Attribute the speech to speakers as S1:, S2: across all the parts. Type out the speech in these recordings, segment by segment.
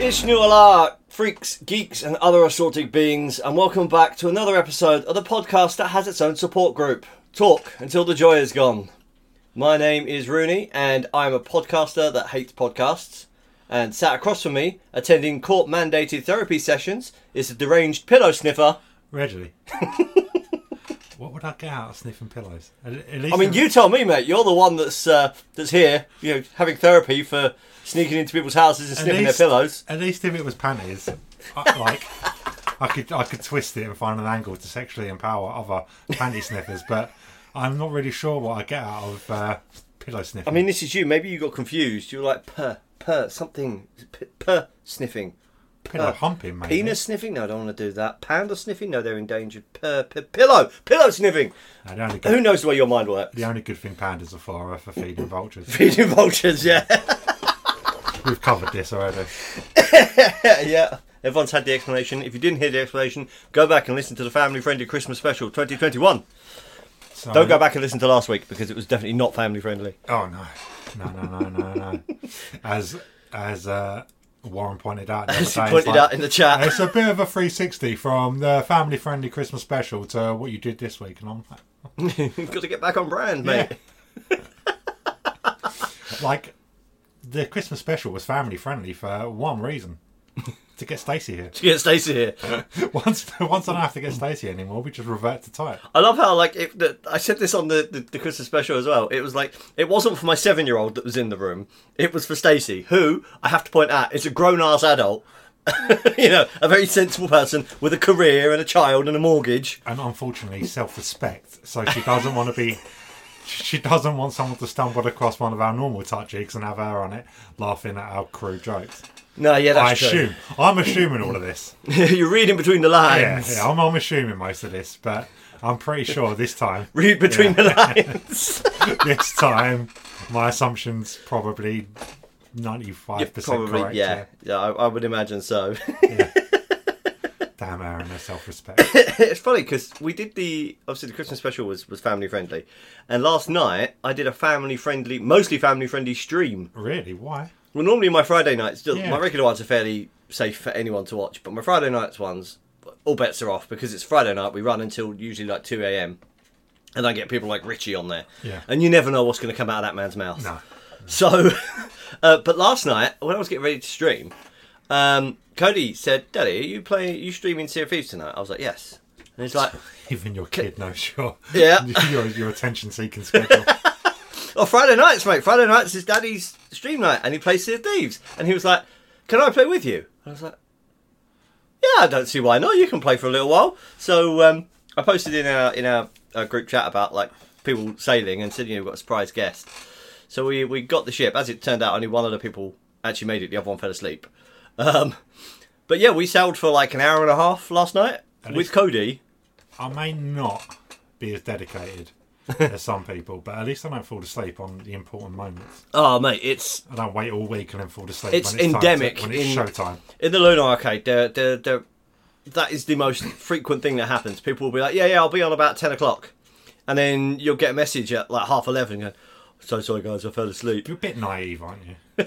S1: Ishnu Allah, freaks, geeks, and other assorted beings, and welcome back to another episode of the podcast that has its own support group. Talk until the joy is gone. My name is Rooney, and I'm a podcaster that hates podcasts. And sat across from me, attending court mandated therapy sessions, is the deranged pillow sniffer.
S2: Readily. what would I get out of sniffing pillows? At, at least
S1: I mean,
S2: I'm-
S1: you tell me, mate. You're the one that's uh, that's here, you know, having therapy for sneaking into people's houses and
S2: at
S1: sniffing
S2: least-
S1: their pillows.
S2: At least if it was panties, I, like I could I could twist it and find an angle to sexually empower other panty sniffers, but I'm not really sure what I get out of uh, pillow sniffing.
S1: I mean, this is you. Maybe you got confused. You were like, per, per, something, p- per, sniffing.
S2: pillow
S1: uh,
S2: humping, maybe.
S1: Penis sniffing? No, I don't want to do that. Panda sniffing? No, they're endangered. Per, per, pillow, pillow sniffing.
S2: No, Uh, the, only
S1: Who
S2: good,
S1: knows the way your mind works?
S2: the only good thing pandas are for are for feeding vultures.
S1: Feeding vultures, yeah.
S2: We've covered this already.
S1: yeah. Everyone's had the explanation. If you didn't hear the explanation, go back and listen to the family friendly Christmas special 2021.
S2: So,
S1: Don't go back and listen to last week because it was definitely not family friendly.
S2: Oh no, no, no, no, no, no. as as uh, Warren pointed out, the other
S1: As you
S2: day, it's
S1: pointed
S2: like,
S1: out in the chat.
S2: it's a bit of a 360 from the family friendly Christmas special to what you did this week, and I'm like,
S1: You've got to get back on brand, mate.
S2: like, the Christmas special was family friendly for one reason to get Stacey here.
S1: To get Stacey here.
S2: Once once I don't have to get Stacey anymore, we just revert to type.
S1: I love how like it, the, I said this on the, the, the Christmas special as well. It was like it wasn't for my seven year old that was in the room. It was for Stacey, who I have to point out is a grown ass adult. you know, a very sensible person with a career and a child and a mortgage.
S2: And unfortunately, self respect. So she doesn't want to be. She doesn't want someone to stumble across one of our normal type jigs and have her on it laughing at our crude jokes.
S1: No, yeah, that's
S2: I
S1: true.
S2: assume. I'm assuming all of this.
S1: You're reading between the
S2: Yeah,
S1: lines.
S2: yeah I'm, I'm assuming most of this, but I'm pretty sure this time,
S1: Read between the lines.
S2: this time, my assumption's probably 95%
S1: Probably,
S2: correct.
S1: yeah. Yeah, I, I would imagine so.
S2: yeah. Damn Aaron, her self respect.
S1: it's funny because we did the obviously the Christmas special was was family friendly, and last night I did a family friendly, mostly family friendly stream.
S2: really? Why?
S1: Well, normally my Friday nights,
S2: Yeah.
S1: my regular ones are fairly safe for anyone to watch, but my Friday nights ones, all bets are off because it's Friday night. We run until usually like two a.m. And I get people like Richie on there,
S2: Yeah.
S1: and you never know what's going to come out of that man's mouth.
S2: No.
S1: So, uh, but last night when I was getting ready to stream, um, Cody said, "Daddy, are you playing? Are you streaming Sea of Thieves tonight?" I was like, "Yes," and he's like,
S2: Even your kid knows your,
S1: Yeah.
S2: your, your attention seeking schedule.
S1: Oh, Friday nights, mate. Friday nights is Daddy's stream night, and he plays Sea of Thieves. And he was like, "Can I play with you?" And I was like, "Yeah, I don't see why not. You can play for a little while." So um, I posted in our in our, our group chat about like people sailing and said, "You know, we've got a surprise guest." So we we got the ship. As it turned out, only one of the people actually made it. The other one fell asleep. Um, but yeah, we sailed for like an hour and a half last night with
S2: least-
S1: Cody.
S2: I may not be as dedicated as some people, but at least I don't fall asleep on the important moments.
S1: Oh, mate, it's
S2: I don't wait all week and then fall asleep.
S1: It's
S2: when it's time to-
S1: endemic
S2: when
S1: in-
S2: it's showtime.
S1: in the Lunar Arcade, there, there, there, that is the most frequent thing that happens. People will be like, "Yeah, yeah, I'll be on about ten o'clock," and then you'll get a message at like half eleven. Going, so sorry, guys, I fell asleep.
S2: You're a bit naive, aren't you?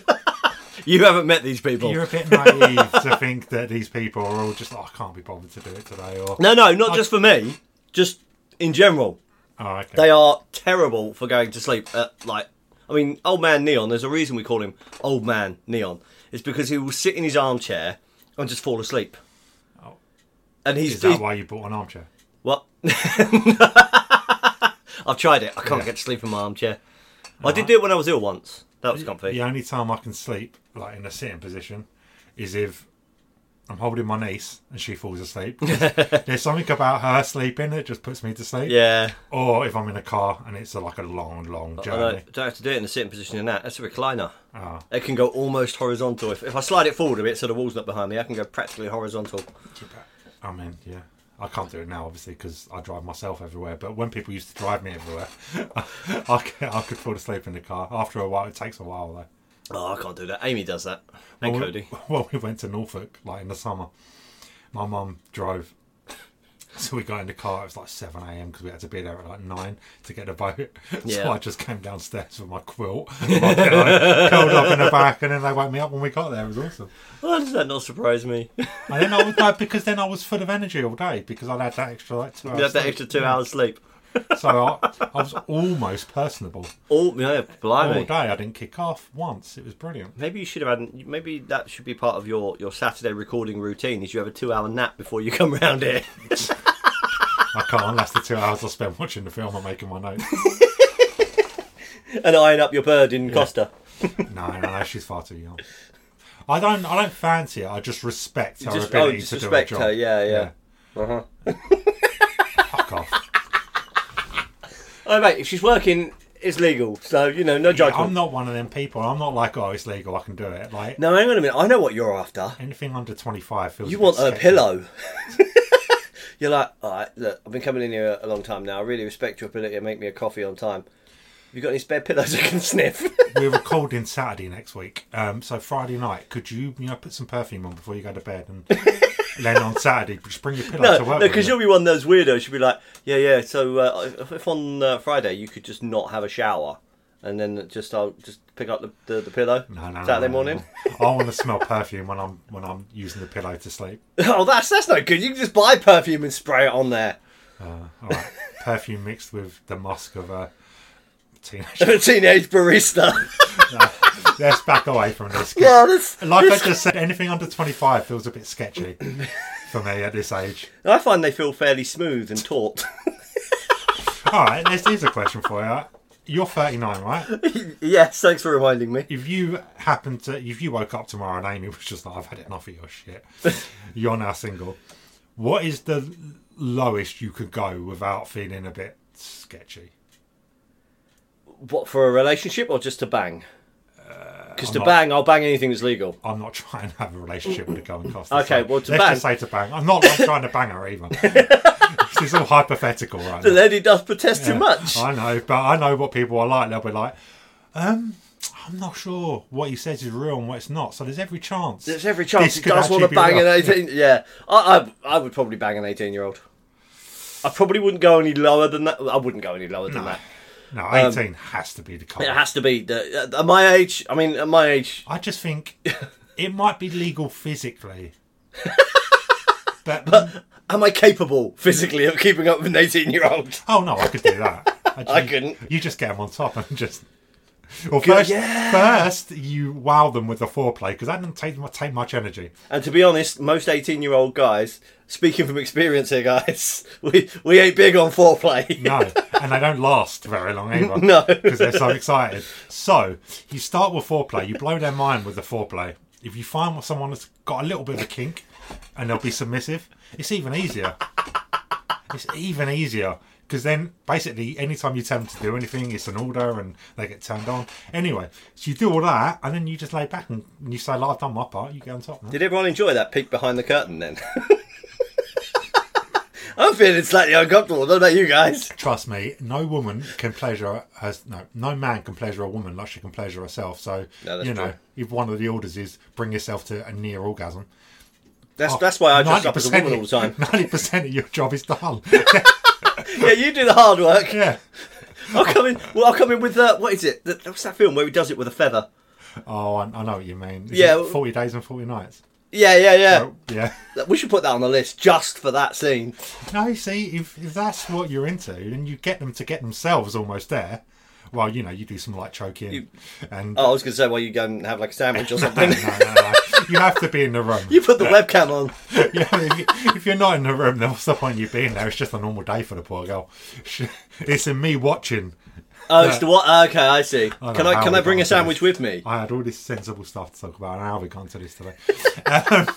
S1: You haven't met these people.
S2: You're a bit naive to think that these people are all just, oh, I can't be bothered to do it today. Or,
S1: No, no, not just for me. Just in general,
S2: oh, okay.
S1: they are terrible for going to sleep at like. I mean, old man Neon. There's a reason we call him old man Neon. It's because he will sit in his armchair and just fall asleep.
S2: Oh.
S1: And he's,
S2: Is that
S1: he's
S2: why you bought an armchair?
S1: What? I've tried it. I can't get to sleep in my armchair. I did do it when I was ill once. That was comfy.
S2: The only time I can sleep, like in a sitting position, is if I'm holding my niece and she falls asleep. 'Cause There's something about her sleeping that just puts me to sleep.
S1: Yeah.
S2: Or if I'm in a car and it's a, like a long, long
S1: I
S2: journey.
S1: don't, don't have to do it in a sitting position in that. That's a recliner.
S2: Oh,
S1: It can go almost horizontal. If, if I slide it forward a bit so the wall's not behind me, I can go practically horizontal.
S2: I mean, yeah. I can't do it now, obviously, because I drive myself everywhere. But when people used to drive me everywhere, I, could, I could fall asleep in the car. After a while, it takes a while, though.
S1: Oh, I can't do that. Amy does that. And
S2: Well, we-
S1: Cody.
S2: Well, we went to Norfolk, like in the summer. My mum drove. So we got in the car. It was like seven a.m. because we had to be there at like nine to get the boat.
S1: Yeah.
S2: So I just came downstairs with my quilt, and my pillow, curled up in the back, and then they woke me up when we got there. It was awesome.
S1: Why does that not surprise me? you
S2: And then I was no, because then I was full of energy all day because I'd had that extra like two hours.
S1: had that
S2: sleep.
S1: extra two hours sleep.
S2: So I, I was almost personable
S1: Oh, yeah,
S2: all
S1: blimey.
S2: day. I didn't kick off once. It was brilliant.
S1: Maybe you should have had. Maybe that should be part of your, your Saturday recording routine. Is you have a two hour nap before you come round here.
S2: I can't. That's the two hours I spent watching the film and making my notes.
S1: and iron up your bird in Costa.
S2: No, no, no. She's far too young. I don't. I don't fancy her. I just respect her
S1: just-
S2: ability
S1: oh, just
S2: to
S1: respect
S2: do a job.
S1: her, yeah, yeah. Uh-huh.
S2: Uh huh. Fuck off.
S1: Oh mate, if she's working, it's legal. So you know, no judgment.
S2: I'm not one of them people. I'm not like, oh, it's legal. I can do it. Like
S1: no, hang on a minute. I know what you're after.
S2: anything under 25 feels.
S1: You
S2: a bit
S1: want a
S2: sketchy.
S1: pillow. You're like, all right, look, I've been coming in here a long time now. I really respect your ability to make me a coffee on time. Have you got any spare pillows I can sniff?
S2: We're recording Saturday next week. Um, so Friday night, could you, you know, put some perfume on before you go to bed, and then on Saturday, just bring your pillow
S1: no,
S2: to
S1: no,
S2: work. with
S1: because
S2: you.
S1: you'll be one of those weirdos. You'll be like, yeah, yeah. So uh, if, if on uh, Friday you could just not have a shower, and then just I'll just pick up the, the, the pillow
S2: No, no, no,
S1: Saturday
S2: no,
S1: morning.
S2: no. I want to smell perfume when I'm when I'm using the pillow to sleep.
S1: oh, that's that's no good. You can just buy perfume and spray it on there.
S2: All right, perfume mixed with the musk of a teenager.
S1: A teenage barista.
S2: Let's back away from this. 'cause
S1: yeah, that's,
S2: Like I just said, anything under 25 feels a bit sketchy for me at this age.
S1: I find they feel fairly smooth and taut.
S2: All right, this is a question for you. You're 39, right?
S1: yes, thanks for reminding me.
S2: If you happened to, if you woke up tomorrow and Amy was just like, I've had enough of your shit, you're now single. What is the lowest you could go without feeling a bit sketchy?
S1: What for a relationship or just to bang? Because to
S2: not-
S1: bang, I'll bang anything that's legal.
S2: I'm not trying to have a relationship with a girl and cost.
S1: Okay, well, to
S2: Let's
S1: bang-
S2: just say to bang. I'm not I'm trying to bang her either. this is all hypothetical, right?
S1: The
S2: now.
S1: lady does protest too much.
S2: I know, but I know what people are like. They'll be like, um, I'm not sure what he says is real and what it's not. So there's every chance.
S1: There's every chance
S2: this
S1: he
S2: could
S1: does want to
S2: actually be
S1: bang an
S2: real.
S1: 18. Yeah, I, I I would probably bang an 18 year old. I probably wouldn't go any lower than that. I wouldn't go any lower than that.
S2: No, 18 has to be the call.
S1: um, It has to be the, uh, at my age. I mean, at my age,
S2: I just think it might be legal physically. but,
S1: am I capable physically of keeping up with an 18 year old?
S2: oh no, I could do that. I,
S1: I
S2: ju-
S1: couldn't.
S2: You just get them on top and just. Well, first,
S1: yeah.
S2: first you wow them with the foreplay because that doesn't take, take much energy.
S1: And to be honest, most 18 year old guys, speaking from experience here, guys, we, we ain't big on foreplay.
S2: No, and they don't last very long either.
S1: No.
S2: because they're so excited. So you start with foreplay. You blow their mind with the foreplay. If you find what someone has got a little bit of a kink, and they'll be submissive, it's even easier. It's even easier because then basically anytime you tell them to do anything, it's an order and they get turned on. Anyway, so you do all that, and then you just lay back and you say, "Like, "I've done my part." You get on top. man.
S1: Did everyone enjoy that peek behind the curtain then? I'm feeling slightly uncomfortable. Don't know about you guys.
S2: Trust me, no woman can pleasure her. No, no man can pleasure a woman like she can pleasure herself. So
S1: No, that's
S2: you know,
S1: true.
S2: if one of the orders is bring yourself to a near orgasm,
S1: That's that's why I dress up as a woman all the time.
S2: Ninety percent of your job is done.
S1: yeah, you do the hard work.
S2: yeah.
S1: I'll come in. Well, I'll come in with uh, what is it? That- What's that film where he does it with a feather?
S2: Oh, I, I know what you mean. Is
S1: Yeah.
S2: it Forty days and forty nights.
S1: Yeah, yeah, yeah.
S2: Oh, yeah.
S1: We should put that on the list just for that scene.
S2: No, see, if, if that's what you're into, then you get them to get themselves almost there. Well, you know, you do some light choking, and
S1: Oh, I was going to say, well, you go and have like a sandwich or
S2: no,
S1: something.
S2: no, no, no. you have to be in the room.
S1: you put the webcam on.
S2: yeah, if, you, if you're not in the room, then what's the point of you being there? It's just a normal day for the poor girl. She- It's in me watching.
S1: Oh, it's the what? Okay, I see. can
S2: know
S1: I
S2: how
S1: can
S2: we
S1: I bring
S2: got
S1: a
S2: to
S1: sandwich
S2: this.
S1: with me?
S2: I had all this sensible stuff to talk about, and how we got to this today. um,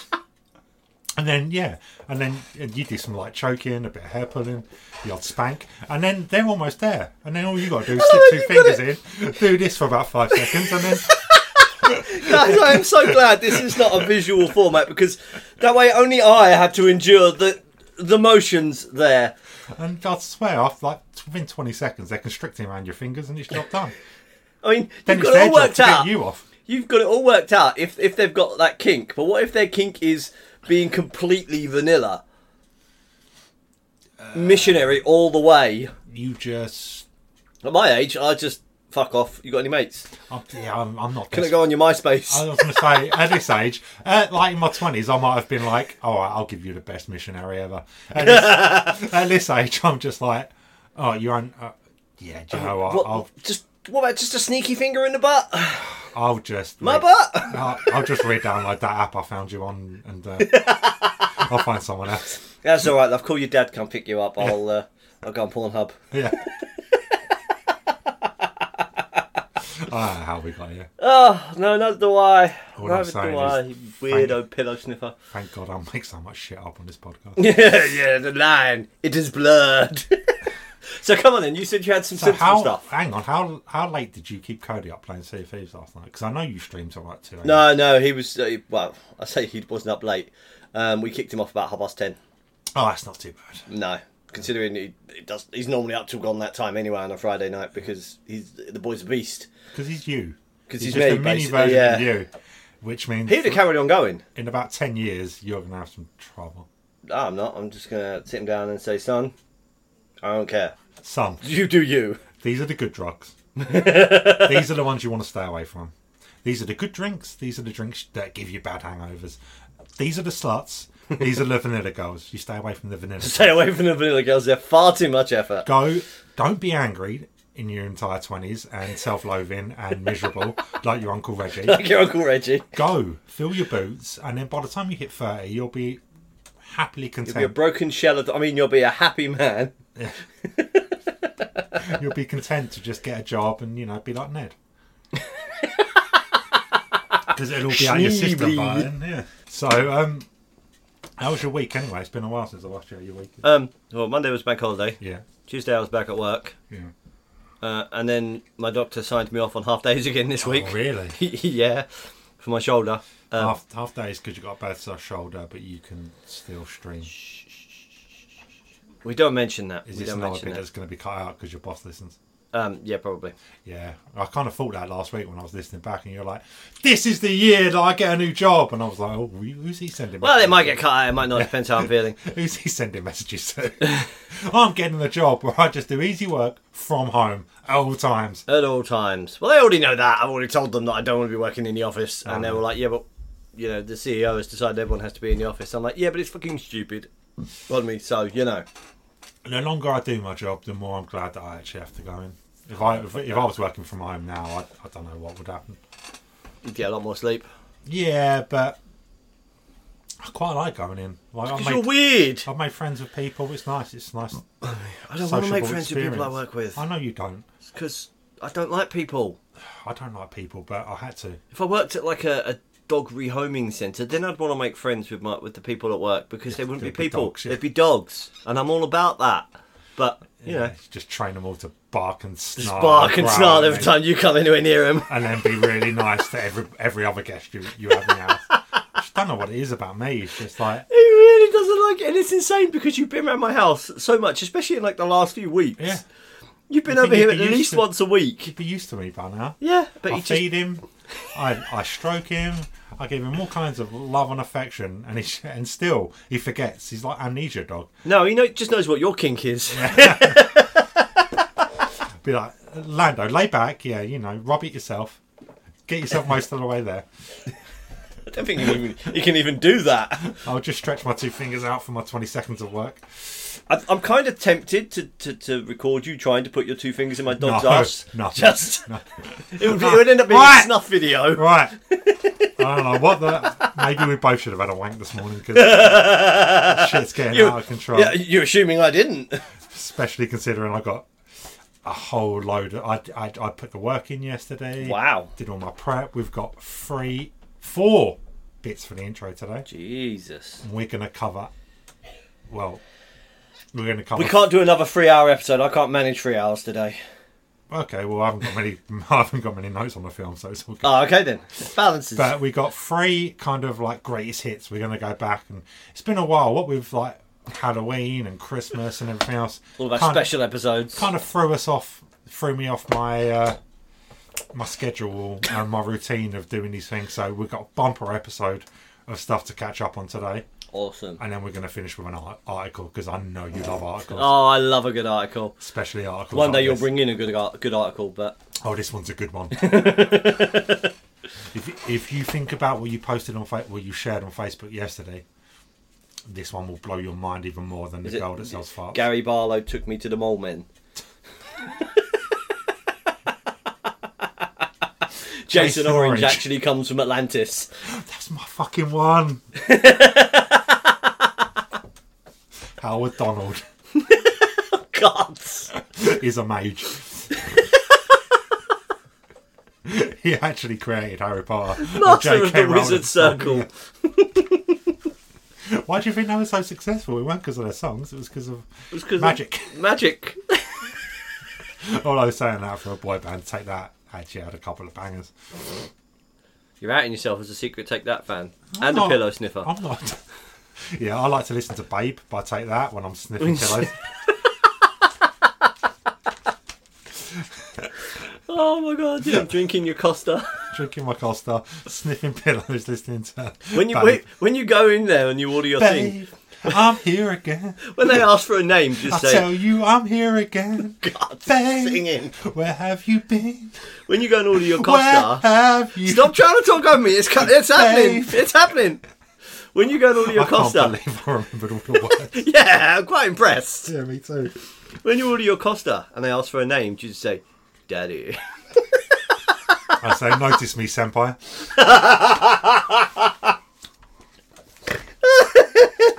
S2: and then, yeah, and then you do some like choking, a bit of hair pulling, the odd spank, and then they're almost there. And then all you got to do is
S1: Oh,
S2: stick two fingers in, do this for about five seconds, and then
S1: Guys, I am so glad this is not a visual format because that way only I have to endure the the motions there.
S2: and I swear, after like within twenty seconds, they're constricting around your fingers, and it's job done.
S1: I mean,
S2: Then
S1: you've
S2: it's
S1: got
S2: their
S1: it all
S2: job
S1: worked
S2: to get
S1: out.
S2: you off.
S1: You've got it all worked out if if they've got that kink. But what if their kink is being completely vanilla?
S2: Uh,
S1: missionary all the way.
S2: You just.
S1: At my age, I just fuck off. You got any mates?
S2: I'm, yeah, I'm, I'm not.
S1: Can I go on your
S2: I
S1: MySpace?
S2: was going to say, at this age, uh, like in my 20s, I might have been like, all right, I'll give you the best missionary ever. At this, at this age, I'm just like, oh, you're on. Uh, yeah, do you know what?
S1: What,
S2: Uh, I'll,
S1: just what about just a sneaky finger in the butt?
S2: I'll just.
S1: My
S2: re-
S1: butt.
S2: I'll, I'll just re-download that app I found you on, and uh, I'll find someone else.
S1: That's all right. I've called your dad. Come pick you up. I'll uh, I'll go on Pornhub.
S2: Yeah. Ah, how we got here.
S1: Oh no, neither do I.
S2: All I'm
S1: neither
S2: saying
S1: do I.
S2: is-
S1: you Weirdo pillow sniffer.
S2: Thank God I make so much shit up on this podcast.
S1: yeah, yeah. The line. It is blood. so come on then. You said you had some
S2: So
S1: Simpson
S2: how?
S1: stuff.
S2: Hang on. How how late did you keep Cody up playing Sea of Thieves last night? Because I know you streamed till like two. a.m.
S1: No, no. He was uh, well. I say he wasn't up late. Um, we kicked him off about half past ten.
S2: Oh, that's not too bad.
S1: No, considering he, he does, he's normally up till gone that time anyway on a Friday night because he's the boy's a beast.
S2: Because he's you.
S1: 'Cause he's
S2: just
S1: me,
S2: a mini
S1: basically,
S2: version
S1: yeah.
S2: of you, which means
S1: He'd have carried on going.
S2: in about ten years you're gonna have some trouble.
S1: No, I'm not. I'm just gonna sit him down and say, "Son, I don't care.
S2: Some.
S1: You do you."
S2: These are the good drugs. These are the ones you want to stay away from. These are the good drinks. These are the drinks that give you bad hangovers. These are the sluts. These are the vanilla girls. You stay away from the vanilla.
S1: Stay away from the vanilla girls. They're far too much effort.
S2: Go. Don't be angry in your entire twenties and self-loathing and miserable like your uncle Reggie.
S1: Like your uncle Reggie.
S2: Go. Fill your boots, and then by the time you hit thirty, you'll be happily content.
S1: You'll be a broken shell of. I mean, you'll be a happy man.
S2: You'll be content to just get a job and you know be like Ned. Because it'll be out of your system by then. Yeah. So, um, how was your week anyway? It's been a while since I asked you how your week. Is.
S1: Um. Well, Monday was bank holiday.
S2: yeah.
S1: Tuesday I was back at work,
S2: Yeah.
S1: uh, and then my doctor signed me off on half days again this week.
S2: Oh, really?
S1: yeah, for my shoulder. Um,
S2: half half days because you got a bad sore shoulder, but you can still stream.
S1: We don't mention that.
S2: Is
S1: we
S2: this
S1: don't
S2: another
S1: mention
S2: bit
S1: that.
S2: that's going to be cut out because your boss listens?
S1: Um, yeah, probably.
S2: Yeah, I kind of thought that last week when I was listening back, and you're like, "This is the year that I get a new job," and I was like, "Oh, who- who's he sending?"
S1: Well, it
S2: messages
S1: might
S2: to?
S1: get cut out. It might not. Depends how I'm feeling.
S2: Who's he sending messages to? I'm getting a job where I just do easy work from home at all times.
S1: At all times. Well, they already know that. I've already told them that I don't want to be working in the office, and
S2: Mm.
S1: they were like, "Yeah, but you know, the CEO has decided everyone has to be in the office." I'm like, "Yeah, but it's fucking stupid." Pardon me. So you know,
S2: And the longer I do my job, the more I'm glad that I actually have to go in. If I if, if I was working from home now, I, I don't know what would happen.
S1: you get a lot more sleep.
S2: Yeah, but I quite like going in. Like I've
S1: 'Cause you're
S2: made,
S1: weird.
S2: I've made friends with people. It's nice. It's nice.
S1: I don't want to make
S2: sociable
S1: friends with people I
S2: experience.
S1: work with
S2: I know you don't.
S1: because I don't like people.
S2: I don't like people, but I had to.
S1: If I worked at like a, a dog rehoming centre, then I'd want to make friends with my with the people at work because they wouldn't be
S2: they'd be
S1: people.
S2: dogs, yeah.
S1: They'd be dogs, and I'm all about that. But you know.
S2: just train them all to bark and snarl. and
S1: bark and
S2: growl
S1: snarl
S2: and
S1: every
S2: then-
S1: time you come anywhere near him.
S2: and then be really nice to every every other guest you, you have in the house. I just don't know what it is about me. It's just like,
S1: He really doesn't like it, and it's insane because you've been around my house so much, especially in like the last few weeks.
S2: yeah,
S1: You've been
S2: You
S1: over
S2: think
S1: here
S2: you'd
S1: at
S2: be used
S1: least
S2: to-
S1: once a week.
S2: he'd be used to me by now.
S1: Yeah, but
S2: I
S1: he just
S2: feed him, I, I stroke him, I give him all kinds of love and affection, and he, and still he forgets. He's like amnesia dog.
S1: no, he know, just knows what your kink is.
S2: Be like, Lando, lay back, yeah, you know, rub it yourself, get yourself most of the way there.
S1: I don't think he, even, he can even do that.
S2: I'll just stretch my two fingers out for my twenty seconds of work.
S1: I, I'm kind of tempted to, to, to record you trying to put your two fingers in my dog's
S2: No,
S1: ass.
S2: no.
S1: just it would, be- it would end up being
S2: Right.
S1: a snuff video.
S2: Right. I don't know what the. Maybe we both should have had a wank this morning because shit's getting
S1: You-
S2: out of control.
S1: Yeah, you're assuming I didn't.
S2: Especially considering I got a whole load. Of, I, I I put the work in yesterday.
S1: Wow.
S2: Did all my prep. We've got three, four bits for the intro today.
S1: Jesus.
S2: And we're gonna cover. Well, we're gonna cover.
S1: We can't do another three-hour episode. I can't manage three hours today.
S2: Okay. Well, I haven't got many. I haven't got many notes on the film, so it's all good.
S1: Oh, okay then. Balances.
S2: But we got three kind of like greatest hits. We're going to go back, and it's been a while. What we've like Halloween and Christmas and everything else.
S1: All of our
S2: kind
S1: special episodes.
S2: kind of threw us off, threw me off my uh, my schedule and my routine of doing these things. So we've got a bumper episode of stuff to catch up on today.
S1: Awesome.
S2: and then we're going to finish with an ar- article because I know you love articles,
S1: Oh, I love a good article.
S2: especially articles.
S1: One day
S2: like
S1: you'll
S2: this.
S1: bring in a good ar- good article, but
S2: Oh, this one's a good one. if, you, if you think about what you posted on fa- what you shared on Facebook yesterday, this one will blow your mind even more than
S1: Is
S2: the
S1: it-
S2: girl that sells farts.
S1: Gary Barlow took me to the mole men. Jason
S2: Jason
S1: Orange
S2: Orange.
S1: actually comes from Atlantis.
S2: That's my fucking one. Howard Donald
S1: God.
S2: is a mage. he actually created Harry Potter. and
S1: Master of
S2: J.K.
S1: the
S2: Rowling.
S1: Wizard Circle.
S2: Why do you think they were so successful? It weren't because of their songs. It was because of
S1: It's 'cause of-
S2: magic.
S1: Magic.
S2: Although saying that for a boy band, take that actually had a couple of bangers.
S1: You're outing yourself as a secret Take That fan and a
S2: not-
S1: pillow sniffer.
S2: I'm not. Yeah, I like to listen to Babe by Take That when I'm sniffing pillows.
S1: Oh my god, yeah, I'm drinking your Costa.
S2: drinking my Costa, sniffing pillows, listening to.
S1: When you
S2: Babe.
S1: wait, when you go in there and you order your thing,
S2: Babe, I'm here again.
S1: when they ask for a name,
S2: I
S1: just
S2: tell
S1: say
S2: you, I'm here again.
S1: God
S2: Babe.
S1: singing.
S2: Where have you been?
S1: When you go and order your
S2: Where
S1: Costa,
S2: have you?
S1: Stop trying to talk over me. It's co- it's happening.
S2: Dave.
S1: It's happening. When you go to order your
S2: I can't
S1: Costa,
S2: believe I remembered all the words.
S1: yeah, I'm quite impressed.
S2: yeah, me too.
S1: When you order your Costa and they ask for a name, do you just say, "Daddy"?
S2: I say, notice me, senpai.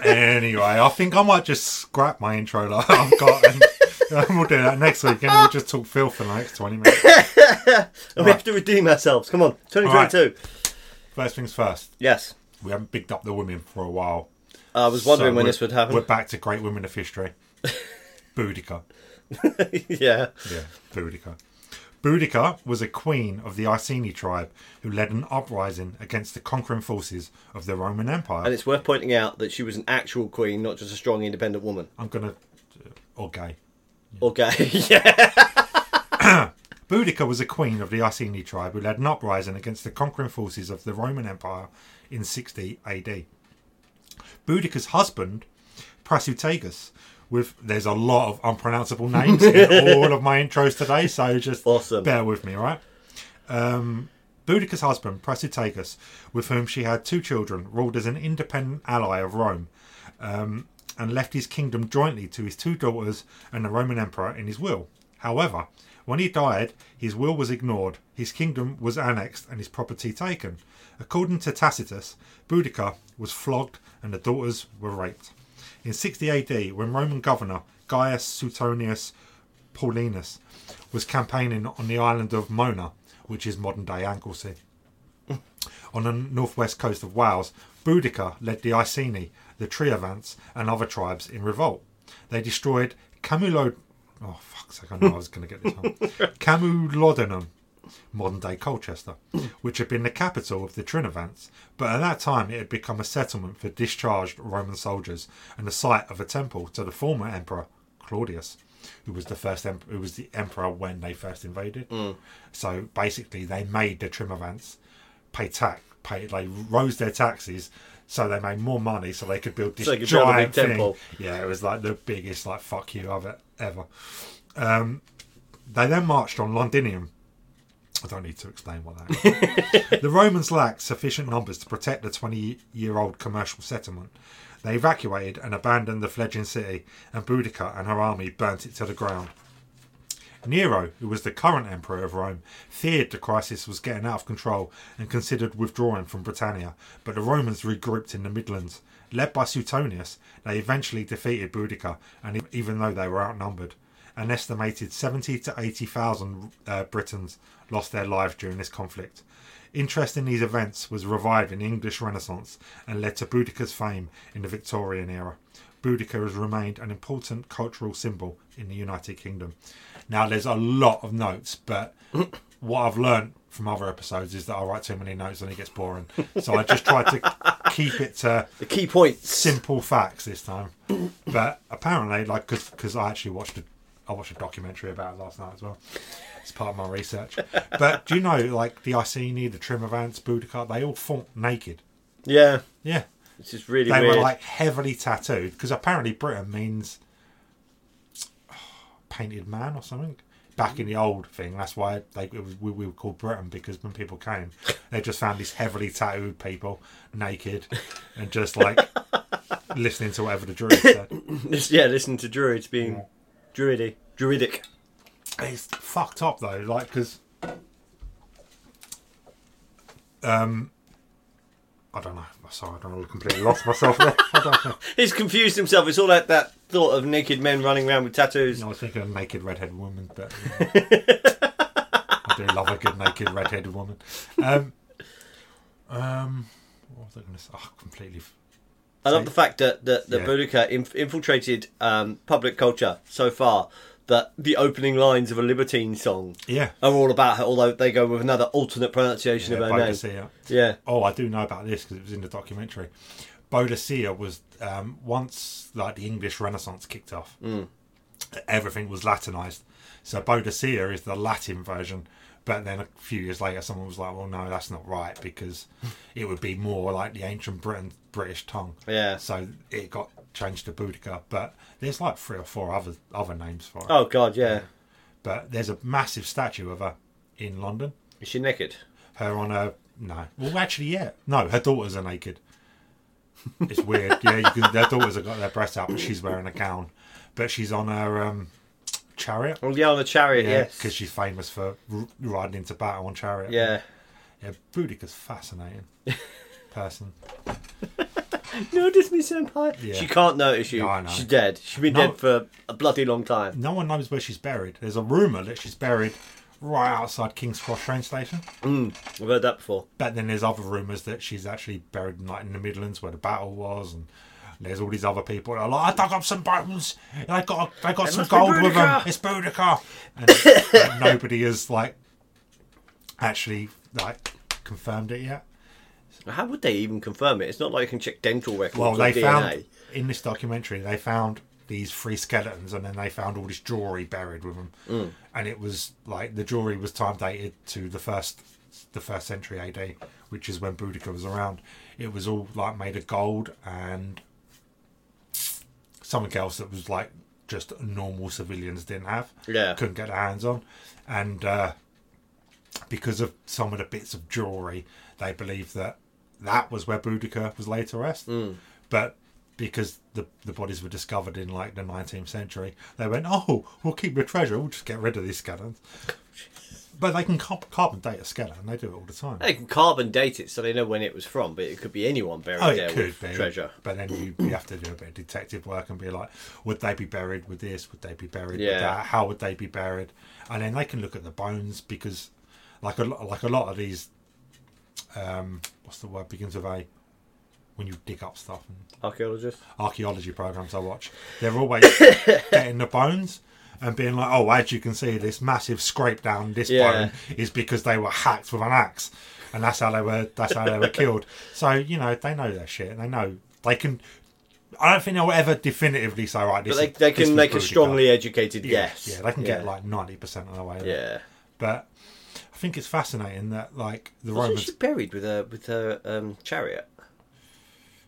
S2: anyway, I think I might just scrap my intro that I've got, and, and we'll do that next week, and we'll just talk filth for the next twenty minutes.
S1: And we have to redeem ourselves. Come on, 2022.
S2: First things first,
S1: Yes,
S2: we haven't bigged up the women for a while.
S1: I was wondering
S2: So
S1: when
S2: we're-
S1: this would
S2: We're
S1: happen.
S2: back to great women of history. Boudica,
S1: yeah,
S2: yeah, Boudica. Boudica was a queen of the Iceni tribe who led an uprising against the conquering forces of the Roman Empire.
S1: and it's worth pointing out that she was an actual queen, not just a strong, independent woman.
S2: I'm gonna uh, or gay.
S1: Okay, yeah,
S2: Boudica was a queen of the Iceni tribe who led an uprising against the conquering forces of the Roman Empire in 60 AD. Boudica's husband, Prasutagus, with there's a lot of unpronounceable names in all of my intros today, so just
S1: Awesome.
S2: bear with me, all right? Um, Boudica's husband, Prasutagus, with whom she had two children, ruled as an independent ally of Rome and left his kingdom jointly to his two daughters and the Roman emperor in his will. However, when he died, his will was ignored, his kingdom was annexed, and his property taken. According to Tacitus, Boudica was flogged and the daughters were raped. In 60 AD, when Roman governor Gaius Suetonius Paulinus was campaigning on the island of Mona, which is modern day Anglesey, on the northwest coast of Wales, Boudica led the Iceni, the Triavants, and other tribes in revolt. They destroyed Camulo. Oh, fuck's sake, I knew I was going to get this one. Camulodunum, modern day Colchester, which had been the capital of the Trinavants, but at that time it had become a settlement for discharged Roman soldiers and the site of a temple to the former emperor Claudius, who was the first em- who was the emperor when they first invaded. So basically, they made the Trinavants pay tax, pay they rose their taxes. So they made more money, so they could build this
S1: So they could build a big
S2: giant thing.
S1: temple.
S2: Yeah, it was like the biggest, like fuck you of it ever. Um, they then marched on Londinium, I don't need to explain what that is. the Romans lacked sufficient numbers to protect the 20 year old commercial settlement. They evacuated and abandoned the fledgling city, and Boudica and her army burnt it to the ground. Nero, who was the current emperor of Rome, feared the crisis was getting out of control and considered withdrawing from Britannia, but the Romans regrouped in the Midlands. Led by Suetonius, they eventually defeated Boudica, and e- even though they were outnumbered, an estimated 70 to 80,000 uh, Britons lost their lives during this conflict. Interest in these events was revived in the English Renaissance and led to Boudica's fame in the Victorian era. Boudica has remained an important cultural symbol in the United Kingdom. Now, there's a lot of notes, but what I've learned from other episodes is that I write too many notes and it gets boring. So I just try to keep it to
S1: the key points.
S2: simple facts this time. but apparently, like, because I actually watched a, I watched a documentary about it last night as well. It's part of my research. but do you know, like, the Iceni, the Trimavants, Boudica, they all fought naked.
S1: Yeah,
S2: Yeah.
S1: It's just really
S2: they
S1: weird.
S2: were like heavily tattooed because apparently Britain means painted man or something. Back in the old thing, that's why they it was, we, we were called Britain because when people came, they just found these heavily tattooed people naked and just like listening to whatever the druid said.
S1: Lis- yeah, listen to druids being druidy, druidic.
S2: It's fucked up though, like because um, um, I don't know. Sorry, I don't know. I completely lost myself there. I don't know.
S1: He's confused himself. It's all that that thought of naked men running around with tattoos.
S2: I was thinking of naked redheaded woman, but I do love a good naked redheaded woman. Um, um, what was I going to say? Oh, completely. f-
S1: I love the fact that that, that
S2: Yeah.
S1: Boudica inf- infiltrated um, public culture so far that the opening lines of a Libertine song
S2: Yeah.
S1: are all about her, although they go with another alternate pronunciation
S2: yeah
S1: of her name.
S2: Boadicea.
S1: Yeah.
S2: Oh, I do know about this because it was in the documentary. Boadicea was um, once like the English Renaissance kicked off.
S1: Mm.
S2: Everything was Latinized, so Boadicea is the Latin version. But then a few years later, someone was like, "Well, no, that's not right because it would be more like the ancient Britain British tongue."
S1: Yeah.
S2: So it got changed to Boudica. But there's like three or four other other names for it.
S1: Oh God, yeah.
S2: But there's a massive statue of her in London
S1: Is she naked?
S2: her on a no. Well, actually, yeah, no, her daughters are naked. It's weird. yeah, you can, their daughters have got their breasts out, but she's wearing a gown. But she's on her um, chariot.
S1: Well, Oh, yeah, on a chariot. yes.
S2: because she's famous for r- riding into battle on chariot.
S1: yeah.
S2: yeah. Boudica's fascinating person.
S1: Notice me, senpai.
S2: Yeah.
S1: She can't notice you.
S2: No, I know.
S1: She's dead. She's been
S2: No.
S1: dead for a bloody long time.
S2: No one knows where she's buried. There's a rumor that she's buried right outside King's Cross train station.
S1: I've heard that before.
S2: But then there's other rumours that she's actually buried in, like in the Midlands where the battle was, and there's all these other people. that are like, I dug up some bones. and I got I got some
S1: must be
S2: gold with them.
S1: Boudicca."
S2: It's Boudica. And like, nobody has like actually like confirmed it yet.
S1: How would they even confirm it? It's not like you can check dental records
S2: Well,
S1: or
S2: they
S1: DNA.
S2: found in this documentary they found these three skeletons, and then they found all this jewelry buried with them, and it was like the jewelry was time dated to the first the first century AD, which is when Boudica was around. It was all like made of gold and something else that was like just normal civilians didn't have.
S1: Yeah.
S2: couldn't get their hands on, and uh, because of some of the bits of jewelry, they believe that that was where Boudica was laid to rest. But because the the bodies were discovered in like the 19th century, they went, "Oh, we'll keep the treasure. We'll just get rid of these skeletons." But they can carp- carbon date a skeleton. They do it all the time.
S1: They can carbon date it so they know when it was from, but it could be anyone buried
S2: Oh,
S1: there
S2: it could
S1: with
S2: be.
S1: treasure.
S2: But then you, you have to do a bit of detective work and be like, would they be buried with this? Would they be buried
S1: Yeah.
S2: with that? How would they be buried? And then they can look at the bones because, like a lo- like a lot of these, um, what's the word begins with a. When you dig up stuff and
S1: Archaeologists.
S2: archaeology programs I watch, they're always getting the bones and being like, "Oh, as you can see, this massive scrape down this
S1: Yeah.
S2: bone is because they were hacked with an axe, and that's how they were. That's how they were killed." So you know they know their shit. and They know they can. I don't think they'll ever definitively say right. This
S1: But they,
S2: is-
S1: they
S2: this
S1: can
S2: was
S1: make a
S2: Boudica."
S1: strongly educated guess.
S2: Yeah, they can get like uh, ninety percent of the way. there.
S1: Yeah.
S2: but I think it's fascinating that like the
S1: Wasn't
S2: Romans.
S1: she buried with her with her um, chariot?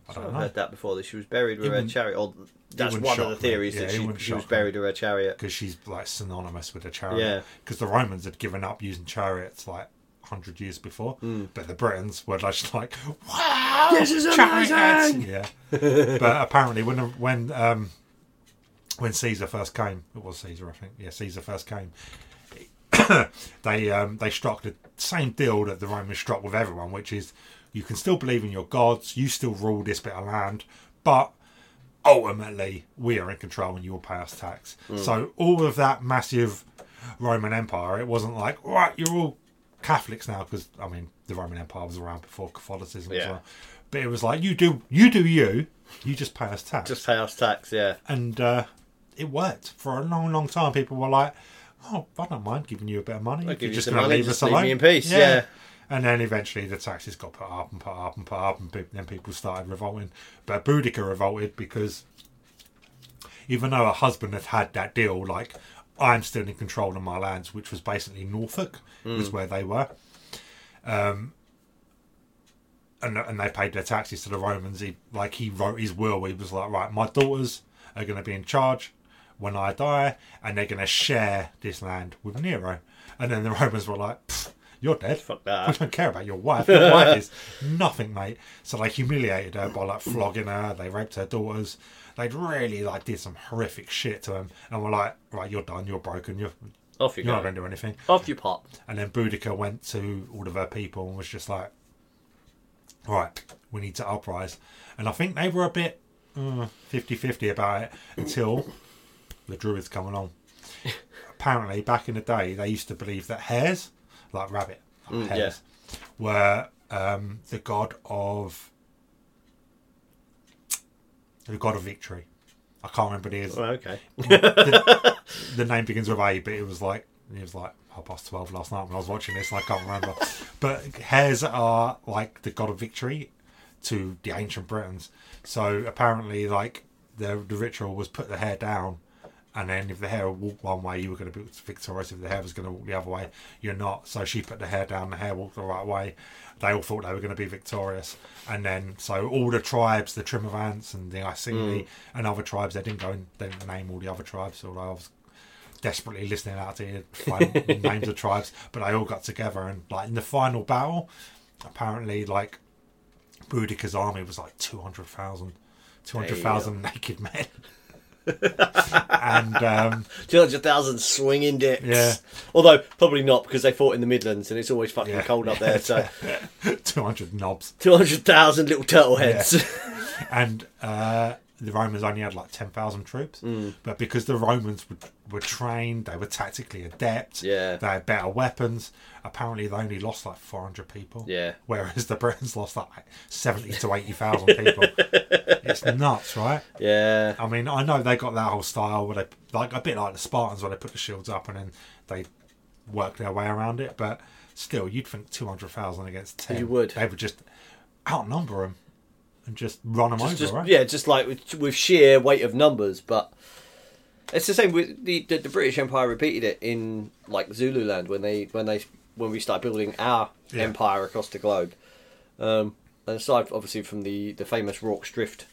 S2: I
S1: I've
S2: don't know
S1: heard that before. That she was buried with her
S2: Oh, wouldn't-
S1: chariot. Or that's
S2: wouldn't
S1: one of
S2: shock
S1: the
S2: me.
S1: theories
S2: Yeah,
S1: that
S2: it
S1: she,
S2: wouldn't
S1: she was
S2: shock me.
S1: buried with her chariot.
S2: because she's like synonymous with a chariot.
S1: Yeah.
S2: Because the Romans had given up using chariots like hundred years before, but the Britons were just like, "Wow,
S1: Hmm. This is amazing!"
S2: Yeah. but apparently, when when um, when Caesar first came, it was Caesar, I think. Yeah, Caesar first came. they um, they struck the same deal that the Romans struck with everyone, which is you can still believe in your gods, you still rule this bit of land, but ultimately we are in control and you will pay us tax.
S1: Hmm.
S2: So all of that massive Roman Empire, it wasn't like right, you're all Catholics now because I mean the Roman Empire was around before Catholicism as
S1: Yeah.
S2: well, but it was like you do you do you, you just pay us tax
S1: Just house tax. Yeah.
S2: and uh, it worked for a long, long time. People were like, "Oh, I don't mind giving you a bit of money.
S1: give you
S2: just
S1: some
S2: gonna
S1: money,
S2: leave
S1: just
S2: us
S1: leave me
S2: alone
S1: in peace, yeah.
S2: And then eventually the taxes got put up and put up and put up, and pe- then people started revolting. But Boudica revolted because even though her husband had had that deal, like I'm still in control of my lands, which was
S1: Mm.
S2: basically Norfolk, was where they were. Um, and and they paid their taxes to the Romans. He like he wrote his will. Where he was like, right, my daughters are going to be in charge when I die, and they're going to share this land with Nero. And then the Romans were like, "Pfft, you're dead.
S1: Fuck that.
S2: We don't care about your wife. Your wife is nothing, mate. So they humiliated her by like flogging her. They raped her daughters. They would really like did some horrific shit to him, and were like, right, you're done. You're broken. You're
S1: Off you
S2: you're not
S1: go.
S2: going to do anything.
S1: Off you pop.
S2: And then Boudica went to all of her people and was just like, all right, we need to uprise. And I think they were a bit 50 50 about it until the Druids come along. Apparently, back in the day, they used to believe that hares, like rabbit, like
S1: yeah.
S2: hares, were um, the god of. The god of victory. I can't remember the
S1: Oh, okay.
S2: the, the name begins with A, but it was like it was like half past twelve last night when I was watching this, and I can't remember. but hares are like the god of victory to the ancient Britons. So apparently, like the the ritual was put the hair down, and then if the hair walked one way, you were going to be victorious. If the hair was going to walk the other way, you're not. So she put the hair down. The hair walked the right way. They all thought they were going to be victorious, and then so all the tribes, the Trimavants and the Iceni and other tribes, they didn't go and they didn't name all the other tribes. Although I was desperately listening out to you find names of tribes, but they all got together and like in the final battle, apparently like Boudica's army was like 200,000 200,000 naked men. and um,
S1: 200,000 swinging dicks.
S2: Yeah.
S1: Although, probably not because they fought in the Midlands and it's always fucking
S2: Yeah.
S1: cold up there. So,
S2: 200 knobs.
S1: 200,000 little turtle heads.
S2: And uh, the Romans only had like 10,000 troops.
S1: Mm.
S2: But because the Romans were, were trained, they were tactically adept,
S1: Yeah.
S2: they had better weapons, apparently they only lost like 400 people.
S1: Yeah.
S2: Whereas the Britons lost like 70 to 80,000 people. it's nuts, right?
S1: yeah.
S2: I mean, I know they got that whole style where they like a bit like the Spartans where they put the shields up and then they work their way around it. But still, you'd think two hundred thousand against ten.
S1: You would.
S2: They would just outnumber them and just run them over,
S1: Just,
S2: right?
S1: Yeah, just like with, with sheer weight of numbers. But it's the same with the, the, the British Empire repeated it in like Zululand when they when they when we started building our
S2: Yeah.
S1: empire across the globe. Um, and aside obviously from the the famous Rorke's Drift,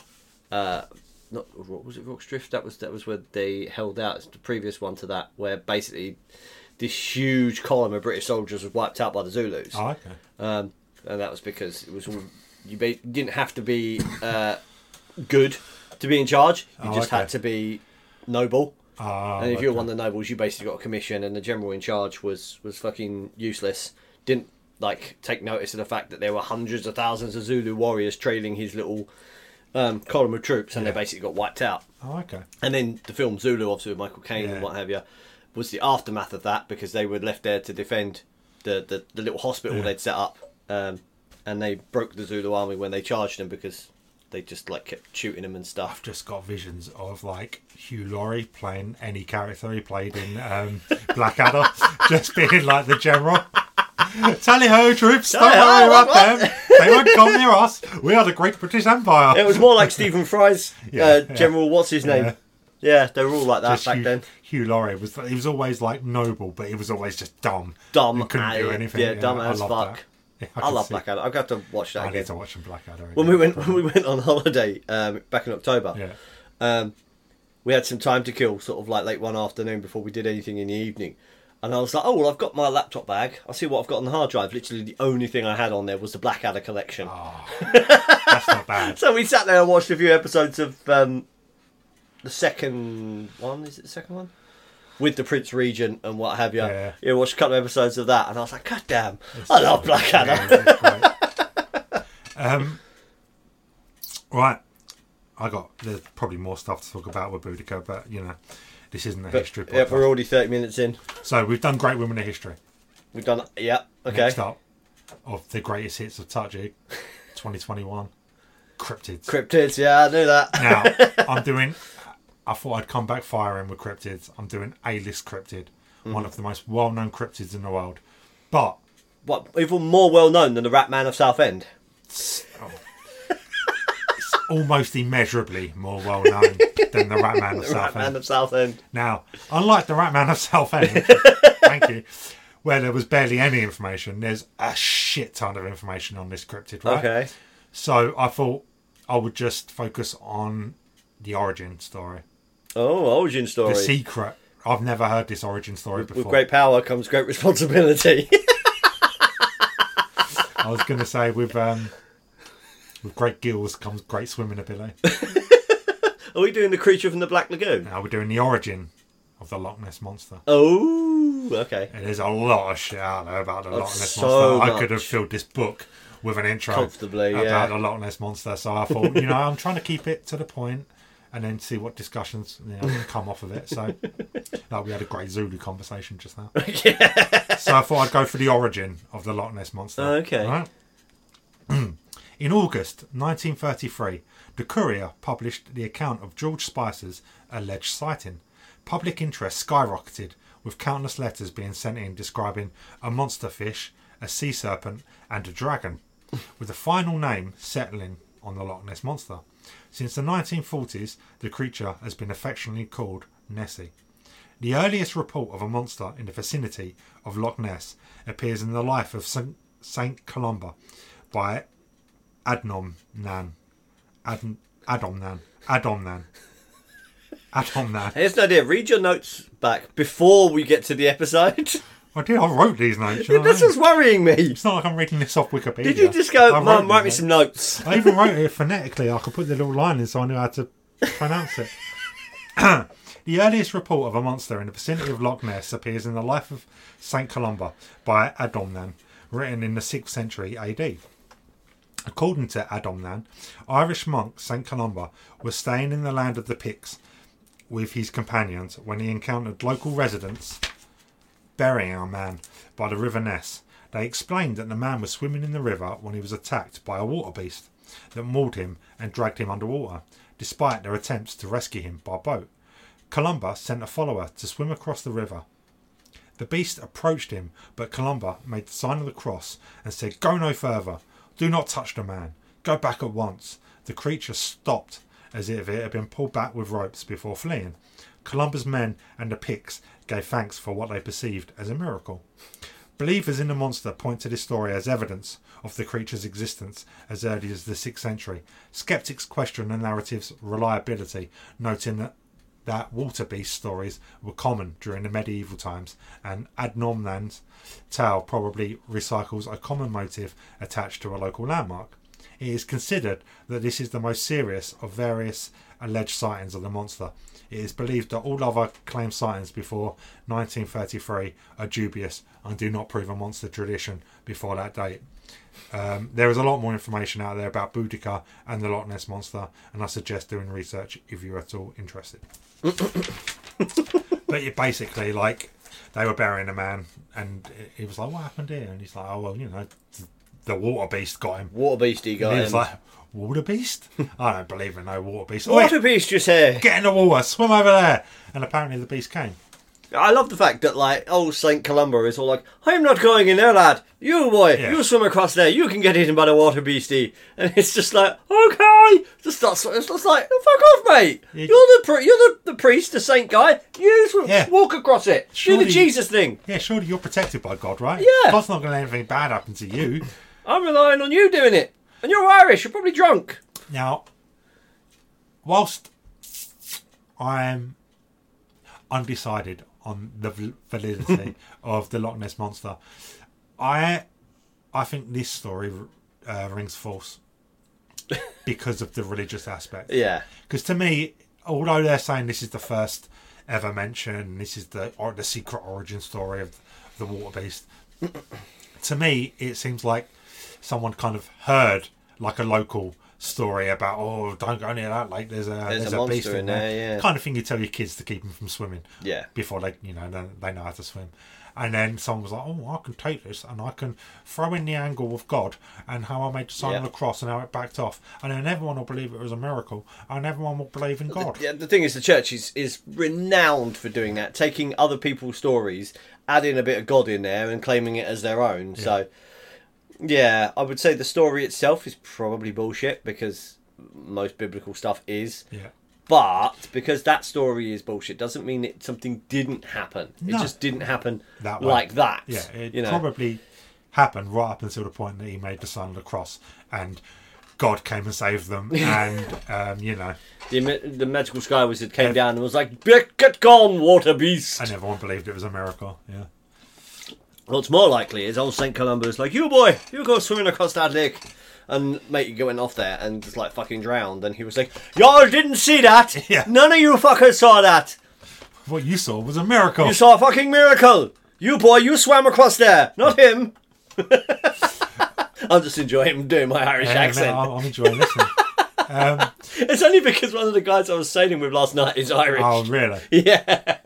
S1: uh, not Rorke, was it Rorke's Drift? That was that was where they held out. It's the previous one to that, where basically this huge column of British soldiers was wiped out by the Zulus.
S2: Oh, okay.
S1: Um, and that was because it was all you ba- didn't have to be uh, good to be in charge. You
S2: Oh,
S1: just had
S2: okay.
S1: to be noble.
S2: Ah,
S1: and if you were
S2: okay.
S1: one of the nobles, you basically got a commission, and the general in charge was was fucking useless. Didn't like take notice of the fact that there were hundreds of thousands of Zulu warriors trailing his little um, column of troops, and they basically got wiped out.
S2: Oh, okay.
S1: And then the film Zulu, obviously with Michael Caine
S2: Yeah.
S1: and what have you, was the aftermath of that because they were left there to defend the, the, the little hospital
S2: Yeah.
S1: they'd set up, um, and they broke the Zulu army when they charged them because they just like kept shooting them and stuff.
S2: I've just got visions of like Hugh Laurie playing any character he played in um, Blackadder, just being like the general. Tally ho, troops! Don't
S1: Tally-ho,
S2: worry about
S1: what,
S2: them. They won't come near us. We are the Great British Empire.
S1: It was more like Stephen Fry's
S2: Yeah,
S1: uh,
S2: yeah.
S1: general. What's his name?
S2: Yeah.
S1: Yeah. they were all like that
S2: Just
S1: back
S2: Hugh,
S1: then.
S2: Hugh Laurie was he was always like noble, but he was always just dumb.
S1: Dumb,
S2: He couldn't do
S1: uh,
S2: anything.
S1: yeah, dumb
S2: I
S1: as
S2: love
S1: fuck.
S2: that. Yeah,
S1: I
S2: can
S1: love
S2: see-
S1: Blackadder. I've got to watch that
S2: I need
S1: again.
S2: to watch some Blackadder.
S1: When
S2: again.
S1: we went when we went on holiday um, back in October,
S2: yeah,
S1: um, we had some time to kill, sort of like late one afternoon before we did anything in the evening. And I was like, oh, well, I've got my laptop bag. I'll see what I've got on the hard drive. Literally, the only thing I had on there was the Blackadder collection.
S2: Ah. that's not bad.
S1: So we sat there and watched a few episodes of um, the second one. Is it the second one? With the Prince Regent and what have you.
S2: Yeah.
S1: yeah, watched a couple of episodes of that. And I was like, God damn, I love Blackadder.
S2: Yeah, it's great. um, right, I got there's probably more stuff to talk about with Boudica, but you know, this isn't a history
S1: yeah,
S2: podcast.
S1: we're already 30 minutes in.
S2: so we've done great women in history.
S1: We've done, yeah, okay.
S2: Next up, of the greatest hits of Tajik, 2021, cryptids.
S1: Cryptids, yeah, I knew that.
S2: Now, I'm doing. I thought I'd come back firing with cryptids. I'm doing A list cryptid,
S1: Hmm.
S2: one of the most well known cryptids in the world. But.
S1: What, even more well known than the Rat Man of Southend?
S2: It's oh, it's almost immeasurably more well known than the Ratman of
S1: The Rat Man
S2: Southend.
S1: of Southend.
S2: Now, unlike the Ratman of Southend, thank you, where there was barely any information, there's a shit ton of information on this cryptid, right?
S1: Okay.
S2: So I thought I would just focus on the origin story,
S1: Oh, origin story.
S2: the secret. I've never heard this origin story before.
S1: With great power comes great responsibility.
S2: I was going to say with um, with great gills comes great swimming ability.
S1: Are we doing the creature from the Black Lagoon?
S2: now we're doing the origin of the Loch Ness monster.
S1: Oh, okay.
S2: And there's a lot of shit out there about the Loch Ness
S1: so
S2: monster. I
S1: much.
S2: could have filled this book with an intro
S1: Comfortably,
S2: about
S1: yeah.
S2: the Loch Ness monster. So I thought, you know, I'm trying to keep it to the point and then see what discussions you know, come off of it. So like, we had a great Zulu conversation just now. So I thought I'd go for the origin of the Loch Ness monster.
S1: Okay.
S2: Right? In August 1933, the Courier published the account of George Spicer's alleged sighting. Public interest skyrocketed, with countless letters being sent in describing a monster fish, a sea serpent, and a dragon, with the final name settling on the Loch Ness monster. Since the 1940s, the creature has been affectionately called Nessie. The earliest report of a monster in the vicinity of Loch Ness appears in the life of Saint, Saint Columba by Adnom Nan. Ad, Adom Nan. Adom Nan. Adom Nan.
S1: Here's an idea. Read your notes back before we get to the episode.
S2: I did, I wrote these notes. you know what I
S1: this
S2: mean?
S1: is worrying me.
S2: It's not like I'm reading this off Wikipedia.
S1: Did you just go,
S2: I wrote
S1: Mum,
S2: these
S1: write me
S2: notes."
S1: some notes?
S2: I even wrote it phonetically. I could put the little line in so I knew how to pronounce it. the earliest report of a monster in the vicinity of Loch Ness appears in the life of St. Columba by Adomnan, written in the 6th century AD. According to Adomnan, Irish monk St. Columba was staying in the land of the Picts with his companions when he encountered local residents burying a man by the River Ness. They explained that the man was swimming in the river when he was attacked by a water beast that mauled him and dragged him underwater, despite their attempts to rescue him by boat. Columba sent a follower to swim across the river. The beast approached him, but Columba made the sign of the cross and said, Go no further. Do not touch the man. Go back at once. The creature stopped as if it had been pulled back with ropes before fleeing. Columba's men and the Picts gave thanks for what they perceived as a miracle. Believers in the monster point to this story as evidence of the creature's existence as early as the 6th century. Skeptics question the narrative's reliability, noting that, that water beast stories were common during the medieval times, and Adnomnan's tale probably recycles a common motive attached to a local landmark. It is considered that this is the most serious of various alleged sightings of the monster. It is believed that all other claimed sightings before 1933 are dubious and do not prove a monster tradition before that date. Um, there is a lot more information out there about Boudica and the Loch Ness Monster, and I suggest doing research if you're at all interested. but you basically, like, they were burying a man, and he was like, What happened here? And he's like, Oh, well, you know, th- the water beast got him.
S1: Water beastie guy.
S2: He was like, water beast? I don't believe in no water beast. Oi,
S1: Water beast just here.
S2: get in the water, swim over there. And apparently the beast came.
S1: I love the fact that like old Saint Columba is all like, I'm not going in there, lad. You boy,
S2: Yeah.
S1: you swim across there. You can get eaten by the water beastie. And it's just like, okay, just starts. It's just like, "Oh, fuck off, mate.
S2: Yeah.
S1: You're the pri- you're the, the priest, the saint guy. You swim,
S2: Yeah.
S1: walk across it. Do
S2: Surely-
S1: the Jesus thing.
S2: Yeah, surely you're protected by God, right?
S1: Yeah.
S2: God's not going to let anything bad happen to you.
S1: I'm relying on you doing it. And you're Irish. You're probably drunk.
S2: Now, whilst I'm undecided on the val- validity of the Loch Ness monster, I I think this story uh, rings false because of the religious aspect.
S1: Yeah.
S2: Because to me, although they're saying this is the first ever mention, this is the or the secret origin story of the water beast. to me, it seems like someone kind of heard like a local story about oh don't go near that lake there's a there's,
S1: a
S2: a, beast
S1: monster
S2: in
S1: in
S2: there,
S1: there, yeah.
S2: kind of thing you tell your kids to keep them from swimming
S1: Yeah.
S2: before they you know they, they know how to swim and then someone was like oh i can take this and i can throw in the angle of god and how i made the sign
S1: Yeah.
S2: of the cross and how it backed off and then everyone will believe it was a miracle and everyone will believe in god
S1: Yeah, the thing is, the church is, is renowned for doing that, taking other people's stories, adding a bit of God in there, and claiming it as their own. So, yeah, I would say the story itself is probably bullshit because most biblical stuff is.
S2: yeah
S1: But because that story is bullshit, doesn't mean it something didn't happen.
S2: No.
S1: It just didn't happen
S2: That way.
S1: like that.
S2: Yeah, it
S1: you know?
S2: probably happened right up until the point that he made the sign of the cross and God came and saved them. and, um, you know,
S1: The, ma- the magical sky wizard came down and was like, "Get get gone, water beast."
S2: and everyone believed it was a miracle. Yeah.
S1: What's more likely is old Saint Columbus, like, "You boy, you go swimming across that lake," and mate you went off there and just like fucking drowned. And he was like, "Y'all didn't see that.
S2: Yeah.
S1: None of you fuckers saw that.
S2: What you saw was a miracle.
S1: You saw a fucking miracle. You boy, you swam across there, not him." I'll just enjoy him doing my Irish
S2: Yeah, no,
S1: accent.
S2: I'm, I'm enjoying this one. um,
S1: It's only because one of the guys I was sailing with last night is Irish.
S2: oh, really?
S1: Yeah.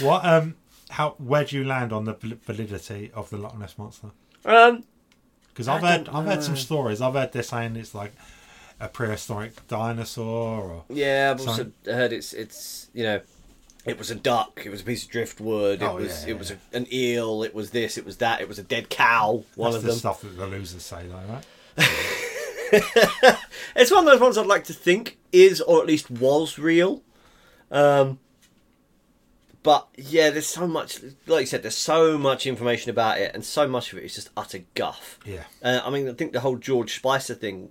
S2: What? Um, how? Where do you land on the val- validity of the Loch Ness monster?
S1: Um,
S2: Because I've
S1: I
S2: heard,
S1: don't
S2: I've heard some stories. I've heard they're saying it's like a prehistoric dinosaur, or
S1: Yeah, I've also
S2: Sorry.
S1: heard it's it's you know, it was a duck, it was a piece of driftwood,
S2: Oh,
S1: it was
S2: yeah,
S1: it was a, an eel, it was this, it was that, it was a dead cow. One
S2: that's
S1: of
S2: the
S1: them.
S2: stuff that the losers say, though, right?
S1: It's one of those ones I'd like to think is or at least was real. Um, but yeah, there's so much, like you said, there's so much information about it, and so much of it is just utter guff.
S2: Yeah.
S1: Uh, I mean, I think the whole George Spicer thing,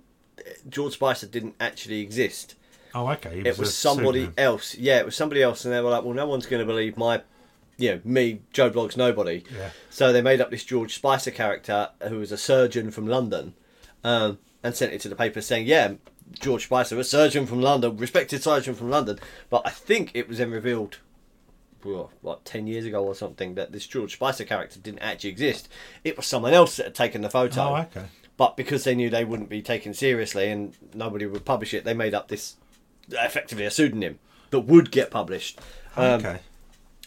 S1: George Spicer didn't actually exist.
S2: Oh, okay. he
S1: it was
S2: a
S1: somebody
S2: pseudonym.
S1: else. Yeah, it was somebody else, and they were like, "Well, no one's going to believe my, you know, me, Joe Blogs, nobody."
S2: Yeah.
S1: So they made up this George Spicer character who was a surgeon from London, um, and sent it to the paper saying, "Yeah, George Spicer, a surgeon from London, respected surgeon from London." But I think it was then revealed. well, What ten years ago or something that this George Spicer character didn't actually exist. It was someone else that had taken the photo
S2: Oh, okay.
S1: but because they knew they wouldn't be taken seriously and nobody would publish it, they made up this effectively a pseudonym that would get published. Um,
S2: okay.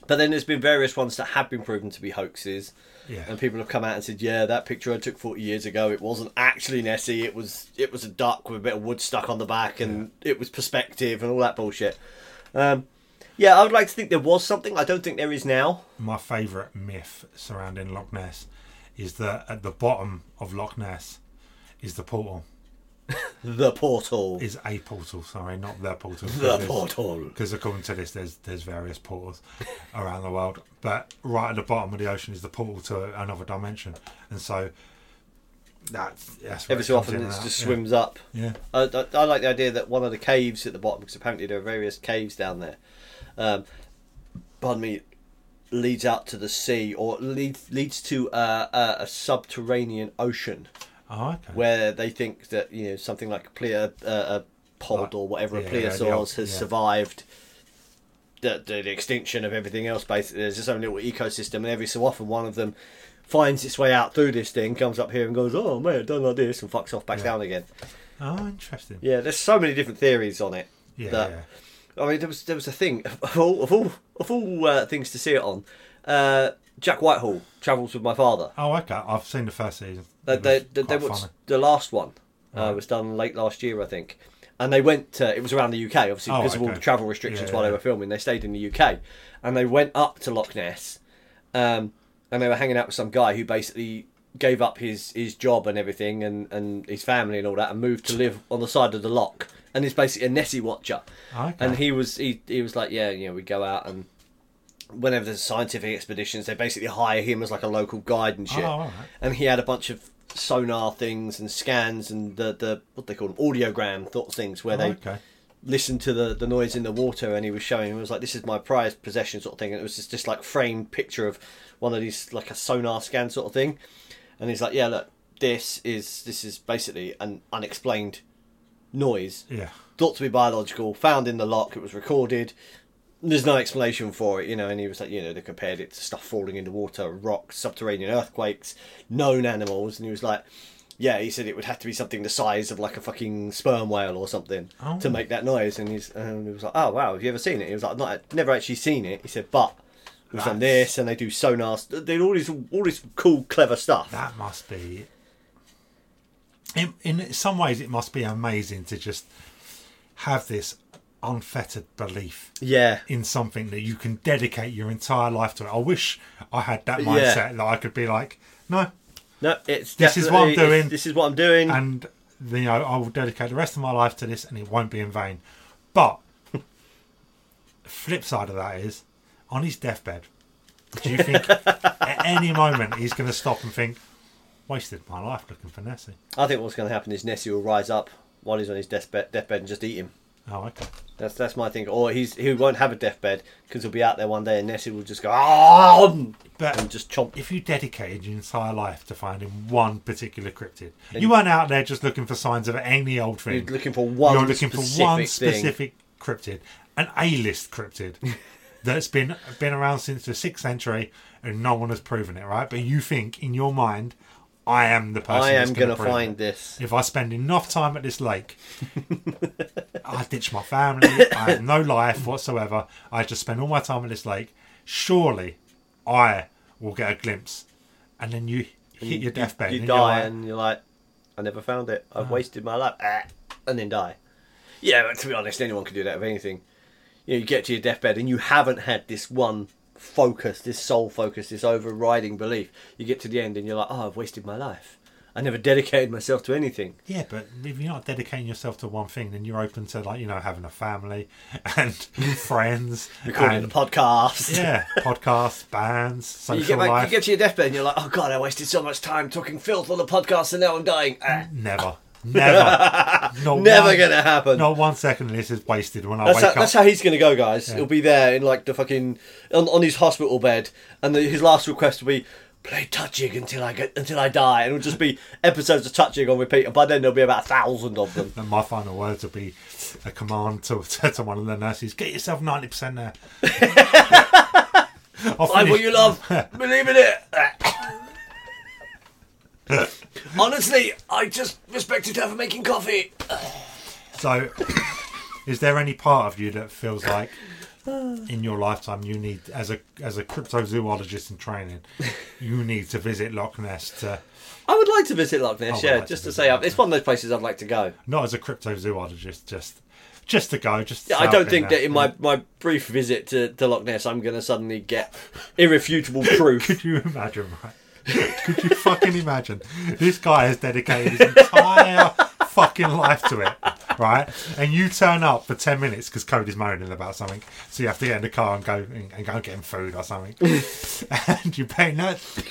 S1: But then there's been various ones that have been proven to be hoaxes,
S2: Yeah.
S1: and people have come out and said, "Yeah, that picture I took 40 years ago, it wasn't actually Nessie. It was it was a duck with a bit of wood stuck on the back, and it was perspective and all that bullshit." Um, yeah, I would like to think there was something. I don't think there is now.
S2: my favourite myth surrounding Loch Ness is that at the bottom of Loch Ness is the portal.
S1: The portal.
S2: Is a portal, sorry, not the portal.
S1: the portal.
S2: Because according to this, there's there's various portals around the world, but right at the bottom of the ocean is the portal to another dimension, and so that's that's where
S1: Every
S2: it
S1: so
S2: comes
S1: often,
S2: in
S1: it
S2: and out,
S1: just
S2: yeah.
S1: swims up.
S2: Yeah,
S1: I, I, I like the idea that one of the caves at the bottom, because apparently there are various caves down there. Um, pardon me, leads out to the sea or leads leads to uh, a, a subterranean ocean
S2: oh okay.
S1: where they think that you know something like plea, uh, a pod or whatever a
S2: Yeah, yeah, the
S1: plesiosaurus
S2: old-
S1: has
S2: yeah.
S1: survived the, the, the extinction of everything else. Basically, there's its own little ecosystem, and every so often one of them finds its way out through this thing, comes up here and goes, "Oh mate, I don't like this," and fucks off back
S2: Yeah.
S1: down again.
S2: oh, interesting. Yeah,
S1: Yeah, there's so many different theories on it.
S2: yeah,
S1: that- I mean, there was there was a thing of all of all of all uh, things to see it on. Uh, Jack Whitehall travels with my father.
S2: Oh, okay. I've seen the first season.
S1: They
S2: It
S1: they,
S2: was
S1: they, they
S2: quite
S1: watched
S2: funny.
S1: the last one. Uh, was done late last year, I think. And they went. To, it was around the UK, obviously,
S2: Oh,
S1: because of all
S2: okay.
S1: the travel restrictions
S2: Yeah,
S1: while they
S2: yeah.
S1: were filming. They stayed in the UK, and they went up to Loch Ness, um, and they were hanging out with some guy who basically gave up his, his job and everything and, and his family and all that, and moved to live on the side of the lock. And is basically a Nessie watcher.
S2: Okay.
S1: And he was he, he was like, yeah, you know, we go out and whenever there's scientific expeditions, they basically hire him as like a local guide and shit.
S2: Oh, all right.
S1: And he had a bunch of sonar things and scans and the the what they call them audiogram thought things where
S2: Oh,
S1: they
S2: okay.
S1: listened to the the noise in the water and he was showing him it was like this is my prized possession sort of thing and it was just this like framed picture of one of these like a sonar scan sort of thing and he's like yeah look this is this is basically an unexplained noise
S2: Yeah.
S1: thought to be biological, found in the lock, it was recorded. There's no explanation for it, you know, and he was like, you know, they compared it to stuff falling into water, rocks, subterranean earthquakes, known animals, and he was like, yeah, he said it would have to be something the size of like a fucking sperm whale or something
S2: Oh.
S1: to make that noise. And he's, and he was like, oh wow, have you ever seen it? He was like, not, never actually seen it. He said, but we've done
S2: That's-
S1: this, and they do sonars, they do all this, all this cool, clever stuff.
S2: That must be. In, in some ways, it must be amazing to just have this unfettered belief
S1: yeah,
S2: in something that you can dedicate your entire life to. I wish I had that
S1: Yeah.
S2: mindset that I could be like, no,
S1: no, it's
S2: This is what I'm
S1: definitely- it's-
S2: doing.
S1: This is what I'm doing.
S2: and you know, I will dedicate the rest of my life to this, and it won't be in vain. But flip side of that is, on his deathbed, do you think at any moment he's going to stop and think, wasted my life looking for Nessie?
S1: I think what's going to happen is Nessie will rise up while he's on his deathbed, deathbed and just eat him.
S2: Oh, okay.
S1: That's that's my thing. Or he's he won't have a deathbed because he'll be out there one day and Nessie will just go "Ah!"
S2: But
S1: and just chomp.
S2: if you dedicated your entire life to finding one particular cryptid, you weren't out there just looking for signs of any old thing.
S1: You're looking for one.
S2: You're looking for
S1: specific thing.
S2: one specific cryptid, an A-list cryptid that's been been around since the sixth century, and no one has proven it, right? But you think in your mind, I am the person.
S1: I am
S2: going to
S1: find this.
S2: If I spend enough time at this lake, I ditch my family. I have no life whatsoever. I just spend all my time at this lake. Surely, I will get a glimpse, and then you hit your deathbed.
S1: You
S2: and you're
S1: die
S2: like, Uh.
S1: and you're like, I never found it. I've wasted my life. Ah, and then die. Yeah, but to be honest, anyone could do that with anything. You know, you get to your deathbed and you haven't had this one focus, this sole focus, this overriding belief. You get to the end and you're like, oh, I've wasted my life. I never dedicated myself to anything.
S2: Yeah, but if you're not dedicating yourself to one thing, then you're open to like you know having a family and friends,
S1: Recording
S2: and,
S1: the podcast.
S2: yeah, podcasts, bands,
S1: You
S2: social
S1: get, back,
S2: life.
S1: you get to your deathbed and you're like, oh god, I wasted so much time talking filth on the podcast and now I'm dying. Ah,
S2: Never, never, not
S1: never
S2: one-
S1: gonna happen.
S2: Not one second of this is wasted when I
S1: That's how,
S2: wake
S1: that's
S2: up.
S1: how he's going to go, guys. He'll be there in like the fucking on, on his hospital bed, and the, his last request will be play touching until I get until I die, and it'll just be episodes of touching on repeat. And by then there'll be about a thousand of them.
S2: and my final words will be a command to, to, to one of the nurses: get yourself ninety percent there. I'll
S1: Find what
S2: finish-
S1: you love, believe in it. Ah. Honestly, I just respected her for making coffee.
S2: So, is there any part of you that feels like in your lifetime you need, as a as a cryptozoologist in training, you need to visit Loch Ness to
S1: I would like to visit Loch
S2: I
S1: Ness,
S2: would
S1: yeah,
S2: like to
S1: just to,
S2: visit
S1: say,
S2: Loch
S1: it's one of those places I'd like to go.
S2: not as a cryptozoologist, just just to go, just to
S1: I
S2: say I've
S1: don't
S2: been
S1: think
S2: there.
S1: that in my, my brief visit to, to Loch Ness, I'm going to suddenly get irrefutable proof.
S2: Could you imagine, right? Could you fucking imagine? This guy has dedicated his entire fucking life to it, right? And you turn up for 10 minutes because Cody's moaning about something. So you have to get in the car and go and, and go and get him food or something. and you pay that.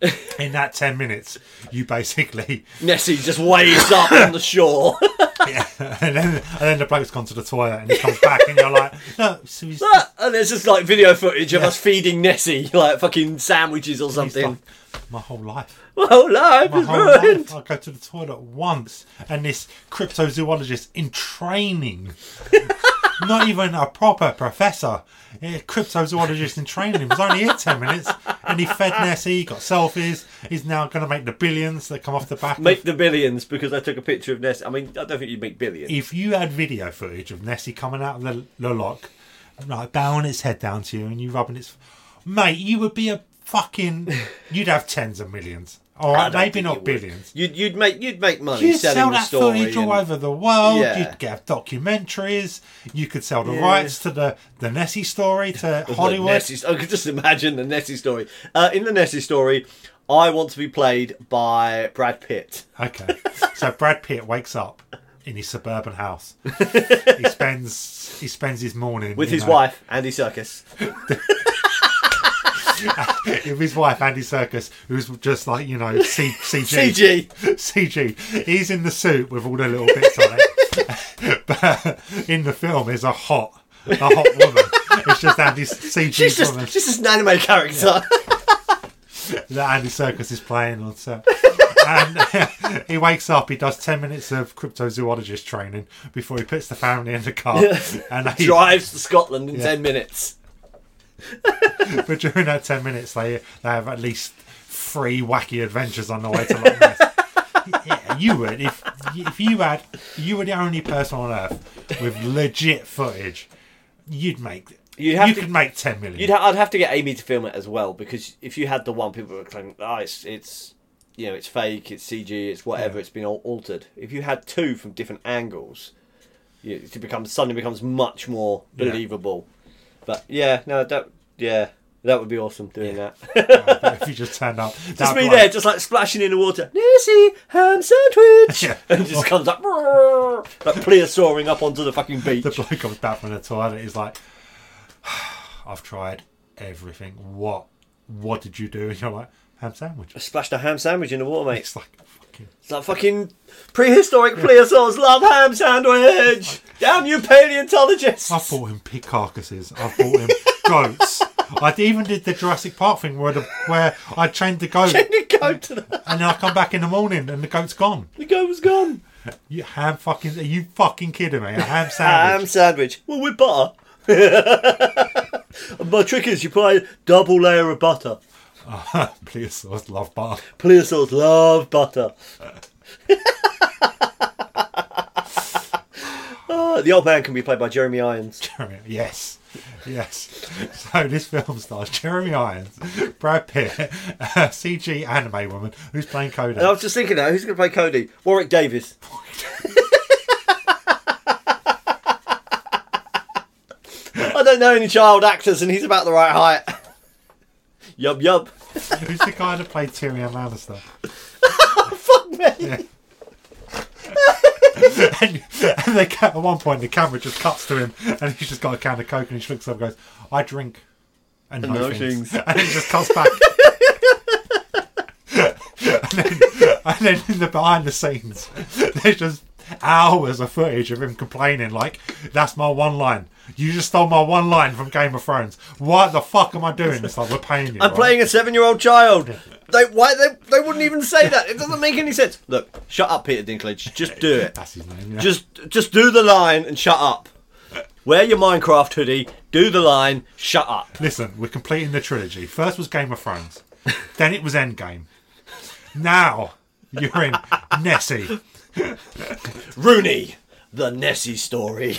S2: In that 10 minutes, you basically.
S1: Nessie just waves up on the shore.
S2: Yeah, and, then, and then the bloke's gone to the toilet and he comes back and you're like, no, so he's,
S1: and there's just like video footage of us feeding Nessie like fucking sandwiches or
S2: he's
S1: something.
S2: like, my whole life.
S1: My whole life
S2: my
S1: is
S2: whole
S1: ruined.
S2: life. I go to the toilet once, and this cryptozoologist in training, not even a proper professor, a cryptozoologist in training, was only here 10 minutes, and he fed Nessie, he got selfies, he's now going to make the billions that come off the back.
S1: Make
S2: of,
S1: the billions because I took a picture of Nessie. I mean, I don't think you'd make billions.
S2: if you had video footage of Nessie coming out of the, the lock, like bowing its head down to you, and you rubbing its. Mate, you would be a fucking. You'd have tens of millions. All
S1: I
S2: right,
S1: don't
S2: maybe
S1: think you
S2: not
S1: would.
S2: billions.
S1: You'd, you'd make you'd make money
S2: You'd
S1: selling
S2: sell
S1: the
S2: that
S1: story.
S2: footage all
S1: and-
S2: over the world.
S1: Yeah.
S2: You'd get documentaries. You could sell the
S1: Yeah.
S2: rights to the, the Nessie story to Hollywood.
S1: The Nessie, I could just imagine the Nessie story. Uh, in the Nessie story, I want to be played by Brad Pitt.
S2: Okay. So Brad Pitt wakes up in his suburban house. he spends he spends his morning
S1: With
S2: you
S1: his
S2: know,
S1: wife, Andy Circus.
S2: with his wife Andy Circus, who's just like you know C- CG
S1: CG.
S2: CG. He's in the suit with all the little bits on it, but in the film is a hot a hot woman. It's just Andy's CG
S1: She's
S2: woman.
S1: just, she's just an anime character.
S2: that Andy Circus is playing on set. and he wakes up, he does 10 minutes of cryptozoologist training before he puts the family in the car. and he,
S1: drives to Scotland in 10 minutes.
S2: But during that 10 minutes, they, they have at least three wacky adventures on the way to Loch Ness. Yeah, you would if if you had you were the only person on earth with legit footage, you'd make
S1: You'd have
S2: you
S1: to-
S2: could make ten million.
S1: You'd ha- I'd have to get Amy to film it as well because if you had the one, people would claim, oh, it's, it's, you know, it's fake, it's CG, it's whatever,
S2: Yeah.
S1: it's been al- altered. If you had two from different angles, you, it becomes suddenly becomes much more
S2: Yeah.
S1: believable. But yeah, no, that yeah, that would be awesome doing that.
S2: if you just turned up,
S1: just me there, just like splashing in the water. Nessie ham sandwich,
S2: Yeah.
S1: and just comes up, like pleosauring up onto the fucking beach.
S2: the bloke comes back from the toilet. He's like, I've tried everything. What? What did you do? And you're like, ham sandwich.
S1: I splashed a ham sandwich in the water, mate.
S2: It's like fucking
S1: It's like fucking prehistoric plesiosaurs love ham sandwich. Damn you paleontologists.
S2: I've bought him pig carcasses. I've bought him goats. I even did the Jurassic Park thing where the, where I chained the goat and
S1: You go to the,
S2: then I come back in the morning and the goat's gone.
S1: the goat was gone.
S2: You ham fucking are you fucking kidding me? A ham
S1: Ham
S2: sandwich.
S1: sandwich. Well, with butter. My trick is you put a double layer of butter.
S2: Please, I love bar.
S1: Plesiosaurs love butter. Oh, the old man can be played by Jeremy Irons.
S2: Yes. Yes. So this film stars Jeremy Irons, Brad Pitt, uh, a CG anime woman who's playing
S1: And I
S2: Coda.
S1: was just thinking now, who's going to play Cody? Warwick Davis. I don't know any child actors, and he's about the right height. yub yub.
S2: Who's the guy that played Tyrion Lannister?
S1: Fuck me.
S2: Yeah. and, and they, ca- at one point, the camera just cuts to him, and he's just got a can of coke, and he just looks up and goes, "I drink." And, no,
S1: no
S2: things.
S1: things.
S2: and it just cuts back. and, then, and then in the behind the scenes, there's just hours of footage of him complaining, like, "That's my one line. You just stole my one line from Game of Thrones. What the fuck am I doing?" It's like we're paying you.
S1: I'm playing a seven-year-old child. They why they they wouldn't even say that. It doesn't make any sense. Look, shut up, Peter Dinklage. Just do it.
S2: That's his name. Yeah.
S1: Just just do the line and shut up. Wear your Minecraft hoodie. Do the line. Shut up.
S2: Listen, we're completing the trilogy. First was Game of Thrones, then it was Endgame. Now you're in Nessie.
S1: Rooney, the Nessie story.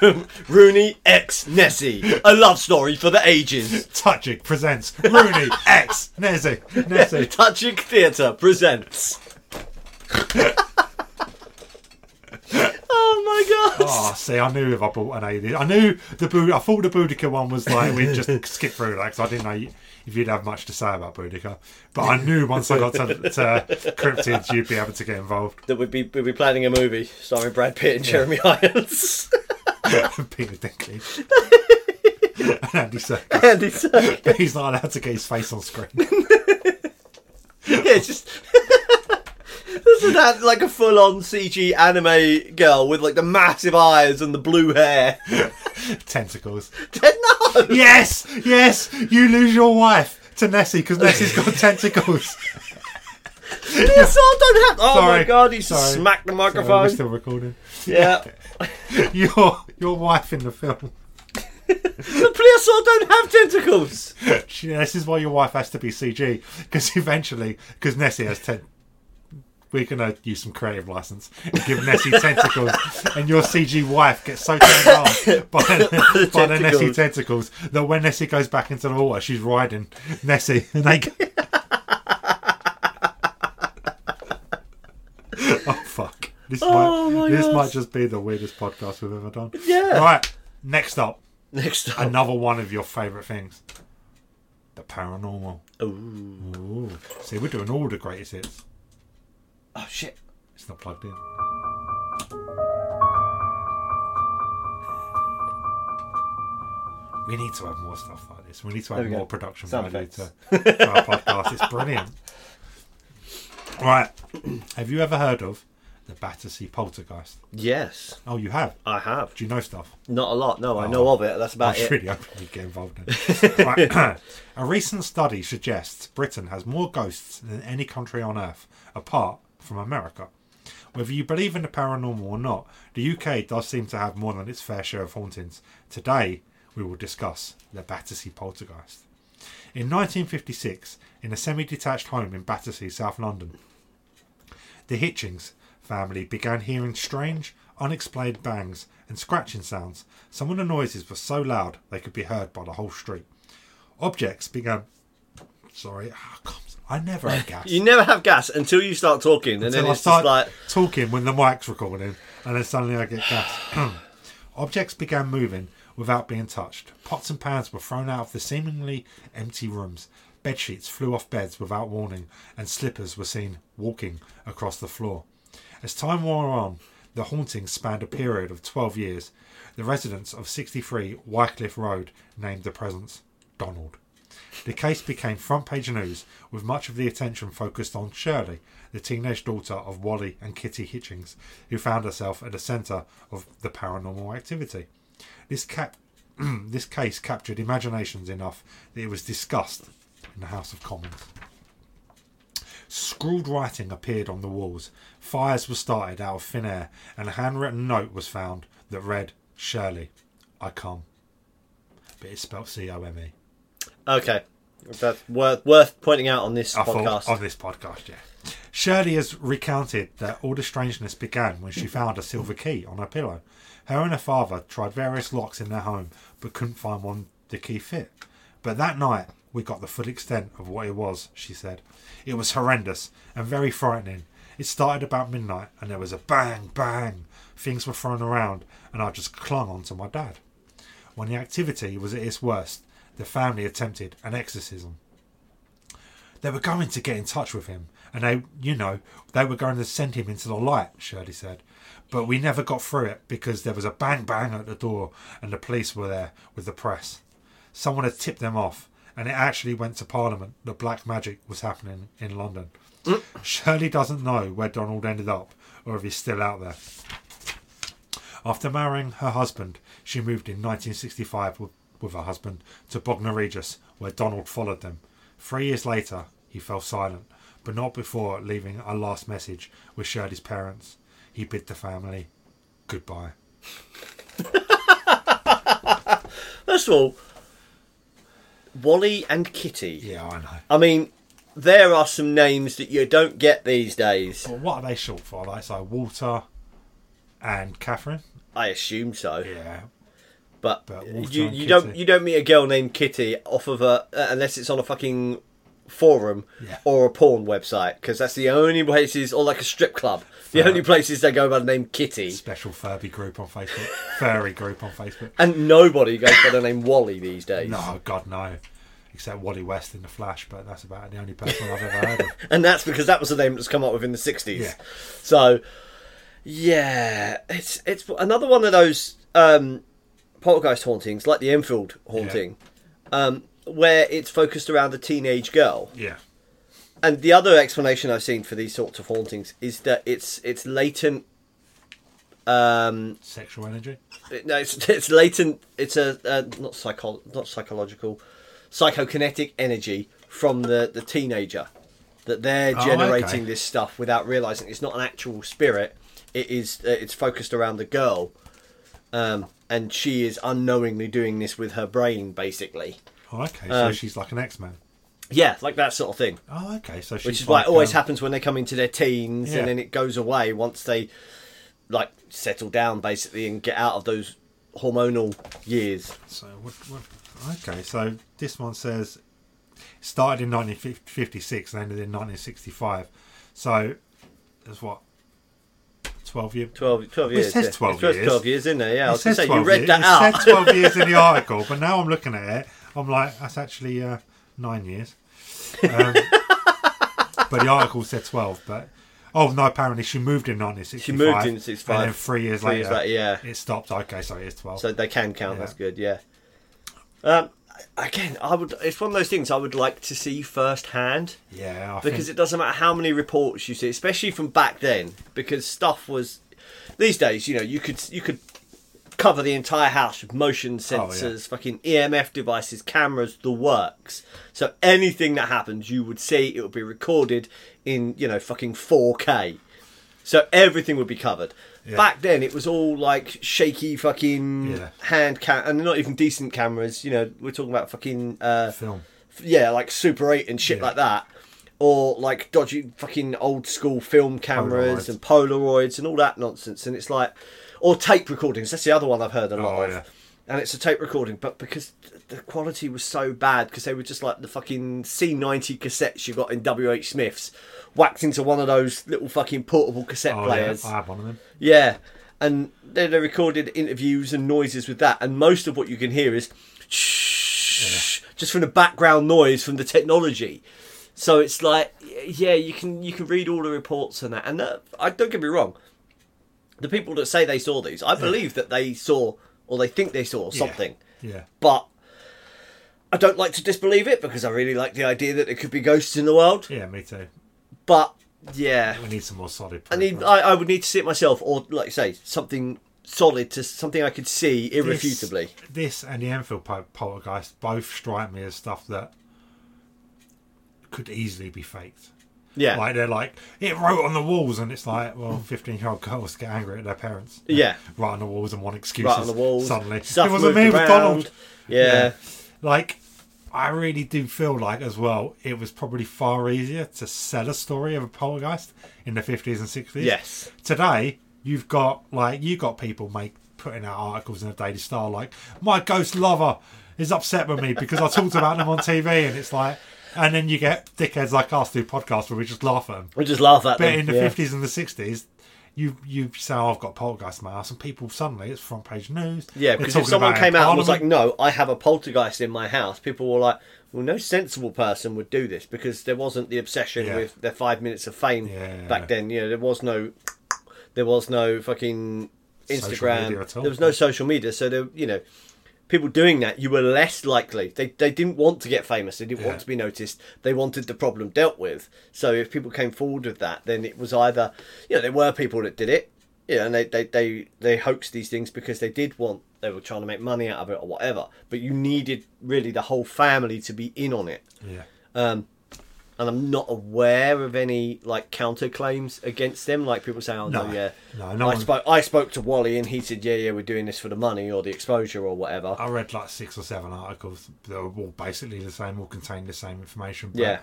S1: Rooney X Nessie, a love story for the ages.
S2: Tajik presents Rooney X Nessie. Nessie.
S1: Touching Theatre presents. oh my god!
S2: Oh, see, I knew if I bought an AD. I knew the Bud- I thought the Boudica one was like we'd just skip through that because I didn't know you- if you'd have much to say about Boudica. But I knew once I got to, to Cryptids, you'd be able to get involved.
S1: That we'd be we'd be planning a movie starring Brad Pitt and Jeremy Irons.
S2: Peter Dinklage. and Andy Serkis.
S1: Andy Serkis.
S2: He's not allowed to get his face on screen.
S1: Yeah, it's just. Doesn't that like a full on CG anime girl with like the massive eyes and the blue hair?
S2: Tentacles.
S1: no!
S2: Yes, yes, you lose your wife to Nessie because Nessie's got tentacles.
S1: Yes, I don't have. Oh my
S2: Sorry.
S1: god, he's
S2: Sorry.
S1: smacked the
S2: Sorry,
S1: microphone.
S2: we're still recording.
S1: yeah.
S2: Your your wife in the film.
S1: the plesiosaur don't have tentacles.
S2: She- this is why your wife has to be CG because eventually, because Nessie has ten. We're gonna use some creative license and give Nessie tentacles, and your CG wife gets so turned on by, the, by the Nessie
S1: Tentacles.
S2: tentacles that when Nessie goes back into the water, she's riding Nessie, and they. go- oh fuck! This
S1: Oh, my
S2: might this
S1: God.
S2: might just be the weirdest podcast we've ever done.
S1: Yeah.
S2: Right. Next up,
S1: Next time.
S2: another one of your favourite things the paranormal
S1: Ooh.
S2: Ooh. see we're doing all the greatest hits
S1: Oh shit.
S2: it's not plugged in we need to have more stuff like this we need to
S1: we
S2: have
S1: go.
S2: more production
S1: Sound
S2: value to,
S1: effects.
S2: to our podcast it's brilliant right have you ever heard of the Battersea Poltergeist
S1: Yes,
S2: oh you have
S1: I have.
S2: do you know stuff
S1: Not a lot. No, I know
S2: Oh.
S1: of it. That's about
S2: I was
S1: it.
S2: really hoping you'd get involved in it. Right. a recent study suggests Britain has more ghosts than any country on earth, apart from America. Whether you believe in the paranormal or not, the UK does seem to have more than its fair share of hauntings. Today, we will discuss the Battersea Poltergeist. In 1956, in a semi detached home in Battersea, South London, the Hitchings family began hearing strange, unexplained bangs and scratching sounds. Some of the noises were so loud they could be heard by the whole street. Objects began. Sorry, ah, comes- I never had gas.
S1: You never have gas until you start talking, and then
S2: Until I
S1: it's just
S2: start
S1: like
S2: talking when the mic's recording, and then suddenly I get gas. Objects began moving without being touched. Pots and pans were thrown out of the seemingly empty rooms. Bed sheets flew off beds without warning, and slippers were seen walking across the floor. As time wore on, The haunting spanned a period of 12 years. The residents of 63 Wycliffe Road named the presence Donald. The case became front page news, with much of the attention focused on Shirley, the teenage daughter of Wally and Kitty Hitchings, who found herself at the centre of the paranormal activity. This, cap- this case captured imaginations enough that it was discussed in the House of Commons. Scrawled writing appeared on the walls, fires were started out of thin air, and a handwritten note was found that read, Shirley, I come. But it's spelled C O M E.
S1: Okay. That's worth, worth pointing out on this
S2: I
S1: podcast.
S2: thought on this podcast, yeah. Shirley has recounted that all the strangeness began when she found a silver key on her pillow. Her and her father tried various locks in their home but couldn't find one the key fit. But that night we got the full extent of what it was, she said. It was horrendous and very frightening. It started about midnight and there was a bang, bang. Things were thrown around and I just clung on to my dad. When the activity was at its worst, the family attempted an exorcism they were going to get in touch with him and they you know they were going to send him into the light shirley said but we never got through it because there was a bang bang at the door and the police were there with the press someone had tipped them off and it actually went to parliament that black magic was happening in london shirley doesn't know where donald ended up or if he's still out there after marrying her husband, she moved in 1965 with, with her husband to Bognor Regis, where Donald followed them. Three years later, he fell silent, but not before leaving a last message with Shirley's parents. He bid the family goodbye.
S1: First of all, Wally and Kitty.
S2: Yeah, I know.
S1: I mean, there are some names that you don't get these days.
S2: But what are they short for? Like, so Walter and Catherine?
S1: I assume so.
S2: Yeah.
S1: But,
S2: But Walter
S1: you,
S2: and
S1: you don't
S2: Kitty.
S1: you don't meet a girl named Kitty off of a uh, unless it's on a fucking forum
S2: Yeah.
S1: or a porn website because that's the only places or like a strip club the
S2: Fair.
S1: only places they go by the name Kitty
S2: Special Furby group on Facebook. Furry group on Facebook.
S1: and nobody goes by the name Wally these days
S2: No, God, no. Except Wally West in The Flash, but that's about the only person I've ever heard of.
S1: and that's because that was the name that was come up with in the 60s
S2: Yeah.
S1: so yeah it's it's another one of those um poltergeist hauntings like the enfield haunting um where it's focused around a teenage girl
S2: Yeah.
S1: and the other explanation i've seen for these sorts of hauntings is that it's it's latent um
S2: Sexual energy?
S1: no it's, it's latent it's a, a not psycho not psychological psychokinetic energy from the the teenager that they're
S2: Oh,
S1: generating
S2: okay.
S1: this stuff without realizing it's not an actual spirit it is uh, it's focused around the girl um and she is unknowingly doing this with her brain basically
S2: Oh, okay. So
S1: Um,
S2: she's like an X Man.
S1: yeah like that sort of thing
S2: Oh, okay. So she's
S1: which is why it always
S2: um,
S1: happens when they come into their teens
S2: Yeah.
S1: and then it goes away once they like settle down basically and get out of those hormonal years
S2: So what, what? Okay, so this one says started in 1956 and ended in 1965. So that's what 12 years.
S1: 12, 12
S2: Well, it
S1: years.
S2: says
S1: yeah.
S2: 12
S1: It says
S2: years.
S1: 12 years, isn't it? Yeah, I
S2: It
S1: was going
S2: says
S1: to say,
S2: 12
S1: you read
S2: years.
S1: that
S2: it
S1: out.
S2: said 12 years in the article, but now I'm looking at it, I'm like, that's actually uh, nine years. Um, but the article said 12, but. Oh no! Apparently, she moved in 1965.
S1: She moved in 65.
S2: and then three years
S1: Three
S2: later,
S1: years later, yeah.
S2: it stopped. Okay, so it is 12.
S1: so they can count.
S2: Yeah.
S1: That's good, yeah. Um, again, I would. it's one of those things I would like to see firsthand
S2: yeah, I
S1: because it
S2: think,
S1: doesn't matter how many reports you see, especially from back then, because stuff was. These days, you know, you could you could cover the entire house with motion
S2: Oh, yeah.
S1: sensors, fucking EMF devices, cameras, the works. So anything that happens, you would see. It would be recorded in you know fucking 4K. So everything would be covered. Back then, it was all like shaky fucking
S2: Yeah.
S1: hand cam, and not even decent cameras. You know, we're talking about fucking uh,
S2: film.
S1: yeah, like Super 8 and shit
S2: Yeah.
S1: like that. Or like dodgy fucking old school film cameras
S2: Polaroids.
S1: and Polaroids and all that nonsense. And it's like, or tape recordings. That's the other one I've heard a lot
S2: Oh,
S1: of.
S2: yeah.
S1: And it's a tape recording, but because th- the quality was so bad, because they were just like the fucking C90 cassettes you got in WH Smith's, whacked into one of those little fucking portable cassette
S2: Oh, yeah,
S1: players.
S2: I have one of them.
S1: Yeah, and they, they recorded interviews and noises with that, and most of what you can hear is shh, just from the background noise from the technology. So it's like, yeah, you can you can read all the reports and that, and that, I don't get me wrong, the people that say they saw these, I believe that they saw or they think they saw something,
S2: Yeah.
S1: but I don't like to disbelieve it because I really like the idea that there could be ghosts in the world.
S2: Yeah, me too.
S1: But yeah,
S2: We need some more solid proof.
S1: I need
S2: right?
S1: I, I would need to see it myself, or like you say, something solid to something I could see
S2: This-
S1: irrefutably.
S2: This, and the Enfield pol- poltergeist both strike me as stuff that could easily be faked.
S1: Yeah,
S2: Like they're like it wrote on the walls, and it's like, well, fifteen-year-old girls get angry at their parents.
S1: Yeah.
S2: write on the walls and want excuses.
S1: right on the walls.
S2: Suddenly,
S1: stuff
S2: it wasn't
S1: moved
S2: me. It was
S1: around.
S2: Donald.
S1: yeah.
S2: Like, I really do feel like as well, it was probably far easier to sell a story of a poltergeist in the fifties and sixties.
S1: Yes.
S2: Today, you've got like you got people make putting out articles in the Daily Star like my ghost lover is upset with me because I talked about them on TV, and it's like, and then you get dickheads like us do podcasts where we just laugh at them.
S1: We just laugh at
S2: But
S1: them.
S2: in the
S1: yeah.
S2: fifties and the sixties, you you say, oh, "I've got poltergeist in my house," and people suddenly it's front page news.
S1: Yeah,
S2: They're
S1: because if
S2: talking
S1: someone
S2: about it in
S1: came out and was like,
S2: Parliament.
S1: "No, I have a poltergeist in my house," people were like, "Well, no sensible person would do this because there wasn't the obsession
S2: Yeah.
S1: with their five minutes of fame
S2: Yeah.
S1: back then. You know, there was no, there was no fucking
S2: Social media
S1: Instagram.
S2: at all.
S1: There was no social media, so there, you know, people doing that, you were less likely. They they didn't want to get famous. They didn't
S2: Yeah.
S1: want to be noticed. They wanted the problem dealt with. So if people came forward with that, then it was either you know there were people that did it, you know, and they they they they hoaxed these things because they did want they were trying to make money out of it or whatever. But you needed really the whole family to be in on it.
S2: yeah,
S1: And I'm not aware of any like counterclaims against them. Like people say, "Oh no,
S2: No.
S1: yeah,
S2: No, no
S1: I
S2: one-
S1: spoke I spoke to Wally and he said, yeah, yeah, we're doing this for the money or the exposure or whatever."
S2: I read like six or seven articles that were all basically the same, all contained the same information. But
S1: Yeah.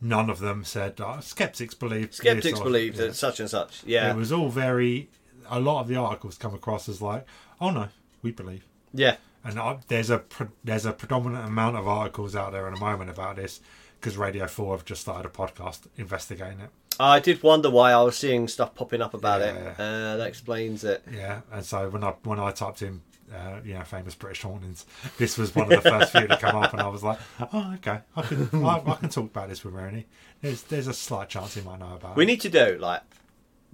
S2: none of them said oh, skeptics believe. this
S1: Skeptics
S2: or-
S1: believe
S2: yeah.
S1: that such and such. Yeah,
S2: It was all very. A lot of the articles come across as like, "Oh no, we believe."
S1: yeah,
S2: and I, there's a pre- there's a predominant amount of articles out there at the moment about this because Radio Four have just started a podcast investigating it.
S1: I did wonder why I was seeing stuff popping up about it.
S2: Yeah.
S1: Uh, that explains it.
S2: Yeah, and so when I when I typed in, uh, you know, famous British hauntings, this was one of the first few to come up, and I was like, oh, okay, I can I, I can talk about this with Rooney. There's there's a slight chance he might know about.
S1: We
S2: it.
S1: need to do like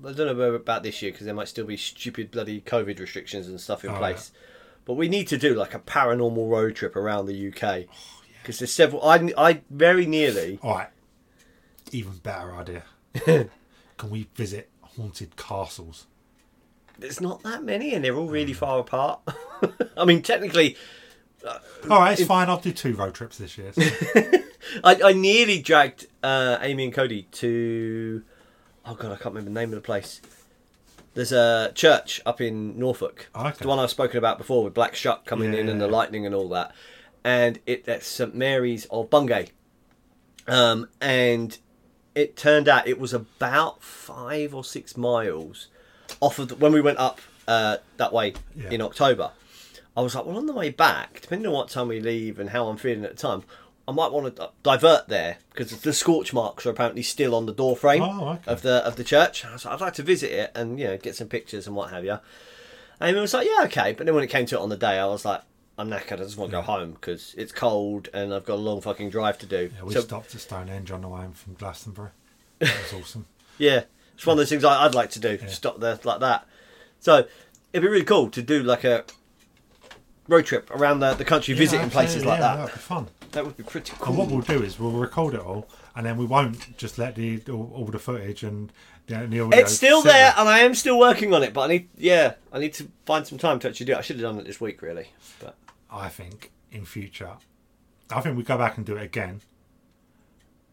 S1: I don't know about this year because there might still be stupid bloody COVID restrictions and stuff in
S2: Oh,
S1: place. But we need to do like a paranormal road trip around the
S2: Oh,
S1: UK because there's several. I I very nearly
S2: All right, even better idea. can we visit haunted castles?
S1: there's not that many and they're all
S2: Hmm.
S1: really far apart. I mean, technically,
S2: All right, it's fine. I'll do two road trips this year.
S1: I, I nearly dragged uh, Amy and Cody to. Oh god, I can't remember the name of the place. There's a church up in Norfolk.
S2: Oh, okay.
S1: The one I've spoken about before with Black Shuck coming in and the
S2: Yeah.
S1: lightning and all that. And it that's St Mary's of Bungay. Um, and it turned out it was about five or six miles off of the, when we went up uh, that way
S2: Yeah.
S1: in October. I was like, well, on the way back, depending on what time we leave and how I'm feeling at the time, I might want to divert there because the scorch marks are apparently still on the door frame
S2: Oh, okay.
S1: of the of the church. And I was like, I'd like to visit it and you know get some pictures and what have you. And it was like, yeah, okay. But then when it came to it on the day, I was like, I'm knackered. I just want to go home because it's cold and I've got a long fucking drive to do.
S2: Yeah, we
S1: so
S2: stopped at Stonehenge on the way home from Glastonbury. That was awesome.
S1: Yeah, it's one of those things I, I'd like to do. Stop there like that. So it'd be really cool to do like a road trip around the, the country, visiting places like
S2: yeah,
S1: that.
S2: That'd be fun.
S1: That would be pretty
S2: And what
S1: cool.
S2: we'll do is we'll record it all, and then we won't just let the all, all the footage and the, the audio.
S1: It's still
S2: sit
S1: there, and I am still working on it. But I need, yeah, I need to find some time to actually do it. I should have done it this week, really. But
S2: I think in future, I think we go back and do it again,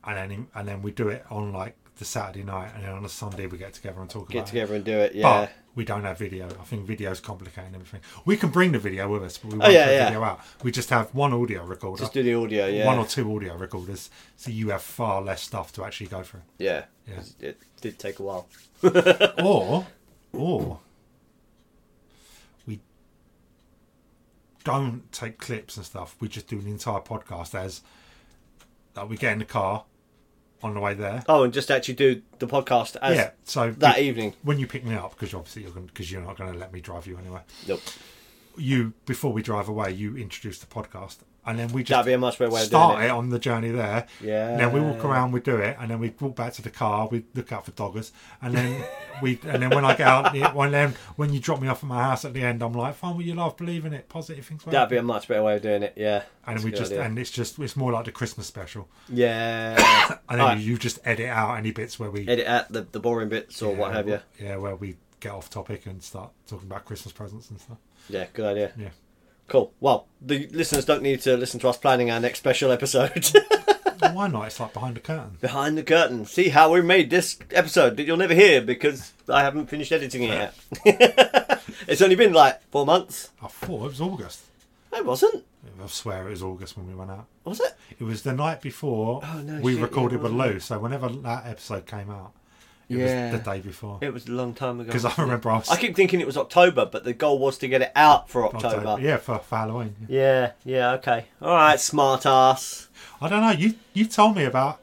S2: and then in- and then we do it on like the Saturday night, and then on a Sunday we get together and talk
S1: get
S2: about it.
S1: together and do it. Yeah,
S2: But we don't have video. I think video's complicating everything. We can bring the video with us, but we won't
S1: Oh, yeah,
S2: put
S1: yeah.
S2: video out. We just have one audio recorder.
S1: just do the audio. Yeah,
S2: one or two audio recorders, so you have far less stuff to actually go through.
S1: yeah.
S2: Yeah.
S1: 'Cause It did take a while.
S2: Or, or we don't take clips and stuff. We just do an entire podcast as like, we get in the car on the way there.
S1: Oh, and just actually do the podcast as
S2: yeah, so
S1: Oh, that
S2: we-
S1: evening.
S2: when you pick me up, because obviously you're going because you're not going to let me drive you anyway.
S1: Nope.
S2: you before we drive away, you introduce the podcast, and then we just
S1: That'd be a much better way of doing
S2: start
S1: it.
S2: it on the journey there.
S1: Yeah.
S2: Then we walk around, we do it, and then we walk back to the car. We look out for doggers, and then we and then when I get out, the- when then when you drop me off at my house at the end, I'm like, "Fine, will you laugh? Believe in it. Positive things." will
S1: That'd be
S2: happen."
S1: a much better way of doing it. Yeah.
S2: and
S1: That's
S2: we
S1: a good
S2: just
S1: idea.
S2: and it's just it's more like the Christmas special,
S1: yeah.
S2: and then
S1: Alright.
S2: you just edit out any bits where we
S1: Edit out the, the boring bits or what
S2: yeah,
S1: have you.
S2: Yeah, where we get off topic and start talking about Christmas presents and stuff.
S1: Yeah, good idea.
S2: Yeah.
S1: Cool. Well, the listeners don't need to listen to us planning our next special episode.
S2: Why not? It's like behind the curtain.
S1: Behind the curtain. See how we made this episode that you'll never hear because I haven't finished editing it yet. it's only been like four months.
S2: I thought it was August.
S1: No, It wasn't.
S2: I swear it was August when we went out.
S1: Was it?
S2: It was the night before
S1: Oh, no
S2: we
S1: shit,
S2: recorded
S1: yeah,
S2: with
S1: wasn't
S2: Lou. So whenever that episode came out, it
S1: Yeah.
S2: was the day before.
S1: It was a long time ago.
S2: Because I
S1: wasn't it?
S2: remember I was
S1: I keep thinking it was October, but the goal was to get it out for October.
S2: Yeah, for, for Halloween. yeah.
S1: Yeah, yeah, okay. All right, smart ass.
S2: I don't know. You you told me about.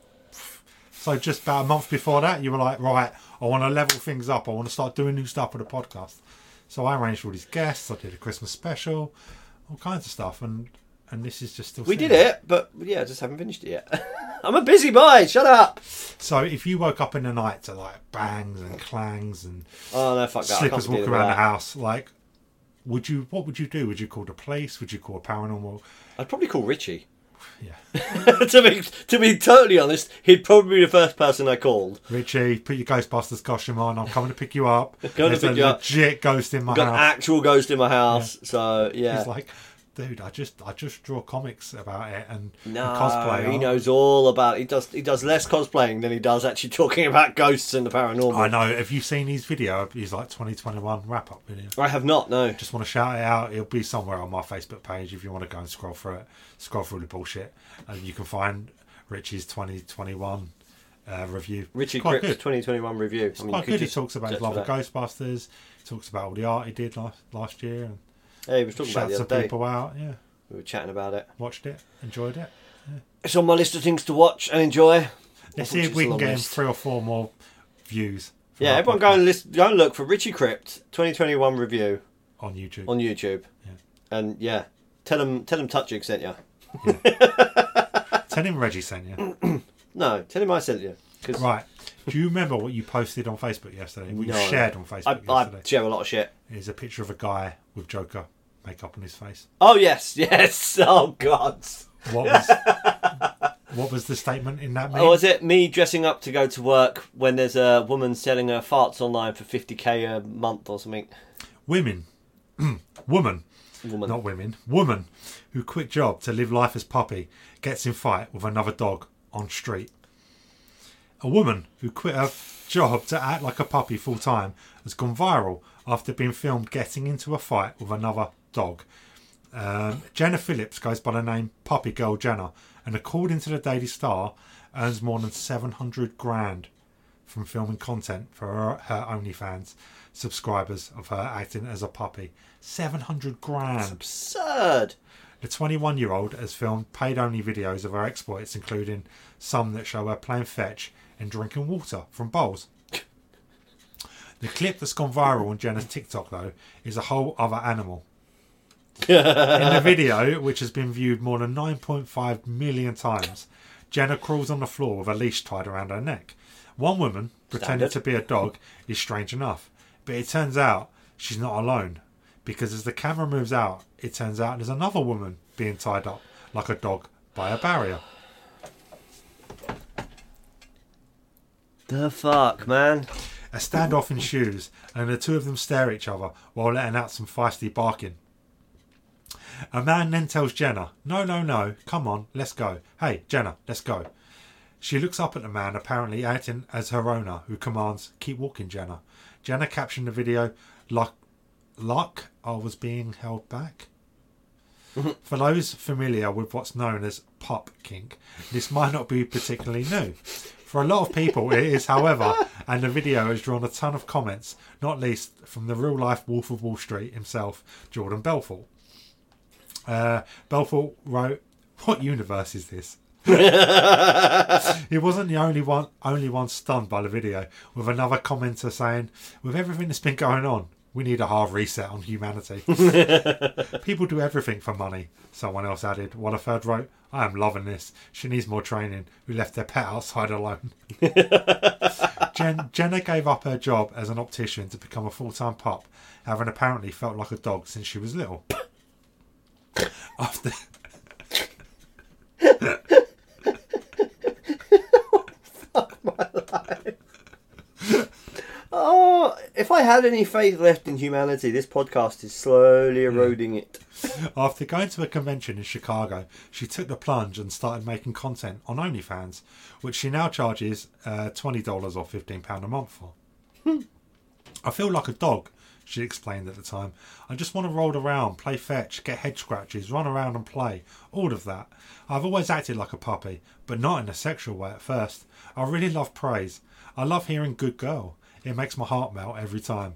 S2: So just about a month before that, you were like, right, I want to level things up. I want to start doing new stuff with the podcast. So I arranged all these guests. I did a Christmas special, all kinds of stuff, and and this is just still.
S1: We
S2: sitting
S1: did
S2: there.
S1: it, but yeah, I just haven't finished it yet. I'm a busy boy, shut up.
S2: So if you woke up in the night to like bangs and clangs and
S1: Oh, no, fuck that. I can't
S2: slippers
S1: be dealing
S2: walking
S1: with
S2: around
S1: that.
S2: the house, like, would you? What would you do? Would you call the police? Would you call paranormal?
S1: I'd probably call Richie.
S2: Yeah,
S1: to be to be totally honest, he'd probably be the first person I called.
S2: Richie, put your Ghostbusters costume on. I'm coming to pick you up.
S1: to
S2: There's a
S1: pick you up.
S2: legit ghost in my
S1: Got an
S2: house.
S1: actual ghost in my house, so yeah.
S2: He's like, dude, I just I just draw comics about it and, and
S1: no,
S2: cosplay.
S1: he
S2: I-
S1: knows all about. He does. He does less cosplaying than he does actually talking about ghosts and the paranormal.
S2: I know. Have you seen his video? He's like 2021 wrap up video.
S1: I have not. No.
S2: Just want to shout it out. It'll be somewhere on my Facebook page if you want to go and scroll through it. Scroll through the bullshit, and you can find Richie's 2021 uh, review.
S1: Richie
S2: It's quite
S1: Cripps
S2: good.
S1: 2021 review. I mean, you
S2: Quite
S1: could
S2: good. He
S1: just
S2: talks about his
S1: search
S2: love
S1: for
S2: of
S1: that.
S2: Ghostbusters. Talks about all the art he did last last year and
S1: Yeah, he was talking about it
S2: shouts
S1: the
S2: some
S1: other day.
S2: people out. Yeah,
S1: We were chatting about it.
S2: watched it, enjoyed it.
S1: It's on my list of things to watch and enjoy.
S2: Let's see if
S1: It's a
S2: we can
S1: long
S2: get him
S1: list.
S2: three or four more views. for
S1: Yeah,
S2: our
S1: everyone
S2: podcast
S1: go and list, go and look for Richie Crypt 2021 review
S2: on YouTube.
S1: on YouTube.
S2: Yeah.
S1: And yeah, tell him tell him Touchig sent you.
S2: Tell him Reggie sent you.
S1: No, tell him I sent you. 'cause
S2: right. Do you remember what you posted on Facebook yesterday? What
S1: No.
S2: you shared on Facebook
S1: I, I
S2: yesterday?
S1: share a lot of shit.
S2: Is a picture of a guy with Joker makeup on his face.
S1: Oh yes, yes. Oh god.
S2: What was what was the statement in that? Meme?
S1: Or Oh, is it me dressing up to go to work when there's a woman selling her farts online for 50k a month or something?
S2: Women, woman,
S1: Woman.
S2: not women, woman, who quit job to live life as puppy gets in fight with another dog on street. A woman who quit her job to act like a puppy full time has gone viral after being filmed getting into a fight with another dog. Um, Jenna Phillips goes by the name Puppy Girl Jenna, and according to the Daily Star, earns more than 700 grand from filming content for her, her OnlyFans subscribers of her acting as a puppy. 700 grand.
S1: Absurd.
S2: The 21 year old has filmed paid only videos of her exploits, including some that show her playing fetch and drinking water from bowls. The clip that's gone viral on Jenna's TikTok, though, is a whole other animal. In the video, which has been viewed more than 9.5 million times, Jenna crawls on the floor with a leash tied around her neck. One woman, pretending
S1: Standard.
S2: to be a dog, is strange enough, but it turns out she's not alone because as the camera moves out, it turns out there's another woman being tied up like a dog by a barrier.
S1: The fuck, man.
S2: A standoff ensues, and the two of them stare at each other while letting out some feisty barking. A man then tells Jenna, No, no, no, come on, let's go. Hey, Jenna, let's go. She looks up at the man, apparently acting as her owner, who commands, Keep walking, Jenna. Jenna captioned the video, Luck, luck I was being held back. For those familiar with what's known as pop kink, this might not be particularly new. For a lot of people, it is, however, and the video has drawn a ton of comments, not least from the real life Wolf of Wall Street himself, Jordan Belfort. Uh, Belfort wrote, What universe is this? he wasn't the only one only one stunned by the video, with another commenter saying, With everything that's been going on, We need a hard reset on humanity. People do everything for money, someone else added, while a third wrote, I am loving this. She needs more training, who left their pet outside alone. Jen- Jenna gave up her job as an optician to become a full time pup, having apparently felt like a dog since she was little. After.
S1: Oh, if I had any faith left in humanity, this podcast is slowly eroding it.
S2: After going to a convention in Chicago, she took the plunge and started making content on OnlyFans, which she now charges uh, $20 or £15 a month for. I feel like a dog, she explained at the time. I just want to roll around, play fetch, get head scratches, run around and play, all of that. I've always acted like a puppy, but not in a sexual way at first. I really love praise. I love hearing good girl. It makes my heart melt every time.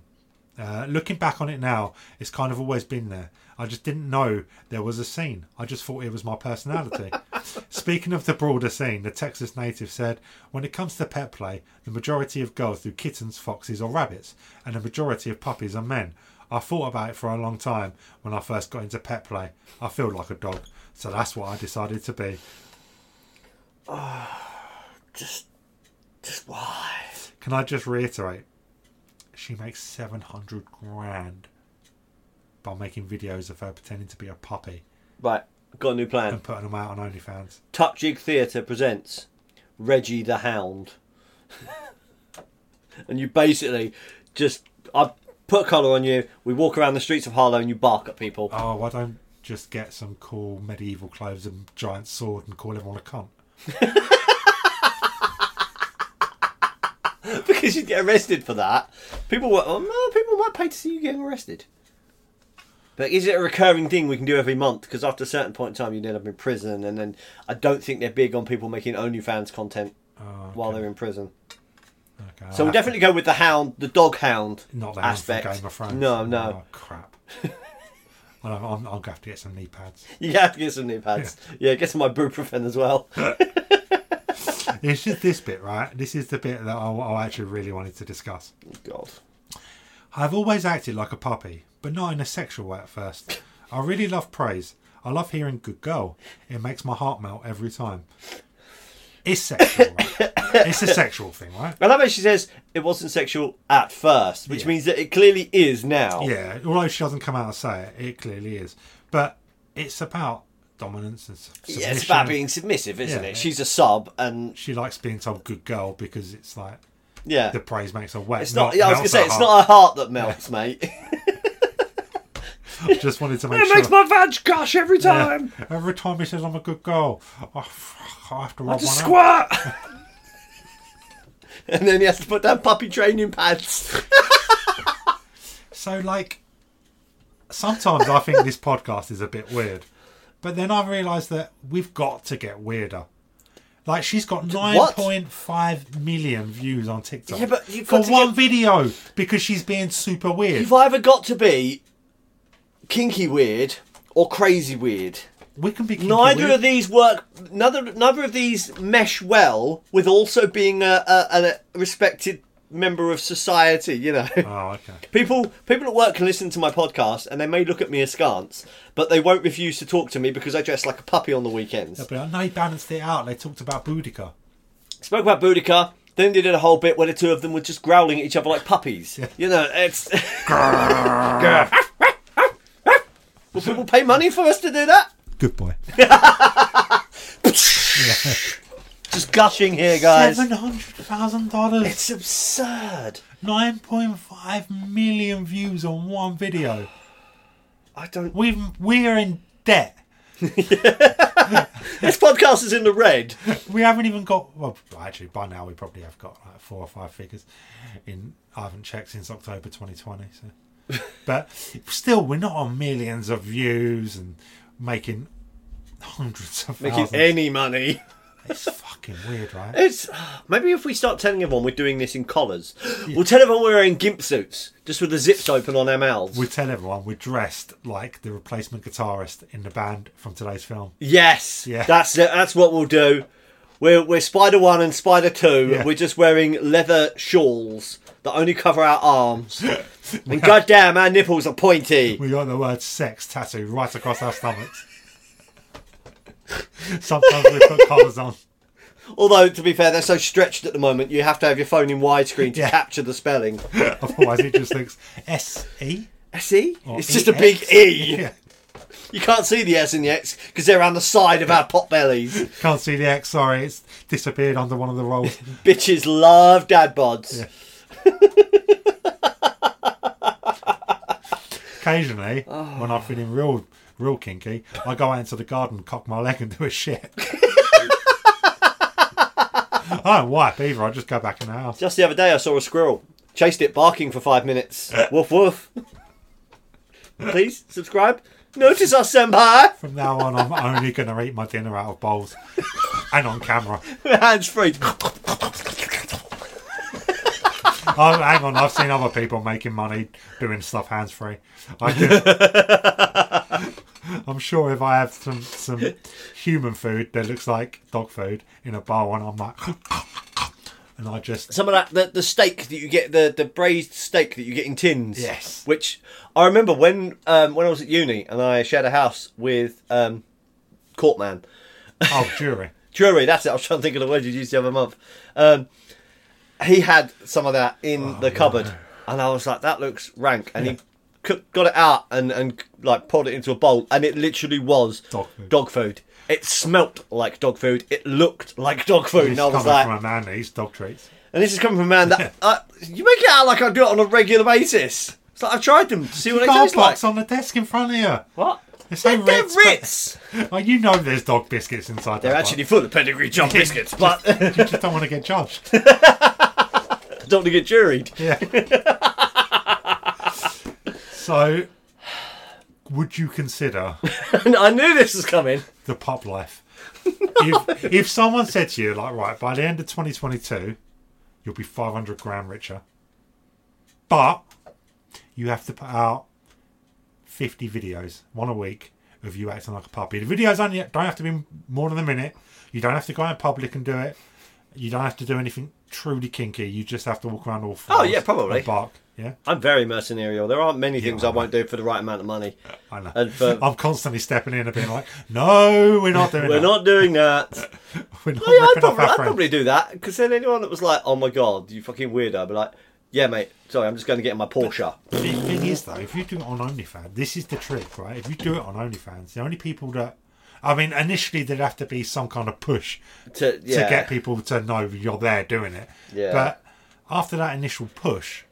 S2: Uh, looking back on it now, it's kind of always been there. I just didn't know there was a scene. I just thought it was my personality. Speaking of the broader scene, the Texas native said, When it comes to pet play, the majority of girls do kittens, foxes, or rabbits, and the majority of puppies are men. I thought about it for a long time when I first got into pet play. I feel like a dog, so that's what I decided to be.
S1: Just, just why?
S2: Can I just reiterate? She makes 700 grand by making videos of her pretending to be a puppy
S1: Right, got a new plan.
S2: and putting them out on OnlyFans.
S1: Tuck Jig Theatre presents Reggie the Hound. and you basically just I put a collar on you, we walk around the streets of Harlow and you bark at people.
S2: Oh, why don't just get some cool medieval clothes and giant sword and call everyone a cunt? Oh.
S1: because you'd get arrested for that. People were oh, no, people might pay to see you getting arrested. But is it a recurring thing we can do every month? Because after a certain point in time, you'd end up in prison, and then I don't think they're big on people making OnlyFans content
S2: Oh,
S1: while
S2: okay.
S1: they're in prison.
S2: Okay,
S1: So
S2: I'll
S1: we'll
S2: have
S1: definitely go with the hound, the dog hound
S2: to- Uh, not the hand from
S1: aspect.
S2: Game of Thrones.
S1: No, no,
S2: Oh, crap. Well, I'm, I'm, I'm going to have to get some knee pads.
S1: you have to get some new pads. Yeah, get some of my ibuprofen as well.
S2: It's just this bit, right? This is the bit that I, I actually really wanted to discuss.
S1: God,
S2: I've always acted like a puppy, but not in a sexual way at first. I really love praise. I love hearing good girl. It makes my heart melt every time. It's sexual, right? It's a sexual thing, right?
S1: I love how she says it wasn't sexual at first, which
S2: Yeah.
S1: means that it clearly is now.
S2: Yeah, although she doesn't come out and say it, it clearly is. But it's about dominance and s- submission.
S1: Yeah, it's about being submissive, isn't
S2: Yeah.
S1: it? She's a sub, and
S2: She likes being told "good girl" because it's like
S1: yeah,
S2: the praise makes her wet.
S1: It's not.
S2: melts
S1: yeah, I was gonna say
S2: her
S1: it's
S2: heart.
S1: not a heart that melts, mate. it
S2: I just wanted to make sure.
S1: my vag gush every
S2: Yeah. Every time he says I'm a good girl, oh, fuck, I have to rub one out.
S1: squat. and then he has to put down puppy training pads.
S2: So like, sometimes I think this podcast is a bit weird, but then I realise that we've got to get weirder. Like she's got nine
S1: What?
S2: point five million views on TikTok.
S1: Yeah, but you've
S2: for
S1: got to
S2: one
S1: get-
S2: video because she's being super weird.
S1: You've either got to be kinky weird or crazy weird.
S2: We can be kinky
S1: Neither
S2: weird.
S1: of these work. Neither neither of these mesh well with also being a, a, a respected member of society. You know.
S2: Oh, okay.
S1: People people at work can listen to my podcast and they may look at me askance, but they won't refuse to talk to me because I dress like a puppy on the weekends.
S2: They'll be like, no, you balanced it out. They talked about Boudica.
S1: Spoke about Boudica, then they did a whole bit where the two of them were just growling at each other like puppies. You know, it's Will people pay money for us to do that?
S2: Good boy.
S1: Just gushing here, guys.
S2: Seven hundred thousand dollars.
S1: It's absurd.
S2: Nine point five million views on one video.
S1: I don't
S2: We've we're in debt.
S1: This podcast is in the red.
S2: We haven't even got. Well, actually, by now we probably have got like four or five figures. In I haven't checked since October 2020. So, but still, we're not on millions of views and making hundreds of
S1: Making
S2: thousands.
S1: any money.
S2: It's fucking weird, right?
S1: It's maybe if we start telling everyone we're doing this in collars, we'll tell everyone we're wearing gimp suits, just with the zips open on our mouths.
S2: We tell everyone we're dressed like the replacement guitarist in the band from today's film.
S1: yes,
S2: Yeah.
S1: that's it. That's what we'll do. We're we're Spider One and Spider Two.
S2: Yeah.
S1: We're just wearing leather shawls that only cover our arms. and goddamn, our nipples are pointy.
S2: We got the word sex tattooed right across our stomachs. Sometimes we put collars on.
S1: Although to be fair, they're so stretched at the moment, you have to have your phone in widescreen to
S2: Yeah.
S1: capture the spelling. Eh,
S2: Otherwise, it just looks S E.
S1: See, it's just a big E.
S2: Yeah.
S1: You can't see the S and the X because they're around the side of our pot bellies.
S2: Can't see the X. Sorry, it's disappeared under one of the rolls.
S1: Bitches love dad bods.
S2: Occasionally,
S1: Oh.
S2: when I'm feeling real, real kinky, I go out into the garden, cock my leg, and do a shit. I don't wipe either. I just go back in the house.
S1: Just the other day, I saw a squirrel. Chased it barking for five minutes. woof woof. Please subscribe. Notice us, senpai.
S2: From now on, I'm only going to eat my dinner out of bowls and on camera.
S1: Hands free.
S2: Oh, hang on, I've seen other people making money doing stuff hands free. I could. I'm sure if I have some some human food that looks like dog food in a bowl, and I'm like, and I just
S1: Some of that, the, the steak that you get, the, the braised steak that you get in tins.
S2: Yes.
S1: Which I remember when um, when I was at uni and I shared a house with um, Courtman.
S2: oh jury.
S1: Drury, that's it. I was trying to think of the word you used the other month. Um, he had some of that in
S2: Oh,
S1: the cupboard, and I was like, "That looks rank." And he cook, got it out and and like poured it into a bowl, and it literally was
S2: Dog food.
S1: Dog food. It smelt like dog food. It looked like dog food, and I
S2: It's
S1: was
S2: coming
S1: like,
S2: from a man that eats dog treats.
S1: "And this is coming from a man that uh, you make it out like I do it on a regular basis." It's like I've tried them to see what they
S2: Dog
S1: taste like.
S2: box on the desk in front of you.
S1: What?
S2: It's
S1: They're,
S2: so
S1: they're
S2: Ritz,
S1: Ritz.
S2: but- Oh, you know there's dog biscuits inside.
S1: They're
S2: that
S1: actually full of pedigree John biscuits, but
S2: box. you just don't want to get judged.
S1: don't want to get juried.
S2: Yeah. so, would you consider
S1: And I knew this was coming.
S2: the pop life? if, if someone said to you, like, right, by the end of 2022, you'll be 500 grand richer, but you have to put out 50 videos, one a week, of you acting like a puppy. The videos only don't have to be more than a minute. You don't have to go out in public and do it. You don't have to do anything truly kinky. You just have to walk around all fours.
S1: Oh, yeah, probably.
S2: And bark. Yeah.
S1: I'm very mercenarial. There aren't many things I won't do for the right amount of money.
S2: I know.
S1: And for-
S2: I'm constantly stepping in and being like, "No, we're not doing
S1: We're
S2: that.
S1: not doing that.
S2: We're not
S1: Oh, yeah, I'd
S2: ripping off
S1: probably,
S2: our
S1: I'd
S2: friends."
S1: probably do that because then anyone that was like, "Oh my god, you fucking weirdo," I'd be like, "Yeah, mate. Sorry, I'm just going to get in my Porsche."
S2: The thing is, though, if you do it on OnlyFans, this is the trick, right? If you do it on OnlyFans, the only people that, I mean, initially there'd have to be some kind of push
S1: To, yeah.
S2: to get people to know you're there doing it.
S1: Yeah.
S2: But after that initial push,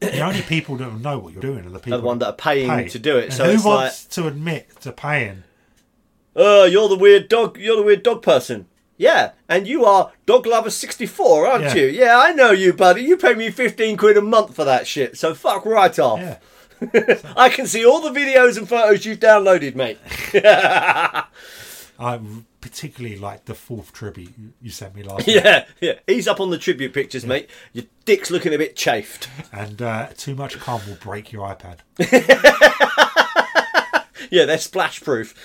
S2: the only people that will know what you're doing are the people
S1: the one that are paying
S2: pay.
S1: to do it.
S2: And
S1: so
S2: who
S1: it's
S2: wants to admit to paying?
S1: like, "Oh, you're the weird dog. You're the weird dog person." Yeah, and you are dog lover sixty four, aren't
S2: Yeah.
S1: you? Yeah, I know you, buddy. You pay me fifteen quid a month for that shit. So fuck right off.
S2: Yeah.
S1: I can see all the videos and photos you've downloaded, mate.
S2: I particularly like the fourth tribute you- you sent me last week.
S1: Yeah, yeah. Ease up on the tribute pictures, mate. Your dick's looking a bit chafed.
S2: and uh, too much cum will break your iPad.
S1: Yeah, they're splash proof,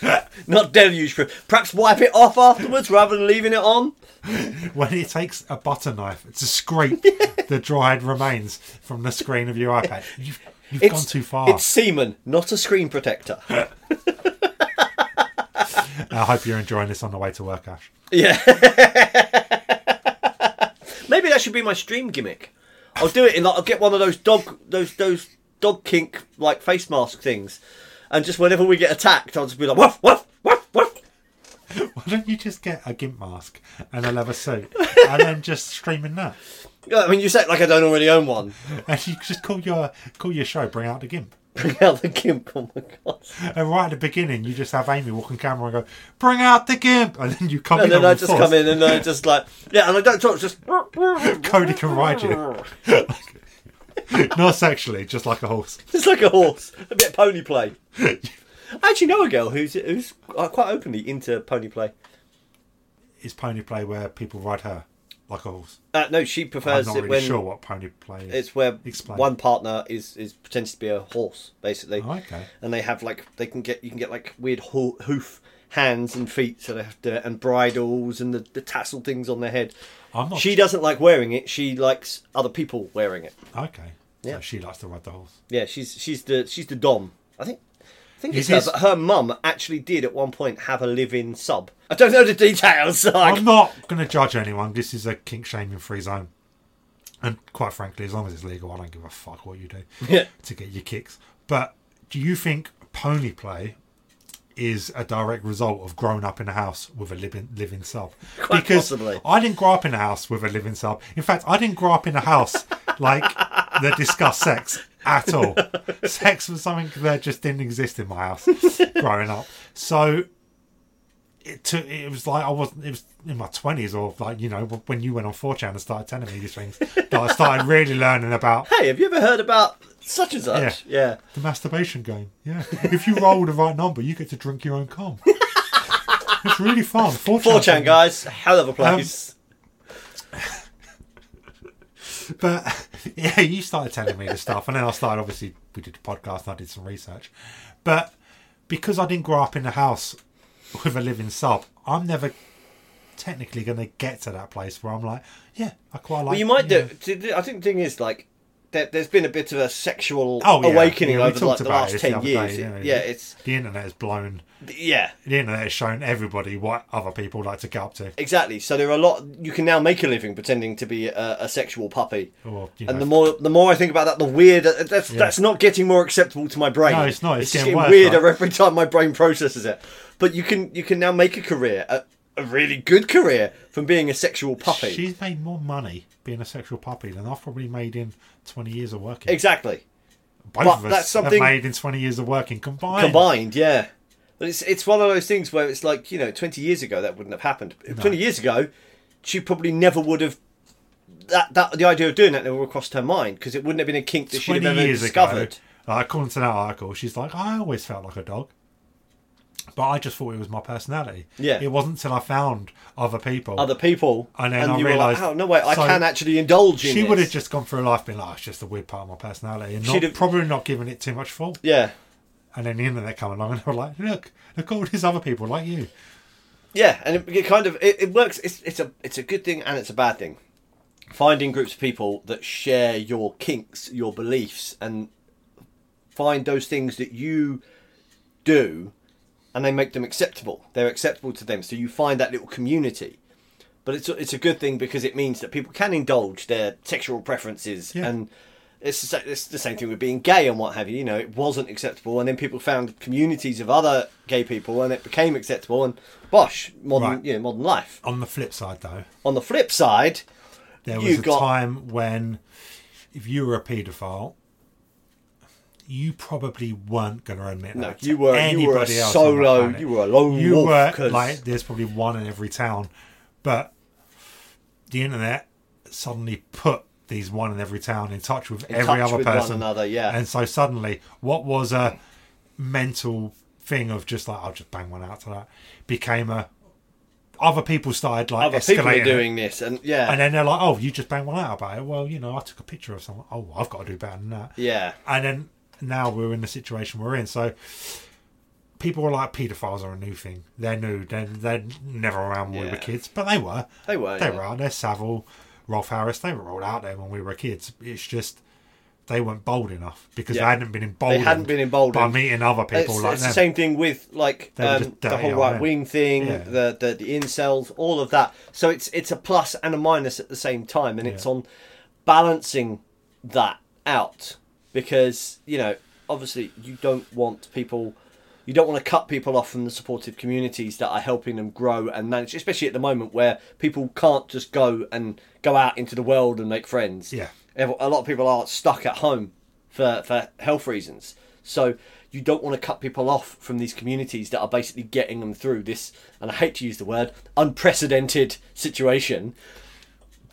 S1: not deluge proof. Perhaps wipe it off afterwards rather than leaving it on.
S2: when it takes a butter knife to scrape the dried remains from the screen of your iPad, you've, you've gone too far.
S1: It's semen, not a screen protector.
S2: I hope you're enjoying this on the way to work, Ash.
S1: yeah. Maybe that should be my stream gimmick. I'll do it in like I'll get one of those dog those those dog kink like face mask things, and just whenever we get attacked, I'll just be like woof woof woof woof.
S2: Why don't you just get a gimp mask and a leather suit and then just stream in that?
S1: I mean, you say it like I don't already own one.
S2: And you just call your call your show Bring Out the Gimp.
S1: Bring out the gimp! Oh my god.
S2: And right at the beginning, you just have Amy walk on camera and go, Bring Out the Gimp! And then you come
S1: And
S2: in.
S1: then
S2: on
S1: I
S2: the
S1: just
S2: force.
S1: come in and I just like, yeah, and I don't talk, just.
S2: Cody can ride you. Not sexually, just like a horse.
S1: It's like a horse, a bit of pony play. I actually know a girl who's who's uh, quite openly into pony play.
S2: It's pony play where people ride her like a horse.
S1: Uh, no, she
S2: I'm
S1: prefers
S2: not
S1: it
S2: really
S1: when
S2: sure what pony play is.
S1: it's where
S2: Explain.
S1: one partner is is pretends to be a horse, basically.
S2: Oh, okay.
S1: And they have like they can get you can get like weird ho- hoof hands and feet, so they have to and bridles and the, the tassel things on their head.
S2: I'm not.
S1: She doesn't like wearing it. She likes other people wearing it.
S2: okay.
S1: Yeah.
S2: So she likes to ride the horse.
S1: Yeah, she's she's the she's the dom. I think I think it's
S2: Is
S1: her,
S2: this-
S1: but her mum actually did at one point have a live-in sub. I don't know the details. So I
S2: I'm not going to judge anyone. This is a kink shaming free zone. And quite frankly, as long as it's legal, I don't give a fuck what you do
S1: Yeah.
S2: to get your kicks. But do you think pony play is a direct result of growing up in a house with a living living sub?
S1: Quite possibly.
S2: I didn't grow up in a house with a living sub. In fact, I didn't grow up in a house like that discussed sex at all. Sex was something that just didn't exist in my house growing up. So it took it was like I wasn't it was in my twenties or like you know when you went on 4chan and started telling me these things that I started really learning about
S1: hey, have you ever heard about such and such? Yeah.
S2: the masturbation game. Yeah, if you roll the right number, you get to drink your own cum. it's really fun. 4chan,
S1: Four chan guys, hell of
S2: Um,
S1: a place.
S2: But yeah, you started telling me this stuff, and then I started. Obviously, we did a podcast, and I did some research. But because I didn't grow up in a house with a living sub, I'm never technically going to get to that place where I'm like, yeah, I quite like.
S1: well, you might
S2: yeah.
S1: do. t- I think the thing is like. There, there's been a bit of a sexual
S2: Oh, yeah.
S1: awakening
S2: Yeah, we
S1: over like,
S2: talked
S1: the
S2: about
S1: last
S2: this the
S1: ten
S2: other
S1: years.
S2: day,
S1: yeah,
S2: yeah.
S1: it's
S2: The internet has blown.
S1: yeah,
S2: The internet has shown everybody what other people like to get up to.
S1: exactly. So there are a lot. You can now make a living pretending to be a, a sexual puppy.
S2: Or, you
S1: And the
S2: know,
S1: more the more I think about that, the weirder that's that's not getting more acceptable to my brain.
S2: No, it's not. It's
S1: just
S2: getting worse,
S1: weirder
S2: right?
S1: every time my brain processes it. But you can you can now make a career, a, a really good career, from being a sexual puppy.
S2: She's made more money being a sexual puppy than I've probably made in 20 years of working.
S1: Exactly.
S2: Both
S1: but
S2: of us
S1: that's something-
S2: have made in 20 years of working combined.
S1: Combined, yeah. But it's it's one of those things where it's like you know, twenty years ago that wouldn't have happened. Twenty years ago, she probably never would have. That, that the idea of doing that never crossed her mind because it wouldn't have been a kink that she'd
S2: 20
S1: have ever
S2: years
S1: discovered.
S2: ago, like, according to that article, she's like, I always felt like a dog. But I just thought it was my personality.
S1: Yeah.
S2: It wasn't until I found other people.
S1: Other people,
S2: And then I
S1: you were like,
S2: realised-
S1: "Oh no, wait! I
S2: so
S1: can actually indulge in."
S2: she would
S1: this.
S2: have just gone through life being like, "Oh, it's just a weird part of my personality, and
S1: She'd
S2: not,
S1: have-
S2: probably not giving it too much thought.
S1: yeah,
S2: And then the internet come along and they were like, look, look all these other people like you.
S1: Yeah, and it, it kind of it, it works. It's it's a it's a good thing and it's a bad thing. Finding groups of people that share your kinks, your beliefs, and find those things that you do, and they make them acceptable. They're acceptable to them, so you find that little community. But it's a, it's a good thing because it means that people can indulge their sexual preferences
S2: Yeah.
S1: and. It's the, sa- it's the same thing with being gay and what have you. You know, it wasn't acceptable, and then people found communities of other gay people, and it became acceptable. And bosh, modern,
S2: Right.
S1: you know, modern life.
S2: On the flip side, though,
S1: On the flip side,
S2: there
S1: You
S2: was a
S1: got-
S2: time when if you were a paedophile you probably weren't going to admit
S1: No,
S2: that
S1: you
S2: to
S1: were- you were a
S2: anybody else on the
S1: solo-
S2: planet.
S1: you were a lone
S2: you
S1: wolf,
S2: were
S1: 'cause-
S2: like there's probably one in every town but the internet suddenly put these one in every town in touch with every
S1: touch
S2: other
S1: with one
S2: person
S1: another, yeah.
S2: and so suddenly what was a mental thing of just like i'll just bang one out to that became a other people started like
S1: other people
S2: escalating
S1: are
S2: it.
S1: doing this, and yeah,
S2: And then they're like, "Oh, you just banged one out about it." Well, you know, I took a picture of someone. Oh, I've got to do better than that.
S1: yeah,
S2: And then now we're in the situation we're in. So people are like, "Pedophiles are a new thing. They're new. They're, they're never around when we
S1: Yeah.
S2: were kids, but they were.
S1: They were,
S2: They
S1: yeah.
S2: were out there. Savile, Rolf Harris. They were all out there when we were kids. It's just." They weren't bold enough because
S1: Yeah.
S2: they hadn't been emboldened.
S1: been emboldened.
S2: by meeting other people
S1: it's,
S2: like
S1: it's
S2: them.
S1: the same thing with like
S2: were
S1: um,
S2: just
S1: the
S2: dirty
S1: whole
S2: old men.
S1: right wing thing,
S2: Yeah.
S1: the, the the incels, all of that. So it's it's a plus and a minus at the same time, and it's on balancing that out because you know obviously you don't want people. You don't want to cut people off from the supportive communities that are helping them grow and manage, especially at the moment where people can't just go and go out into the world and make friends
S2: Yeah.
S1: ev- a lot of people are stuck at home for, for health reasons. So you don't want to cut people off from these communities that are basically getting them through this, and I hate to use the word, unprecedented situation.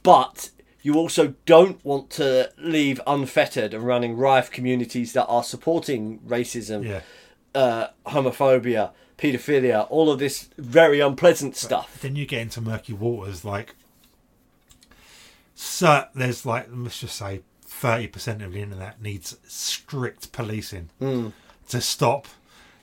S1: But you also don't want to leave unfettered and running rife communities that are supporting racism,
S2: Yeah.
S1: uh, homophobia, paedophilia, all of this very unpleasant stuff.
S2: then you get into murky waters like so there's like let's just say 30% of the internet needs
S1: Hmm.
S2: strict policing to stop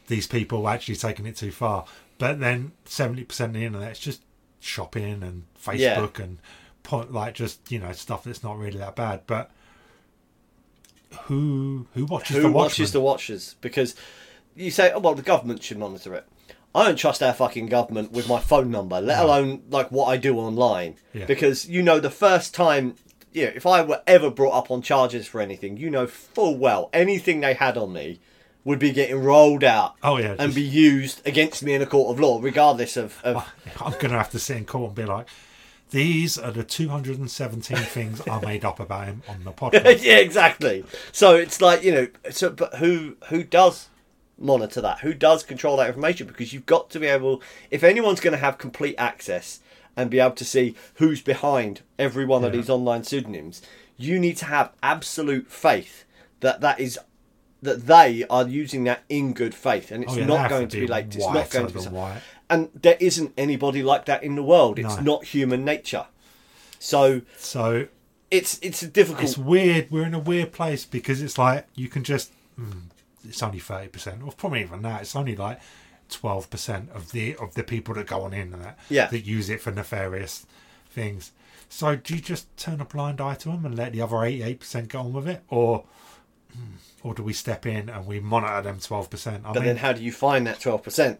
S2: these people actually taking it too far But then seventy percent of the internet's just shopping and
S1: Yeah.
S2: Facebook and po- like just you know stuff that's not really that bad. But who who watches
S1: Who
S2: the
S1: watches the
S2: Watchmen?
S1: Watchers? Because you say, oh, well, the government should monitor it. I don't trust our fucking government with my phone number, let alone like what I do online.
S2: Yeah.
S1: Because you know, the first time, you know, if I were ever brought up on charges for anything, you know full well anything they had on me would be getting rolled out
S2: Oh, yeah,
S1: and
S2: just-
S1: be used against me in a court of law, regardless of, of
S2: I'm gonna have to sit in court and be like, these are the 217 things I made up about him on the podcast.
S1: yeah, exactly. So it's like you know, so but who who does monitor that? Who does control that information? Because you've got to be able, if anyone's going to have complete access and be able to see who's behind every one of these online pseudonyms, you need to have absolute faith that that is that they are using that in good faith, and it's
S2: Oh, yeah, they
S1: not
S2: have
S1: going to be, late. It's
S2: white,
S1: not going to be.
S2: husband
S1: so-
S2: white.
S1: And there isn't anybody like that in the world. It's
S2: No.
S1: not human nature. So
S2: So
S1: it's it's a difficult.
S2: it's weird. We're in a weird place because it's like you can just. Mm, it's only thirty percent, or probably even that. It's only like twelve percent of the of the people that go on the internet
S1: Yeah.
S2: that use it for nefarious things. So do you just turn a blind eye to them and let the other eighty-eight percent get on with it, or mm, or do we step in and we monitor them twelve percent? I
S1: But
S2: mean,
S1: then, how do you find that twelve percent?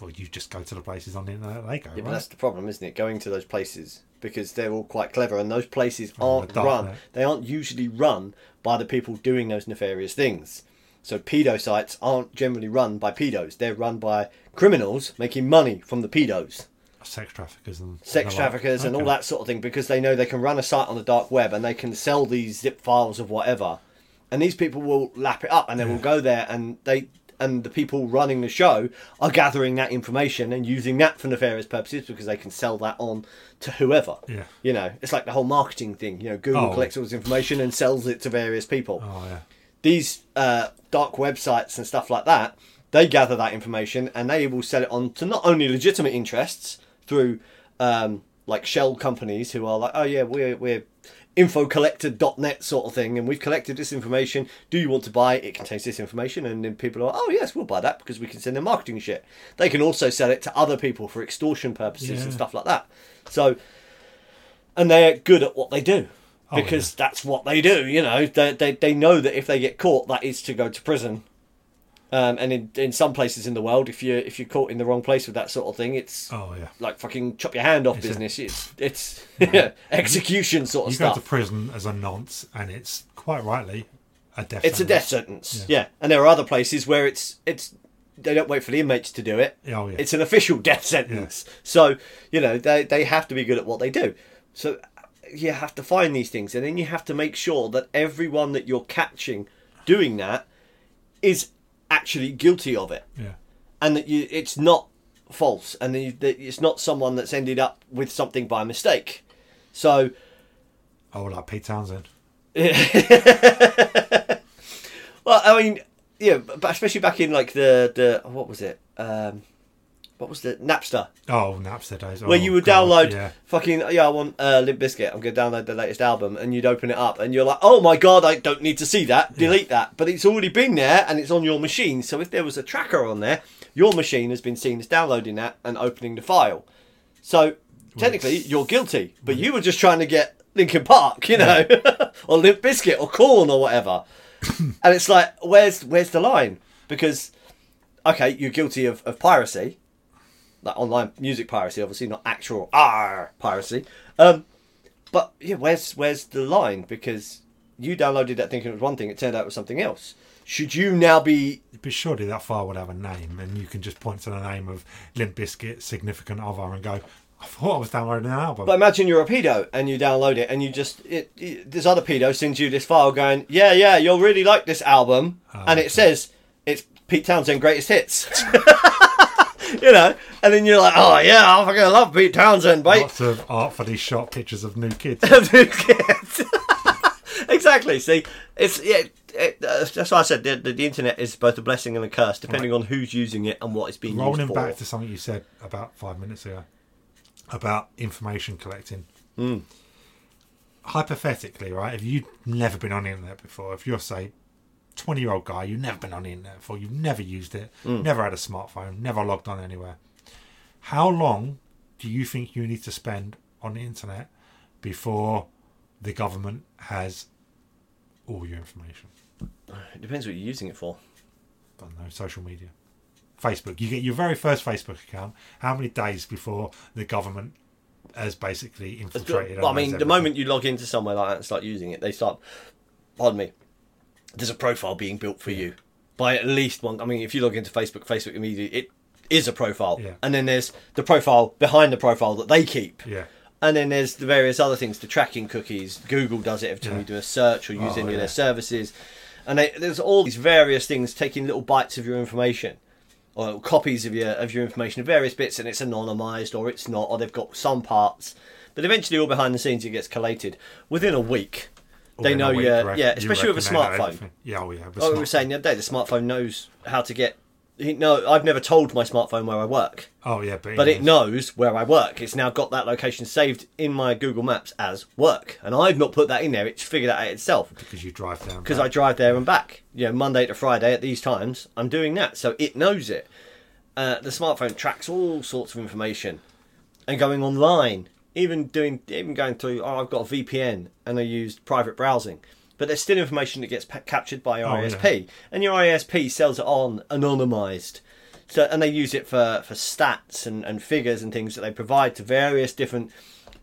S2: well, you just go to the places on the internet they go,
S1: Yeah, but
S2: right?
S1: that's the problem, isn't it? Going to those places because they're all quite clever, and those places
S2: Oh,
S1: aren't
S2: the dark
S1: run.
S2: net.
S1: They aren't usually run by the people doing those nefarious things. So pedo sites aren't generally run by pedos. They're run by criminals making money from the pedos,
S2: Sex traffickers and
S1: sex
S2: and the like.
S1: traffickers, and all
S2: Okay.
S1: that sort of thing, because they know they can run a site on the dark web and they can sell these zip files of whatever. And these people will lap it up, and they will go there, and they and the people running the show are gathering that information and using that for nefarious purposes because they can sell that on to whoever.
S2: Yeah.
S1: You know, it's like the whole marketing thing. You know, Google
S2: Oh.
S1: collects all this information and sells it to various people
S2: Oh yeah.
S1: these uh, dark websites and stuff like that, they gather that information and they will sell it on to not only legitimate interests through um, like shell companies who are like, oh yeah, we're we're infocollector.net sort of thing and we've collected this information do you want to buy it? it contains this information and then people are oh yes we'll buy that because we can send them marketing shit they can also sell it to other people for extortion purposes and
S2: Yeah.
S1: stuff like that so and they're good at what they do
S2: Oh,
S1: because that's what they do. You know, they, they they know that if they get caught, that is to go to prison. Um, and in, in some places in the world, if you if you're caught in the wrong place with that sort of thing, it's
S2: Oh yeah.
S1: like fucking chop your hand off
S2: a-
S1: business. It's it's execution sort of
S2: You
S1: stuff.
S2: go to prison as a nonce, and it's quite rightly a death.
S1: it's a death
S2: sentence.
S1: sentence. Yeah. and there are other places where it's it's they don't wait for the inmates to do it.
S2: Oh, yeah.
S1: It's an official death sentence. So you know they they have to be good at what they do. So you have to find these things, and then you have to make sure that everyone that you're catching doing that is actually guilty of it
S2: Yeah.
S1: and that you it's not false and that you, that it's not someone that's ended up with something by mistake so
S2: Oh, like Pete Townsend.
S1: well i mean yeah but but especially back in like the the what was it um what was the napster
S2: Oh, Napster days.
S1: where
S2: Oh,
S1: you would
S2: God,
S1: download
S2: Yeah.
S1: fucking yeah i want uh limp biscuit i'm gonna download the latest album and you'd open it up and you're like oh my god i don't need to see that delete that but it's already been there and it's on your machine so if there was a tracker on there your machine has been seen as downloading that and opening the file so technically you're guilty but you were just trying to get linkin park you know or limp biscuit or corn or whatever and it's like where's where's the line because okay you're guilty of, of piracy like online music piracy, obviously not actual R piracy. Um, but yeah, where's where's the line? Because you downloaded that thinking it was one thing, it turned out it was something else. Should you now be?
S2: But surely that file would have a name, and you can just point to the name of Limp Bizkit, significant other, and go, I thought I was downloading an album.
S1: But imagine you're a pedo and you download it, and you just it, it- this other pedo sends you this file going, yeah, yeah, you'll really like this album,
S2: Oh
S1: and it says it's Pete Townsend greatest hits. You know, and then you're like, oh yeah, I fucking love Pete Townsend, mate.
S2: Lots of artfully shot pictures of new kids.
S1: exactly. See, it's yeah. It, uh, that's why I said the, the, the internet is both a blessing and a curse, depending on who's using it and what it's being
S2: Rolling
S1: used for.
S2: back to something you said about five minutes ago about information collecting. Hypothetically, right? If you've never been on the internet before, if you're say twenty year old guy, you've never been on the internet before, you've never used it, never had a smartphone, never logged on anywhere, How long do you think you need to spend on the internet before the government has all your information?
S1: It depends what you're using it for.
S2: I don't know, uh, social media. Facebook. You get your very first Facebook account. How many days before the government has basically
S1: It's
S2: infiltrated?
S1: good-
S2: and
S1: Well, I
S2: knows
S1: mean, the
S2: everything?
S1: moment you log into somewhere like that and start using it, they start. Pardon me. There's a profile being built for you by at least one. I mean, if you log into Facebook, Facebook immediately it is a profile,
S2: Yeah.
S1: and then there's the profile behind the profile that they keep.
S2: Yeah.
S1: And then there's the various other things, the tracking cookies. Google does it every time
S2: Yeah.
S1: you do a search or use any
S2: Oh,
S1: of
S2: yeah.
S1: their services. And they, there's all these various things taking little bites of your information or copies of your of your information, various bits, and it's anonymized or it's not, or they've got some parts. But eventually, all behind the scenes, it gets collated. Within a week, they
S2: Within
S1: know
S2: a week,
S1: your
S2: rec-
S1: yeah,
S2: you
S1: especially with a
S2: reckon they know
S1: smartphone.
S2: everything. Yeah, oh yeah.
S1: Like
S2: with
S1: we
S2: smart-
S1: were saying the other day, the smartphone knows how to get. he- No, I've never told my smartphone where I work
S2: oh yeah, but,
S1: but it
S2: knows.
S1: knows where I work. It's now got that location saved in my Google Maps as work, and I've not put that in there. It's figured that out itself
S2: because you drive down.
S1: because I drive there and back. You know, Monday to Friday at these times, I'm doing that, so it knows it. Uh, the smartphone tracks all sorts of information, and going online, even doing, even going through. Oh, I've got a VPN and I used private browsing. But there's still information that gets pa- captured by your
S2: Oh, yeah.
S1: ISP, and your ISP sells it on anonymized. So, and they use it for, for stats and, and figures and things that they provide to various different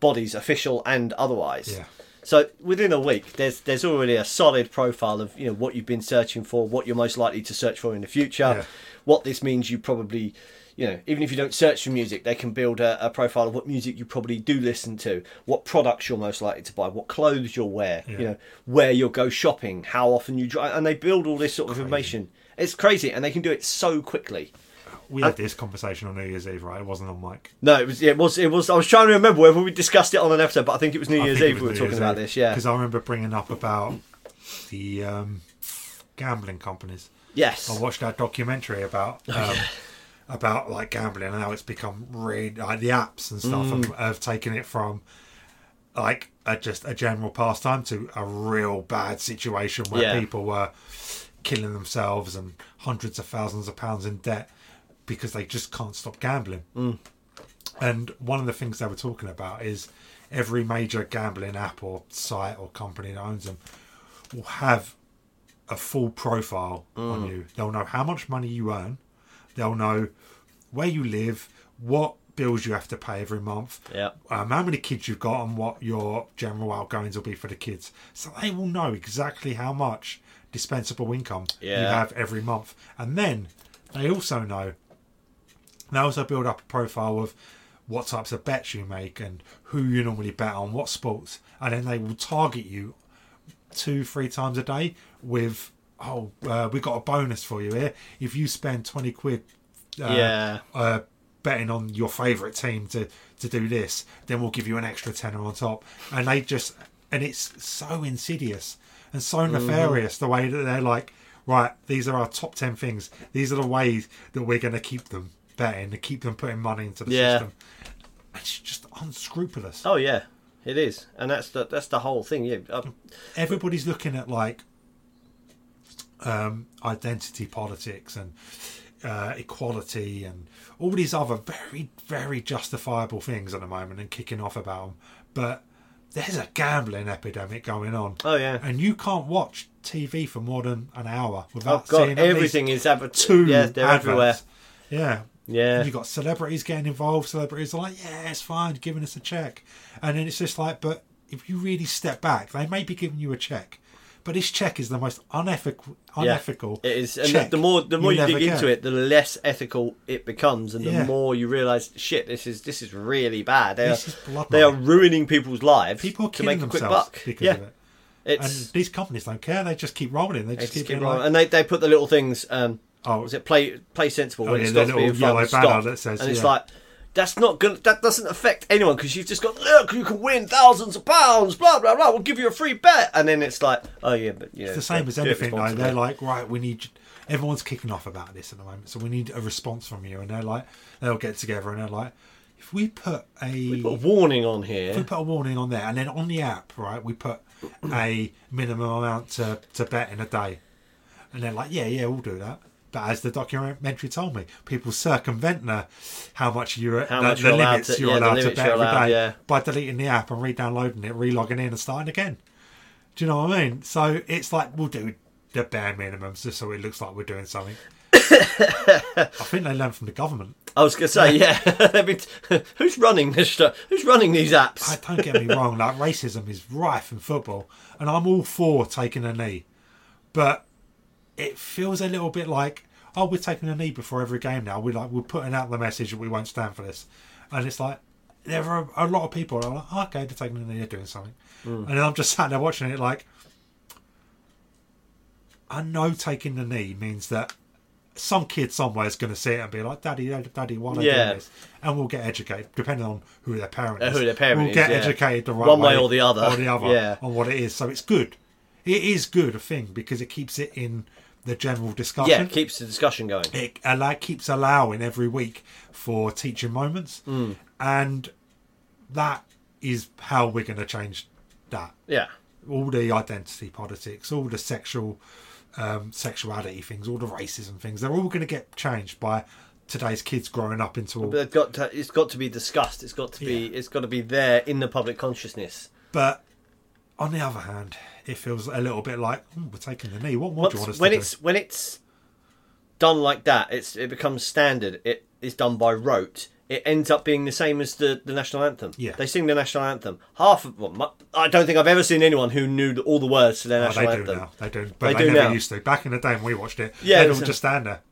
S1: bodies, official and otherwise.
S2: Yeah.
S1: So within a week, there's there's already a solid profile of you know what you've been searching for, what you're most likely to search for in the future,
S2: Yeah.
S1: what this means. You probably, you know, even if you don't search for music, they can build a, a profile of what music you probably do listen to, what products you're most likely to buy, what clothes you'll wear, you know, where you'll go shopping, how often you drive, and they build all this sort of information. It's crazy, and they can do it so quickly.
S2: we had this conversation on New Year's Eve, right? It wasn't on mic.
S1: No, it was it was it was. I was trying to remember whether we discussed it on an episode, but I think it was New Year's Eve we were talking about this. Yeah,
S2: because I remember bringing up about the um, gambling companies.
S1: yes. Oh,
S2: I watched that documentary about um, about like gambling and how it's become really like the apps and stuff
S1: Mm.
S2: have, have taken it from like a, just a general pastime to a real bad situation where
S1: Yeah.
S2: people were killing themselves and hundreds of thousands of pounds in debt because they just can't stop gambling.
S1: Mm.
S2: And one of the things they were talking about is every major gambling app or site or company that owns them will have a full profile on you. They'll know how much money you earn. They'll know where you live, what bills you have to pay every month,
S1: Yeah.
S2: um, how many kids you've got, and what your general outgoings will be for the kids. So they will know exactly how much dispensable income you
S1: Yeah.
S2: have every month. And then they also know they also build up a profile of what types of bets you make and who you normally bet on, what sports, and then they will target you two, three times a day with, oh, uh, we got a bonus for you here. If you spend 20 quid uh,
S1: Yeah.
S2: uh, betting on your favourite team to, to do this, then we'll give you an extra tenner on top. And they just, and it's so insidious and so nefarious the way that they're like, right, these are our top 10 things. These are the ways that we're going to keep them betting and keep them putting money into the
S1: Yeah.
S2: system. It's just unscrupulous.
S1: Oh yeah, it is, and that's the that's the whole thing. Yeah, uh,
S2: everybody's looking at like um, identity politics and uh, equality and all these other very very justifiable things at the moment and kicking off about them but there's a gambling epidemic going on
S1: oh yeah.
S2: and you can't watch tv for more than an hour
S1: Oh
S2: without
S1: god,
S2: seeing at least
S1: everything is adver-
S2: two
S1: Yeah, they're
S2: adverts.
S1: everywhere.
S2: yeah
S1: Yeah,
S2: you got celebrities getting involved. Celebrities are like, yeah, it's fine, giving us a check. And then it's just like, but if you really step back, they may be giving you a check, but this check is the most unethical,
S1: yeah.
S2: unethical.
S1: It is, and
S2: check
S1: the more the more you,
S2: you'll
S1: dig
S2: ever
S1: into
S2: get.
S1: it, the less ethical it becomes, and the
S2: Yeah.
S1: more you realise, shit, this is this is really bad. They
S2: This
S1: are
S2: is blood
S1: they are
S2: money.
S1: ruining people's lives.
S2: people are
S1: to
S2: killing
S1: make a quick
S2: themselves
S1: buck.
S2: because
S1: yeah,
S2: of it. And
S1: it's
S2: these companies don't care; they just keep rolling.
S1: they
S2: They
S1: just
S2: just keep,
S1: keep
S2: being
S1: rolling.
S2: like,
S1: and they, they put the little things. Um,
S2: Oh.
S1: was it play play sensible when
S2: yeah,
S1: it
S2: the
S1: stops
S2: little
S1: being fun?
S2: yellow
S1: stop.
S2: banner that says,
S1: and it's
S2: yeah.
S1: like that's not good. That doesn't affect anyone because you've just got look, you can win thousands of pounds, blah blah blah. We'll give you a free bet, and then it's like, oh yeah, but yeah,
S2: It's the same as
S1: do it
S2: anything though.
S1: responsibly.
S2: They're like, right, we need everyone's kicking off about this at the moment, so we need a response from you. And they're like, they'll get together and they're like, if we put a
S1: put a warning on here.
S2: we put a warning on there, and then on the app, right, we put a minimum amount to, to bet in a day, and they're like, yeah, yeah, we'll do that. But as the documentary told me, people circumvent the how much you're
S1: How
S2: the,
S1: much
S2: the
S1: you're allowed
S2: limits
S1: to-
S2: you're
S1: yeah, the
S2: allowed to
S1: limits
S2: bet
S1: you're
S2: every
S1: allowed,
S2: day
S1: yeah.
S2: by deleting the app and re-downloading it, re-logging in, and starting again. Do you know what I mean? So it's like we'll do the bare minimums just so it looks like we're doing something. I think they learn from the government.
S1: I was gonna say, yeah. I mean, who's running this stuff? Who's running these apps?
S2: I don't get me wrong, like racism is rife in football, and I'm all for taking a knee, but it feels a little bit like oh, we're taking a knee before every game now. We're like we're putting out the message that we won't stand for this, and it's like there are a lot of people that are like "Oh, okay, they're taking a knee, they're doing something, and then I'm just sat there watching it like I know taking the knee means that. Some kid somewhere is going to see it and be like, "Daddy, Daddy, Daddy, why are they
S1: Yeah.
S2: doing this?" And we'll get educated, depending on who their parent
S1: Uh,
S2: is.
S1: who their parent
S2: we'll
S1: is,
S2: get
S1: yeah.
S2: educated the right
S1: One way or the other.
S2: or the other,
S1: Yeah.
S2: on what it is. So it's good. It is good a thing because it keeps it in the general
S1: yeah,
S2: discussion.
S1: keeps the discussion going.
S2: it allow, keeps allowing every week for teaching moments,
S1: Mm.
S2: and that is how we're going to change that.
S1: Yeah,
S2: All the identity politics, all the sexual um, sexuality things, all the racism things, they're all going to get changed by today's kids growing up into all
S1: but it's got to, it's got to be discussed. It's got to be it's got to be there in the public consciousness.
S2: But on the other hand, it feels a little bit like "Hmm, we're taking the knee. What more do you want us
S1: Once- when
S2: to
S1: it's when it's done like that, it's it becomes standard. It is done by rote. It ends up being the same as the, the national anthem.
S2: Yeah.
S1: they sing the national anthem. Half of well, mu- I don't think I've ever seen anyone who knew the- all the words to their
S2: do? Oh,
S1: national
S2: they do
S1: anthem.
S2: now. They do, but
S1: They
S2: they,
S1: do
S2: never
S1: now.
S2: used to. Back in the day when we watched it,
S1: Yeah,
S2: they'd all
S1: it's-
S2: just stand there.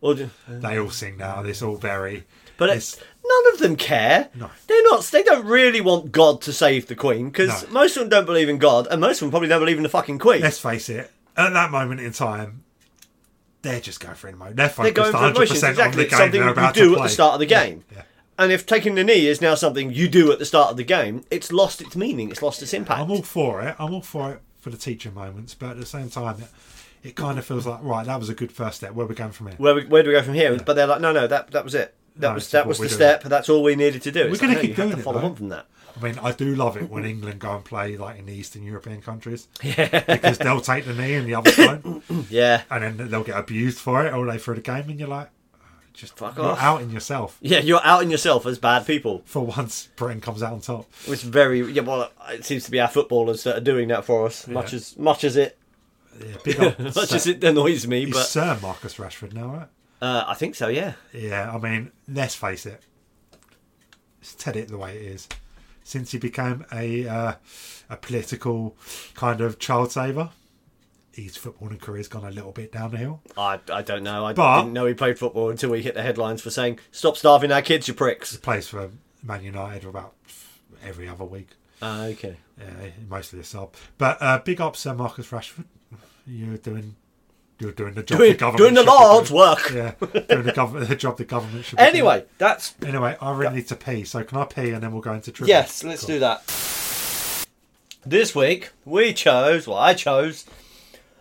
S1: Or do-
S2: They all sing now. It's all very.
S1: but
S2: it's,
S1: it's, none of them care.
S2: No.
S1: They're not. They don't really want God to save the Queen because
S2: No.
S1: most of them don't believe in God, and most of them probably don't believe in the fucking Queen.
S2: let's face it. At that moment in time, they're just going for it. mode.
S1: They're
S2: They're focused
S1: going for
S2: 100
S1: emotions.
S2: percent on
S1: Exactly.
S2: the
S1: It's
S2: game
S1: something
S2: they're
S1: you
S2: about
S1: do
S2: to
S1: at
S2: play.
S1: the start of the game.
S2: yeah.
S1: And if taking the knee is now something you do at the start of the game, it's lost its meaning. It's lost its impact.
S2: I'm all for it. I'm all for it for the teacher moments, but at the same time, it, it kind of feels like right. That was a good first step. Where we're going from here.
S1: where, we, where do we go from here? But they're like, no, no, that that was it. That
S2: No,
S1: was
S2: it's
S1: that
S2: what
S1: was
S2: we're
S1: the
S2: doing.
S1: step. That's all we needed to do. It's
S2: gonna
S1: no,
S2: keep
S1: you have
S2: doing
S1: to
S2: it,
S1: follow
S2: though.
S1: on from that.
S2: I mean, I do love it when England go and play like in the Eastern European countries because they'll take the knee and the others won't,
S1: Yeah,
S2: and then they'll get abused for it all the way through the game, and you're like, just
S1: Fuck
S2: you're
S1: off.
S2: out in yourself.
S1: yeah. You're outing yourself as bad people.
S2: For once, Britain comes out on top.
S1: It's very yeah. Well, it seems to be our footballers that are doing that for us. Much as much as it
S2: Yeah, big up.
S1: much as it annoys me,
S2: He's
S1: but
S2: Sir Marcus Rashford now, right?
S1: uh, I think so. Yeah.
S2: Yeah, I mean, let's face it. It's Ted it the way it is. Since he became a uh, a political kind of child saver, his footballing career's gone a little bit downhill.
S1: I, I don't know. I
S2: But-
S1: didn't know he played football until we hit the headlines for saying, "Stop starving our kids, you pricks."
S2: plays for Man United about every other week,
S1: Uh, okay.
S2: yeah, mostly a sub. But uh, big up Sir Marcus Rashford. You're doing, you're doing the job
S1: Doing,
S2: the government
S1: doing the
S2: should be
S1: Lord's
S2: doing.
S1: work.
S2: Yeah, doing the, gov- the job the government should. Be
S1: Anyway, that's
S2: doing. anyway, I really need to pee, so can I pee and then we'll go into trivia?
S1: yes. Let's do that. This week we chose. Well, I chose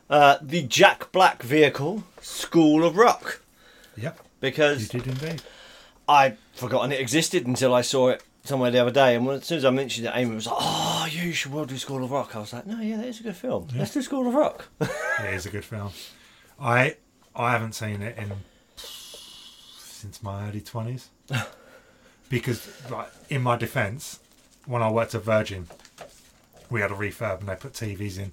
S1: uh, the Jack Black vehicle, School of Rock,
S2: Yep, you
S1: because
S2: did indeed.
S1: I'd forgotten it existed until I saw it somewhere the other day. And when, as soon as I mentioned it, Amy was like, "Oh, you should well do School of Rock." I was like, "No, yeah, that is a good film. Let's do School of Rock."
S2: It is a good film. I I haven't seen it in since my early twenties because, like, in my defence, when I worked at Virgin, we had a refurb and they put TVs in,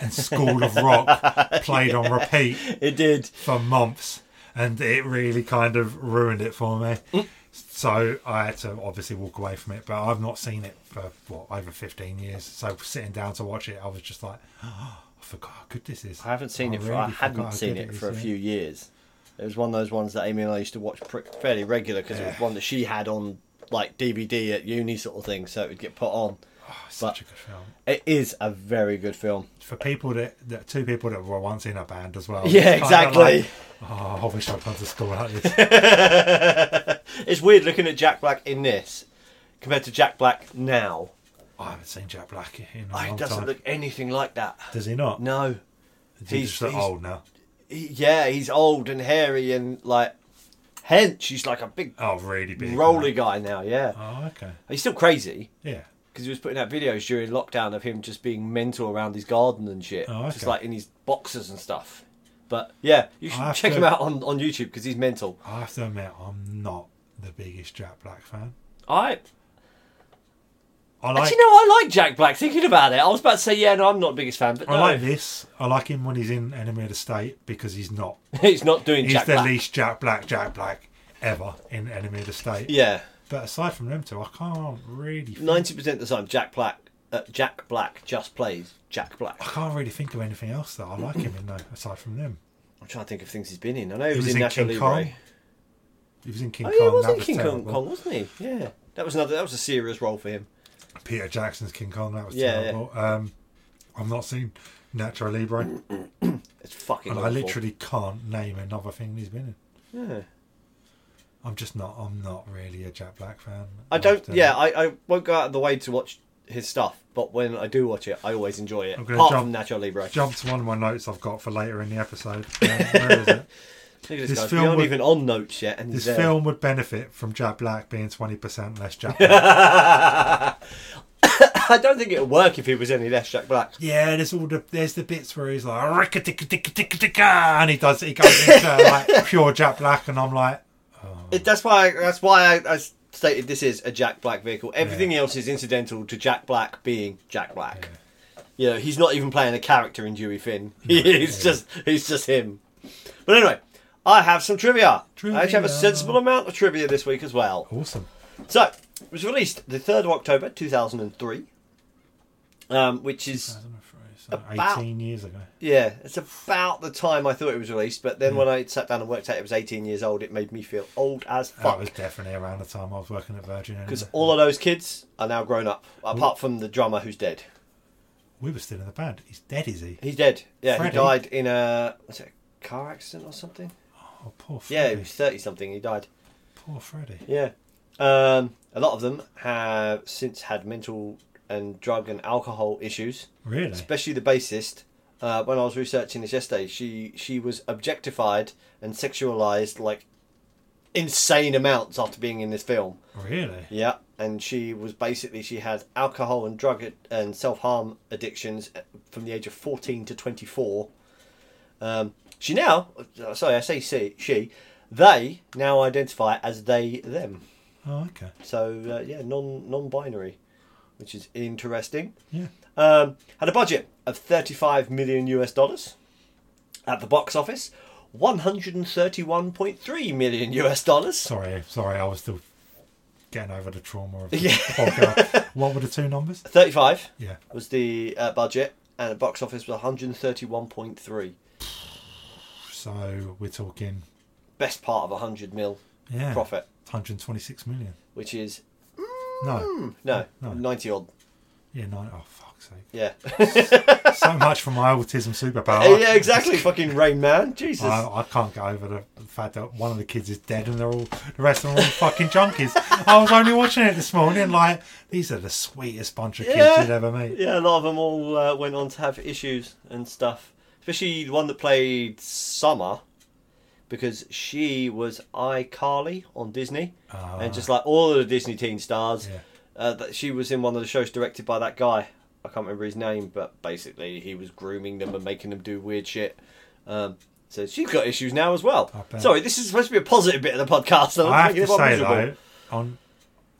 S2: and School of Rock played on repeat
S1: it did.
S2: for months, and it really kind of ruined it for me.
S1: Mm.
S2: So I had to obviously walk away from it, but I've not seen it for what over fifteen years. So sitting down to watch it, I was just like, oh, I forgot how good this is.
S1: I haven't seen it for I
S2: really forgot
S1: hadn't
S2: how
S1: seen
S2: good
S1: it
S2: is,
S1: for a
S2: yeah.
S1: few years. It was one of those ones that Amy and I used to watch pr- fairly regular because it was one that she had on like DVD at uni sort of thing, so it would get put on.
S2: Oh, it's such a good film
S1: It is a very good film.
S2: for people that, that two people that were once in a band as well.
S1: Yeah,
S2: It's kinda
S1: exactly.
S2: like, oh, I wish I'd gone to school like this.
S1: It's weird looking at Jack Black in this compared to Jack Black now.
S2: I haven't seen Jack Black in a
S1: Oh, he
S2: long
S1: doesn't
S2: time.
S1: look anything like that.
S2: Does he not?
S1: No,
S2: Does he
S1: he's-
S2: just look
S1: he's-
S2: old now.
S1: he, yeah, he's old and hairy and like hench. He's like a big
S2: Oh, really big.
S1: roly guy now. Yeah,
S2: Oh, okay.
S1: he's still crazy.
S2: Yeah.
S1: because he was putting out videos during lockdown of him just being mental around his garden and shit,
S2: Oh,
S1: just
S2: okay.
S1: like in his boxes and stuff. But yeah, you
S2: I
S1: should
S2: have
S1: check
S2: to-
S1: him out on, on YouTube because he's mental.
S2: I have to admit, I'm not the biggest Jack Black fan.
S1: I
S2: I like
S1: actually no, I like Jack Black. Thinking about it, I was about to say yeah, no, I'm not the biggest fan, but
S2: I
S1: no,
S2: like this. I like him when he's in Enemy of the State because he's not.
S1: he's not doing
S2: He's
S1: Jack
S2: the
S1: Black.
S2: least Jack Black Jack Black ever in Enemy of the State.
S1: Yeah,
S2: But aside from them two, I can't really.
S1: ninety percent of the time, Jack Black, uh, Jack Black just plays Jack Black.
S2: I can't really think of anything else that I like him in though. Aside from them,
S1: I'm trying to think of things he's been in. I know he,
S2: he
S1: was,
S2: was
S1: in
S2: in
S1: Nacho
S2: King
S1: Libre.
S2: Kong. He was in King
S1: Oh
S2: Kong.
S1: yeah, he was
S2: that
S1: in King Kong,
S2: terrible.
S1: Kong, wasn't he? Yeah, that was another. That was a serious role for him.
S2: Peter Jackson's King Kong. That was
S1: Yeah,
S2: terrible. Um, I've not seen Nacho Libre, and
S1: It's fucking.
S2: I
S1: awful.
S2: literally can't name another thing he's been in.
S1: Yeah.
S2: I'm just not. I'm not really a Jack Black fan.
S1: I don't.
S2: After-
S1: Yeah, I, I won't go out of the way to watch his stuff, but when I do watch it, I always enjoy it.
S2: I'm
S1: Apart
S2: gonna
S1: from Nacho Libre.
S2: Jump to one of my notes I've got for later in the episode. Um, where is it?
S1: Look at this,
S2: this
S1: guy.
S2: film
S1: we aren't
S2: would-
S1: even on notes yet, and he's
S2: This
S1: there.
S2: film would benefit from Jack Black being 20% less Jack Black.
S1: I don't think it would work if he was any less Jack Black.
S2: yeah, there's all the there's the bits where he's like ricka ticka ticka ticka ticka and he does it. He goes into like pure Jack Black, and I'm like,
S1: It, that's why. That's why I, I stated this is a Jack Black vehicle. Everything else is incidental to Jack Black being Jack Black. You know, he's not even playing a character in Dewey Finn. he's just he's just him. But anyway, I have some trivia. I actually have a
S2: Trivia.
S1: sensible amount of trivia this week as well.
S2: awesome.
S1: So it was released the third of October two thousand and three, um, which is
S2: I don't know if it's like
S1: About-
S2: 18 years ago.
S1: yeah, it's about the time I thought it was released. But
S2: Hmm.
S1: then when I sat down and worked out it was eighteen years old, it made me feel old as
S2: That
S1: fuck.
S2: was definitely around the time I was working at Virgin. anyway.
S1: Because all of those kids are now grown up, apart from the drummer who's dead.
S2: we were still in the band. He's dead, is he?
S1: He's dead. Yeah,
S2: Freddie?
S1: he died in a was it a car accident or something?
S2: Oh, poor
S1: Yeah, he
S2: Freddie.
S1: was thirty something. He died.
S2: poor Freddie.
S1: Yeah. Um, a lot of them have since had mental and drug and alcohol issues.
S2: Really?
S1: especially the bassist. Uh, when I was researching this yesterday, she she was objectified and sexualized like insane amounts after being in this film.
S2: Really?
S1: Yeah, and she was basically she had alcohol and drug ad- and self harm addictions uh, from the age of fourteen to twenty four. Um, she now, uh, sorry, I say she, she, they now identify as they them.
S2: Oh, okay.
S1: So uh, yeah, non non binary, which is interesting
S2: Yeah.
S1: um, had a budget of 35 million US dollars at the box office 131.3 million US dollars
S2: Sorry, sorry, I was still getting over the trauma of the
S1: Yeah.
S2: podcast. What were the two numbers?
S1: 35
S2: Yeah.
S1: was the uh, budget and the box office was 131.3
S2: So we're talking
S1: best part of 100 mil
S2: yeah,
S1: profit
S2: 126 million.
S1: which is
S2: No,
S1: no,
S2: Oh, No.
S1: 90 odd
S2: yeah, no. Oh fuck's sake!
S1: yeah
S2: So much for my autism superpower.
S1: yeah exactly fucking rain man jesus
S2: I, I can't get over the, the fact that one of the kids is dead and they're all the rest of them are all fucking junkies. I was only watching it this morning. Like these are the sweetest bunch of
S1: Yeah.
S2: kids you'd ever meet.
S1: yeah a lot of them all uh, went on to have issues and stuff especially the one that played summer because she was iCarly on Disney,
S2: Ah.
S1: and just like all of the Disney teen stars,
S2: Yeah.
S1: uh, that she was in one of the shows directed by that guy. I can't remember his name, but basically he was grooming them and making them do weird shit. Um, so she's got issues now as well.
S2: I bet.
S1: Sorry, this is supposed to be a positive bit of the podcast. and I'm
S2: I have
S1: making
S2: to
S1: everyone
S2: say
S1: miserable.
S2: though, on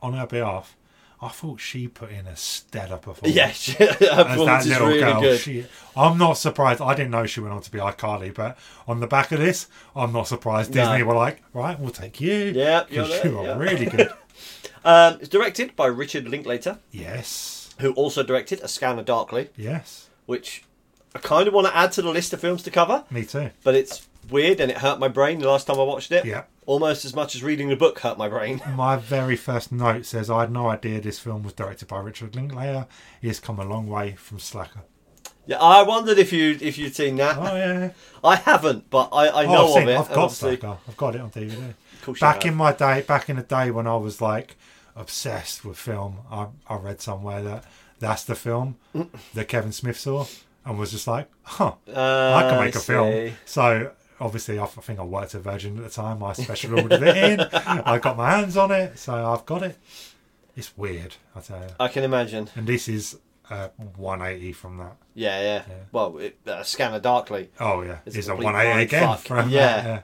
S2: on her behalf, I thought she put in a stellar performance.
S1: yeah, she, her
S2: as that
S1: performance is
S2: little
S1: really
S2: girl.
S1: good.
S2: She, I'm not surprised. I didn't know she went on to be iCarly, but on the back of this, I'm not surprised.
S1: No.
S2: Disney were like, right, we'll take you.
S1: Yeah, you're
S2: 'cause
S1: there,
S2: you are
S1: yeah.
S2: really good.
S1: Um, it's directed by Richard Linklater,
S2: yes,
S1: who also directed A Scanner Darkly,
S2: yes,
S1: which I kind of want to add to the list of films to cover.
S2: me too.
S1: but it's weird and it hurt my brain the last time I watched it.
S2: Yeah.
S1: Almost as much as reading the book hurt my brain.
S2: My very first note says I had no idea this film was directed by Richard Linklater. He has come a long way from Slacker.
S1: Yeah, I wondered if you if you'd seen that.
S2: Oh yeah,
S1: I haven't, but I, I
S2: Oh,
S1: know
S2: I've, seen,
S1: of it.
S2: I've
S1: and
S2: got
S1: obviously-
S2: Slacker. I've got it on DVD.
S1: Cool shit,
S2: back
S1: man.
S2: in my day, back in the day when I was like obsessed with film, I, I read somewhere that that's the film
S1: Mm.
S2: that Kevin Smith saw and was just like, huh, I
S1: Uh,
S2: can make a
S1: I see.
S2: film. So obviously, I, I think I worked at Virgin at the time. I special ordered it in. I got my hands on it, so I've got it. It's weird, I tell you.
S1: I can imagine.
S2: And this is uh, 180 from that.
S1: Yeah, yeah.
S2: Yeah.
S1: Well, it, uh, Scanner Darkly.
S2: Oh yeah,
S1: It's
S2: it's,
S1: a
S2: a
S1: complete
S2: 180 again
S1: mindfuck.
S2: from
S1: Yeah.
S2: that. Yeah.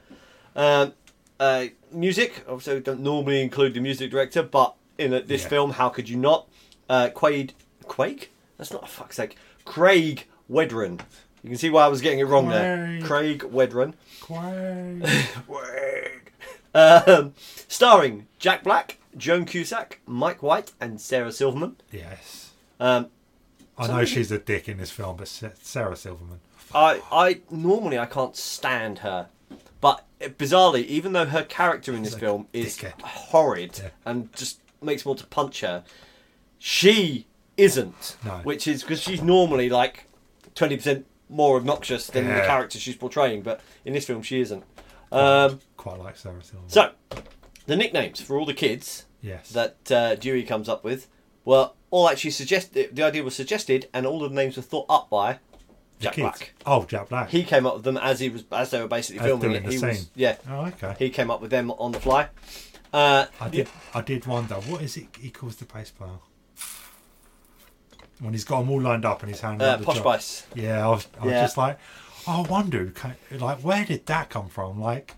S1: Um, uh, music. Obviously, we don't normally include the music director, but in a, this
S2: Yeah.
S1: film, how could you not? Uh, Quaid, Quake? That's not a fuck's sake. Craig Wedren. You can see why I was getting it wrong there.
S2: Quaid.
S1: Craig Wedren.
S2: Quite.
S1: Um, starring Jack Black, Joan Cusack, Mike White, and Sarah Silverman.
S2: yes.
S1: Um,
S2: I know
S1: Somebody-
S2: she's a dick in this film, but Sa- Sarah Silverman.
S1: I, I normally I can't stand her, but bizarrely, even though her character in this
S2: She's a
S1: film is
S2: dickhead.
S1: horrid
S2: Yeah.
S1: and just makes me want to punch her, she isn't.
S2: No.
S1: Which is because she's normally like twenty percent more obnoxious than the
S2: Yeah.
S1: character she's portraying, but in this film she isn't. Um,
S2: Quite like Sarah Silverman.
S1: so, the nicknames for all the kids
S2: yes.
S1: that uh, Dewey comes up with were all actually suggested. The idea was suggested, and all of the names were thought up by
S2: The
S1: Jack
S2: kids.
S1: Black
S2: Oh, Jack Black.
S1: he came up with them as he was as they were basically
S2: As
S1: filming
S2: doing
S1: it.
S2: the
S1: He was
S2: scene.
S1: yeah.
S2: oh, okay.
S1: He came up with them on the fly. Uh,
S2: I did. I did wonder what is it he calls the pace player when he's got them all lined up and he's handing
S1: uh,
S2: out the
S1: Posh
S2: job.
S1: Spice.
S2: Yeah, I was, I was
S1: Yeah.
S2: just like, I wonder, who ca- like, where did that come from? Like,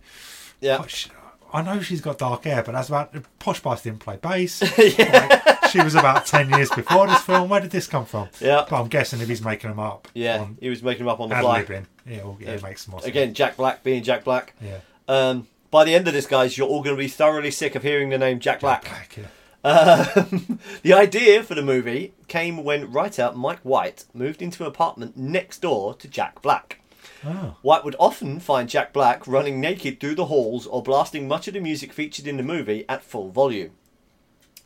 S1: Yeah.
S2: what sh I know she's got dark hair, but that's about Posh Spice didn't play bass. Like, she was about ten years before this film. Where did this come from?
S1: Yeah.
S2: but I'm guessing if he's making them up,
S1: Yeah,
S2: on
S1: he was making them up on the
S2: ad
S1: fly.
S2: libbing, yeah, well, yeah, it makes more sense.
S1: Again, Jack Black being Jack Black.
S2: yeah,
S1: Um, by the end of this, guys, you're all going to be thoroughly sick of hearing the name Jack Black.
S2: Black, yeah.
S1: Um, the idea for the movie came when writer Mike White moved into an apartment next door to Jack Black.
S2: Oh,
S1: White would often find Jack Black running naked through the halls or blasting much of the music featured in the movie at full volume.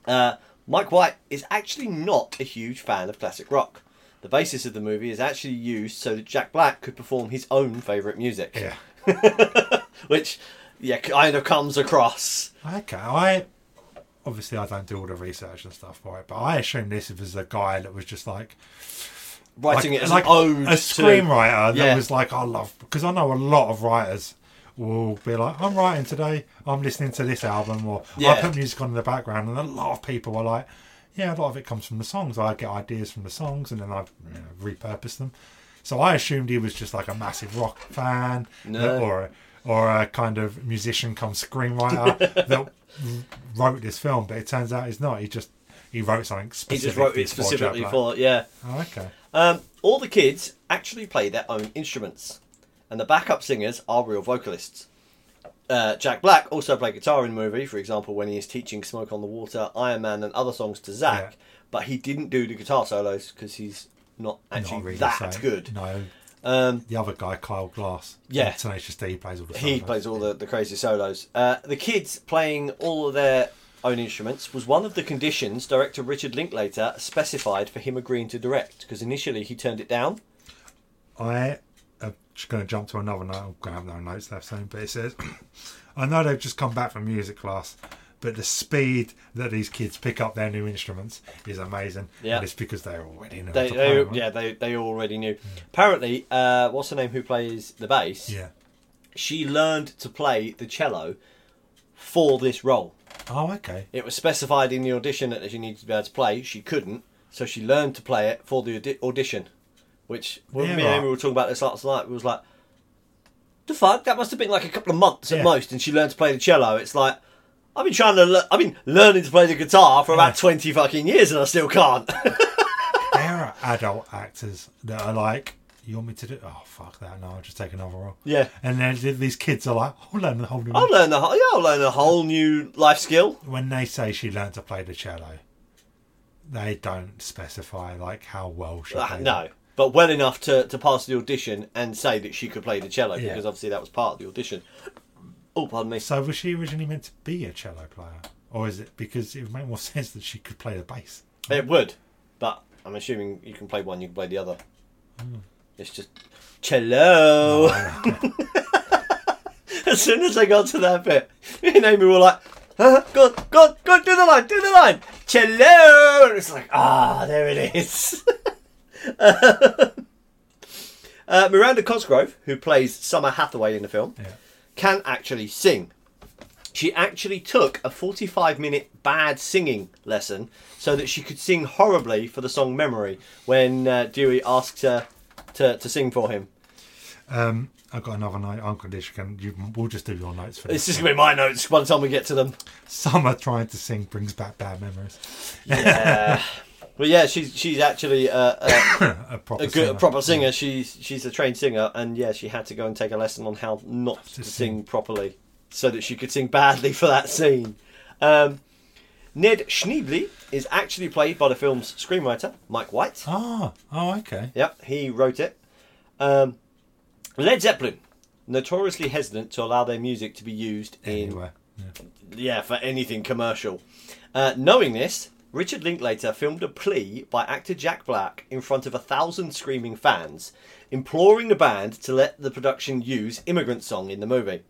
S1: Uh, Mike White is actually not a huge fan of classic rock. The basis of the movie is actually used so that Jack Black could perform his own favourite music,
S2: yeah.
S1: which, yeah, kind of comes across.
S2: Okay, I obviously I don't do all the research and stuff for it, but I assume this was a guy that was just like
S1: Writing
S2: like,
S1: it as
S2: like
S1: an ode to-
S2: a screenwriter
S1: Yeah.
S2: that was like, I love because I know a lot of writers will be like, I'm writing today, I'm listening to this album, or
S1: Yeah.
S2: I put music on in the background, and a lot of people are like, yeah, a lot of it comes from the songs. I get ideas from the songs, and then I you know, repurpose them. So I assumed he was just like a massive rock fan,
S1: No.
S2: or a, or a kind of musician come screenwriter that wrote this film. But it turns out he's not. He just he wrote something
S1: He
S2: specifically.
S1: just wrote it
S2: for Jack
S1: specifically
S2: Black.
S1: for, yeah.
S2: Oh, okay.
S1: Um, all the kids actually play their own instruments, and the backup singers are real vocalists. Uh, Jack Black also played guitar in the movie, for example, when he is teaching Smoke on the Water, Iron Man, and other songs to Zach,
S2: Yeah.
S1: but he didn't do the guitar solos because he's not actually
S2: Not really
S1: that
S2: so.
S1: good.
S2: No,
S1: Um,
S2: the other guy, Kyle Glass.
S1: Yeah.
S2: in Tenacious D he plays all the
S1: he
S2: solos.
S1: plays all the, the crazy solos. Uh, the kids playing all of their own instruments was one of the conditions director Richard Linklater specified for him agreeing to direct, because initially he turned it down.
S2: I am just going to jump to another note. I'm going to have no notes left soon, but it says, I know they've just come back from music class, but the speed that these kids pick up their new instruments is amazing.
S1: Yeah.
S2: And it's because they're already know.
S1: they,
S2: how to
S1: they
S2: play, right?
S1: yeah they, they already knew apparently uh, what's her name who plays the bass
S2: Yeah.
S1: she learned to play the cello for this role
S2: Oh, okay.
S1: it was specified in the audition that she needed to be able to play she couldn't so she learned to play it for the audi- audition which when
S2: Yeah,
S1: me and
S2: right.
S1: Amy were talking about this last night we was like the fuck that must have been like a couple of months at
S2: Yeah.
S1: most and she learned to play the cello it's like I've been trying to lear- I've been learning to play the guitar for about
S2: Yeah.
S1: 20 fucking years and I still can't
S2: there are adult actors that are like, you want me to do? Oh, fuck that. No, I'll just take another role.
S1: Yeah.
S2: And then these kids are like, I'll learn the whole new
S1: I'll learn the whole, yeah, I'll learn a whole new life skill
S2: when they say she learned to play the cello, they don't specify like how well she
S1: Uh,
S2: played.
S1: no,
S2: it.
S1: but well enough to, to pass the audition and say that she could play the cello
S2: Yeah.
S1: because obviously that was part of the audition. Oh, pardon me.
S2: So was she originally meant to be a cello player, or is it because it would make more sense that she could play the bass?
S1: It would, but I'm assuming you can play one, you can play the other. It's just cello. as soon as I got to that bit, me and Amy were like, "Huh? "Go, on, go, on, go! on, Do the line, do the line, cello." And it's like, ah, there it is. Um, uh, Miranda Cosgrove, who plays Summer Hathaway in the film,
S2: Yeah.
S1: can actually sing. She actually took a 45 minute bad singing lesson so that she could sing horribly for the song Memory when uh, Dewey asked her to, to sing for him.
S2: Um, I've got another note. I'm conditioned. You, we'll just do your notes for
S1: It's
S2: this.
S1: just going to be my notes by the time we get to them.
S2: Summer trying to sing brings back bad memories.
S1: Yeah. but yeah, she's, she's actually uh, a,
S2: A proper
S1: a good
S2: singer.
S1: proper singer. She's she's a trained singer, and yeah, she had to go and take a lesson on how not to, sing.
S2: sing.
S1: properly, so that she could sing badly for that scene. Um, Ned Schneebly is actually played by the film's screenwriter Mike White.
S2: Ah, oh, okay.
S1: Yep, he wrote it. Um, Led Zeppelin, notoriously hesitant to allow their music to be used in
S2: Anyway, Oh, yeah.
S1: yeah, for anything commercial. Uh, knowing this, Richard Linklater filmed a plea by actor Jack Black in front of a thousand screaming fans, imploring the band to let the production use Immigrant Song in the movie.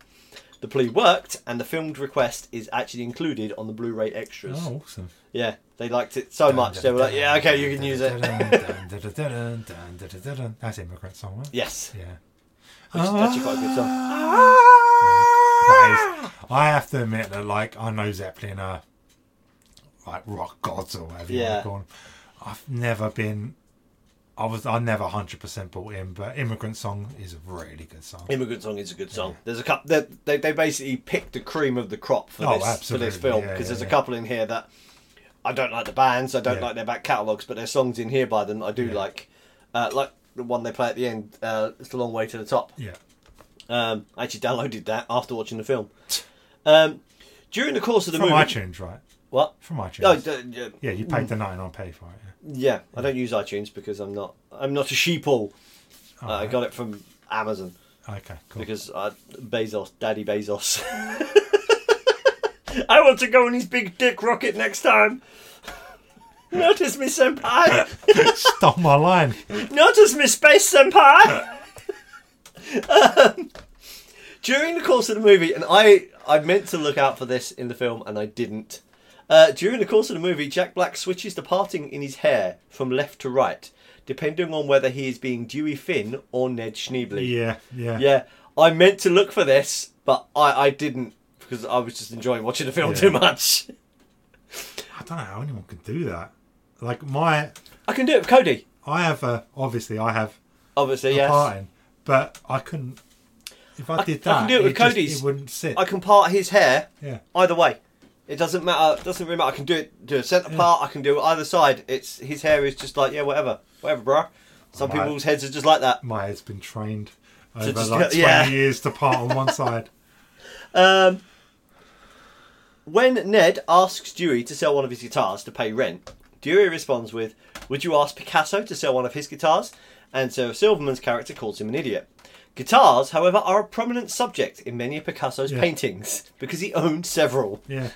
S1: The plea worked, and the filmed request is actually included on the Blu ray extras.
S2: Oh, awesome.
S1: Yeah, they liked it so much, they were like, yeah, okay, you can use it.
S2: it. That's immigrant song, right?
S1: yes,
S2: Yeah. Ah!
S1: which is actually quite a good song.
S2: That is- I have to admit that, like, I know Zeppelin are like rock gods or whatever you want
S1: Yeah.
S2: to call them. I've never been. I was. I never hundred percent bought in, but "Immigrant Song" is a really good song.
S1: Immigrant Song is a good song. There's a couple. They, they they basically picked the cream of the crop for
S2: Oh,
S1: this for this
S2: absolutely.
S1: film
S2: Yeah,
S1: because
S2: yeah,
S1: there's a
S2: yeah.
S1: couple in here that I don't like the bands. I don't
S2: Yeah.
S1: like their back catalogues, but there's songs in here by them that I do like. Uh, like the one they play at the end. Uh, it's a long way to the top.
S2: yeah.
S1: Um, I actually downloaded that after watching the film. Um, during the course of the
S2: From
S1: movie,
S2: iTunes, right?
S1: what?
S2: From iTunes.
S1: Oh, d- d-
S2: yeah, you paid the ninety-nine pay for it. yeah.
S1: yeah, I don't use iTunes because I'm not I'm not a sheeple. Uh, I
S2: Alright.
S1: got it from Amazon.
S2: Okay, cool.
S1: because I, Bezos, Daddy Bezos. I want to go in his big dick rocket next time. Notice me, senpai.
S2: Stop my line.
S1: Notice me, space senpai. Um, during the course of the movie, and I, I meant to look out for this in the film, and I didn't. Uh, during the course of the movie, Jack Black switches the parting in his hair from left to right, depending on whether he is being Dewey Finn or Ned Schneebly.
S2: Yeah, yeah.
S1: Yeah, I meant to look for this, but I, I didn't because I was just enjoying watching the film
S2: Yeah.
S1: too much.
S2: I don't know how anyone could do that. Like my,
S1: I can do it with Cody,
S2: I have a obviously I have
S1: obviously,
S2: a
S1: yes.
S2: part in, but I couldn't. If I, did
S1: I
S2: that,
S1: can do it with
S2: just-
S1: Cody's.
S2: it wouldn't sit.
S1: I can part his hair
S2: yeah.
S1: either way. It doesn't matter. doesn't really matter. I can do it. Do a centre part. I can do it either side. It's his hair is just like yeah, whatever, whatever, bro. Some
S2: Right.
S1: people's heads are just like that.
S2: my head's been trained over
S1: just
S2: like
S1: go-
S2: 20
S1: yeah.
S2: years to part on one side.
S1: Um, when Ned asks Dewey to sell one of his guitars to pay rent, Dewey responds with, Would you ask Picasso to sell one of his guitars? And so Silverman's character calls him an idiot. Guitars, however, are a prominent subject in many of Picasso's
S2: Yeah.
S1: paintings because he owned several.
S2: Yeah.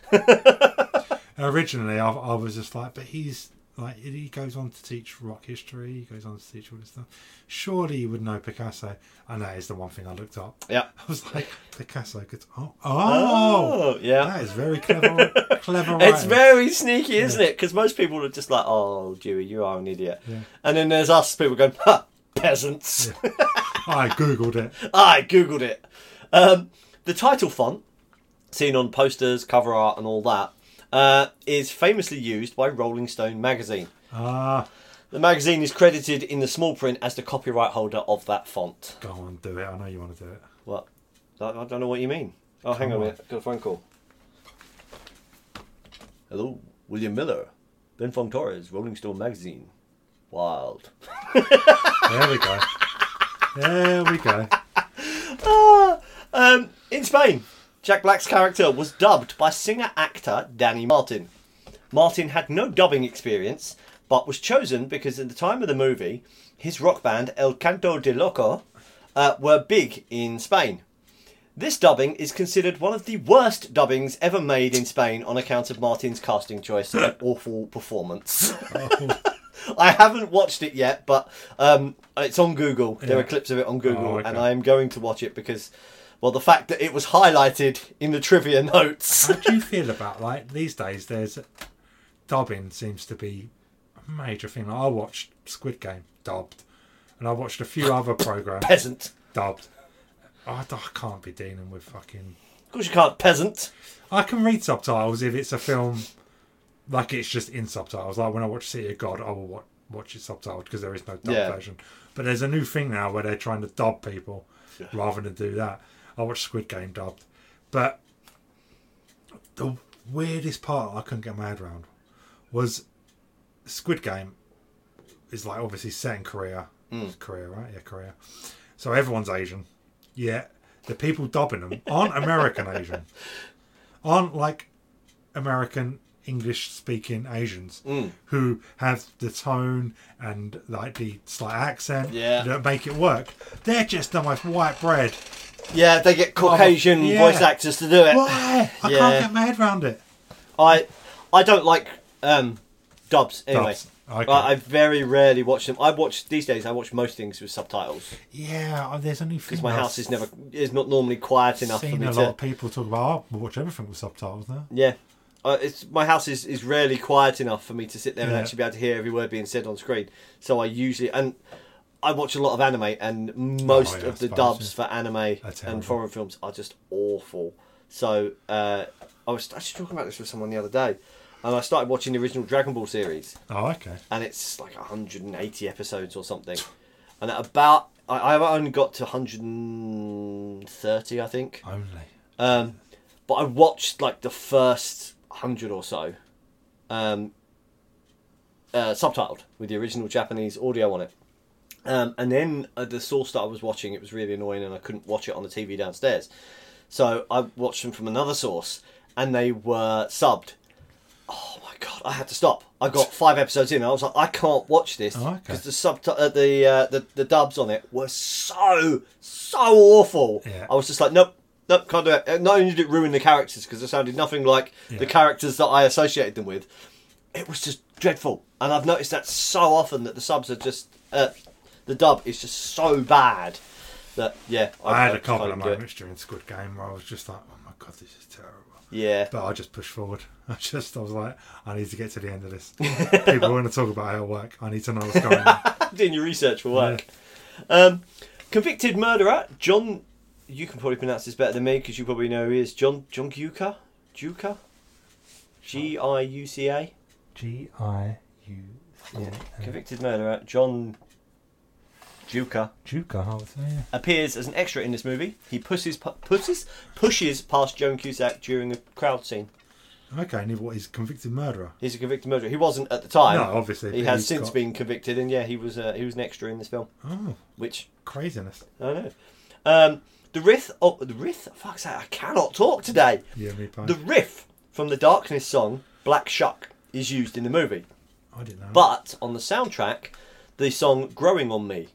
S2: Originally, I, I was just like, but he's like, he goes on to teach rock history. He goes on to teach all this stuff. Surely you would know Picasso. And that is the one thing I looked up.
S1: Yeah.
S2: I was like, Picasso could. Oh, oh,
S1: Oh, yeah.
S2: that is very clever. clever.
S1: It's
S2: writing.
S1: very sneaky, isn't it? Because most people are just like, "Oh, Dewey, you are an idiot,"
S2: Yeah.
S1: and then there's us people going, "Ha, peasants."
S2: I googled it.
S1: I googled it. Um, the title font, seen on posters, cover art, and all that, uh, is famously used by Rolling Stone magazine.
S2: Ah,
S1: The magazine is credited in the small print as the copyright holder of that font.
S2: go on, do it. I know you want to do it.
S1: What? I I don't know what you mean. Oh, hang on a minute. Got a phone call. Hello, William Miller, Ben Fong Torres, Rolling Stone magazine. Wild.
S2: There we go. There we go.
S1: Um, in Spain, Jack Black's character was dubbed by singer actor Danny Martin. Martin had no dubbing experience, but was chosen because at the time of the movie, his rock band El Canto de Loco uh, were big in Spain. This dubbing is considered one of the worst dubbings ever made in Spain on account of Martin's casting choice and awful performance.
S2: Oh.
S1: I haven't watched it yet, but um, it's on Google. There are
S2: Yeah.
S1: clips of it on Google,
S2: Oh, okay.
S1: and I am going to watch it because, well, the fact that it was highlighted in the trivia notes.
S2: How do you feel about like these days? There's dubbing seems to be a major thing. Like, I watched Squid Game dubbed, and I watched a few other programs
S1: Peasant.
S2: dubbed. I, d- I can't be dealing with fucking
S1: Of course you can't, peasant.
S2: I can read subtitles if it's a film like it's just in subtitles. Like when I watch City of God, I will watch, watch it subtitled because there is no dub
S1: Yeah.
S2: version. But there's a new thing now where they're trying to dub people rather than do that. I watched Squid Game dubbed, but the weirdest part I couldn't get my head around was Squid Game is like obviously set in Korea.
S1: Hmm.
S2: It's Korea, right? Yeah, Korea. So everyone's Asian. Yeah, the people dubbing them aren't American Asian, aren't like American English speaking Asians
S1: Hmm.
S2: who have the tone and like the slight accent
S1: Yeah.
S2: that make it work. They're just the most white bread.
S1: Yeah, they get Caucasian
S2: yeah.
S1: voice actors to do it.
S2: Why? I
S1: Yeah.
S2: can't get my head around it.
S1: I I don't like um, dubs anyway.
S2: Dubs. Okay.
S1: I, I very rarely watch them. I watch these days. I watch most things with subtitles
S2: Yeah, oh, there's a new thing.
S1: because my
S2: now.
S1: house is never is not normally quiet enough for
S2: Seen
S1: me
S2: a
S1: to.
S2: lot of people talk about. Oh, we watch everything with subtitles now.
S1: Yeah. Uh, it's my house is, is rarely quiet enough for me to sit there and
S2: Yeah.
S1: actually be able to hear every word being said on screen. So I usually and I watch a lot of anime, and most
S2: Oh, yeah, I
S1: of the
S2: suppose,
S1: dubs for anime
S2: terrible.
S1: and foreign films are just awful. So uh, I was actually talking about this with someone the other day, and I started watching the original Dragon Ball series,
S2: Oh, okay.
S1: and it's like 180 episodes or something, and at about I, I've only got to 130, I think.
S2: Only.
S1: Um, but I watched like the first hundred or so, um, uh, subtitled with the original Japanese audio on it. Um, and then uh, the source that I was watching, it was really annoying, and I couldn't watch it on the TV downstairs. So I watched them from another source, and they were subbed. Oh my god! I had to stop. I got five episodes in, and I was like, I can't watch this
S2: Oh, okay.
S1: because the sub uh, the, uh, the the dubs on it were so so awful.
S2: Yeah.
S1: I was just like, nope, nope, can't do it. And Not only did it ruin the characters because it sounded nothing like
S2: Yeah.
S1: the characters that I associated them with, it was just dreadful. And I've noticed that so often that the subs are just uh, the dub is just so bad that yeah.
S2: I had a couple
S1: can't
S2: of
S1: do it.
S2: moments during Squid Game where I was just like, oh my god, this is terrible.
S1: Yeah,
S2: But I just pushed forward. I just, I was like, I need to get to the end of this. People want to talk about how it work. I need to know what's going on.
S1: doing your research for work. Um, convicted murderer John. You can probably pronounce this better than me because you probably know who he is. John John Giuca, Giuca, G I U C A.
S2: G I U C
S1: Convicted murderer John Giuca
S2: Juka, I would say. Yeah.
S1: appears as an extra in this movie. He pushes pu- pushes pushes past Joan Cusack during a crowd scene.
S2: Okay, and he- what? He's a convicted murderer.
S1: He's a convicted murderer. He wasn't at the time.
S2: no, obviously.
S1: he
S2: but
S1: has
S2: he's
S1: since
S2: got-
S1: been convicted, and yeah, he was uh, he was an extra in this film,
S2: Oh,
S1: which
S2: craziness.
S1: I know. Um, the riff, oh, the riff, fuck's that, I cannot talk today.
S2: Yeah, me both.
S1: The riff from the Darkness song Black Shuck is used in the movie,
S2: I didn't know.
S1: but on the soundtrack, the song Growing on Me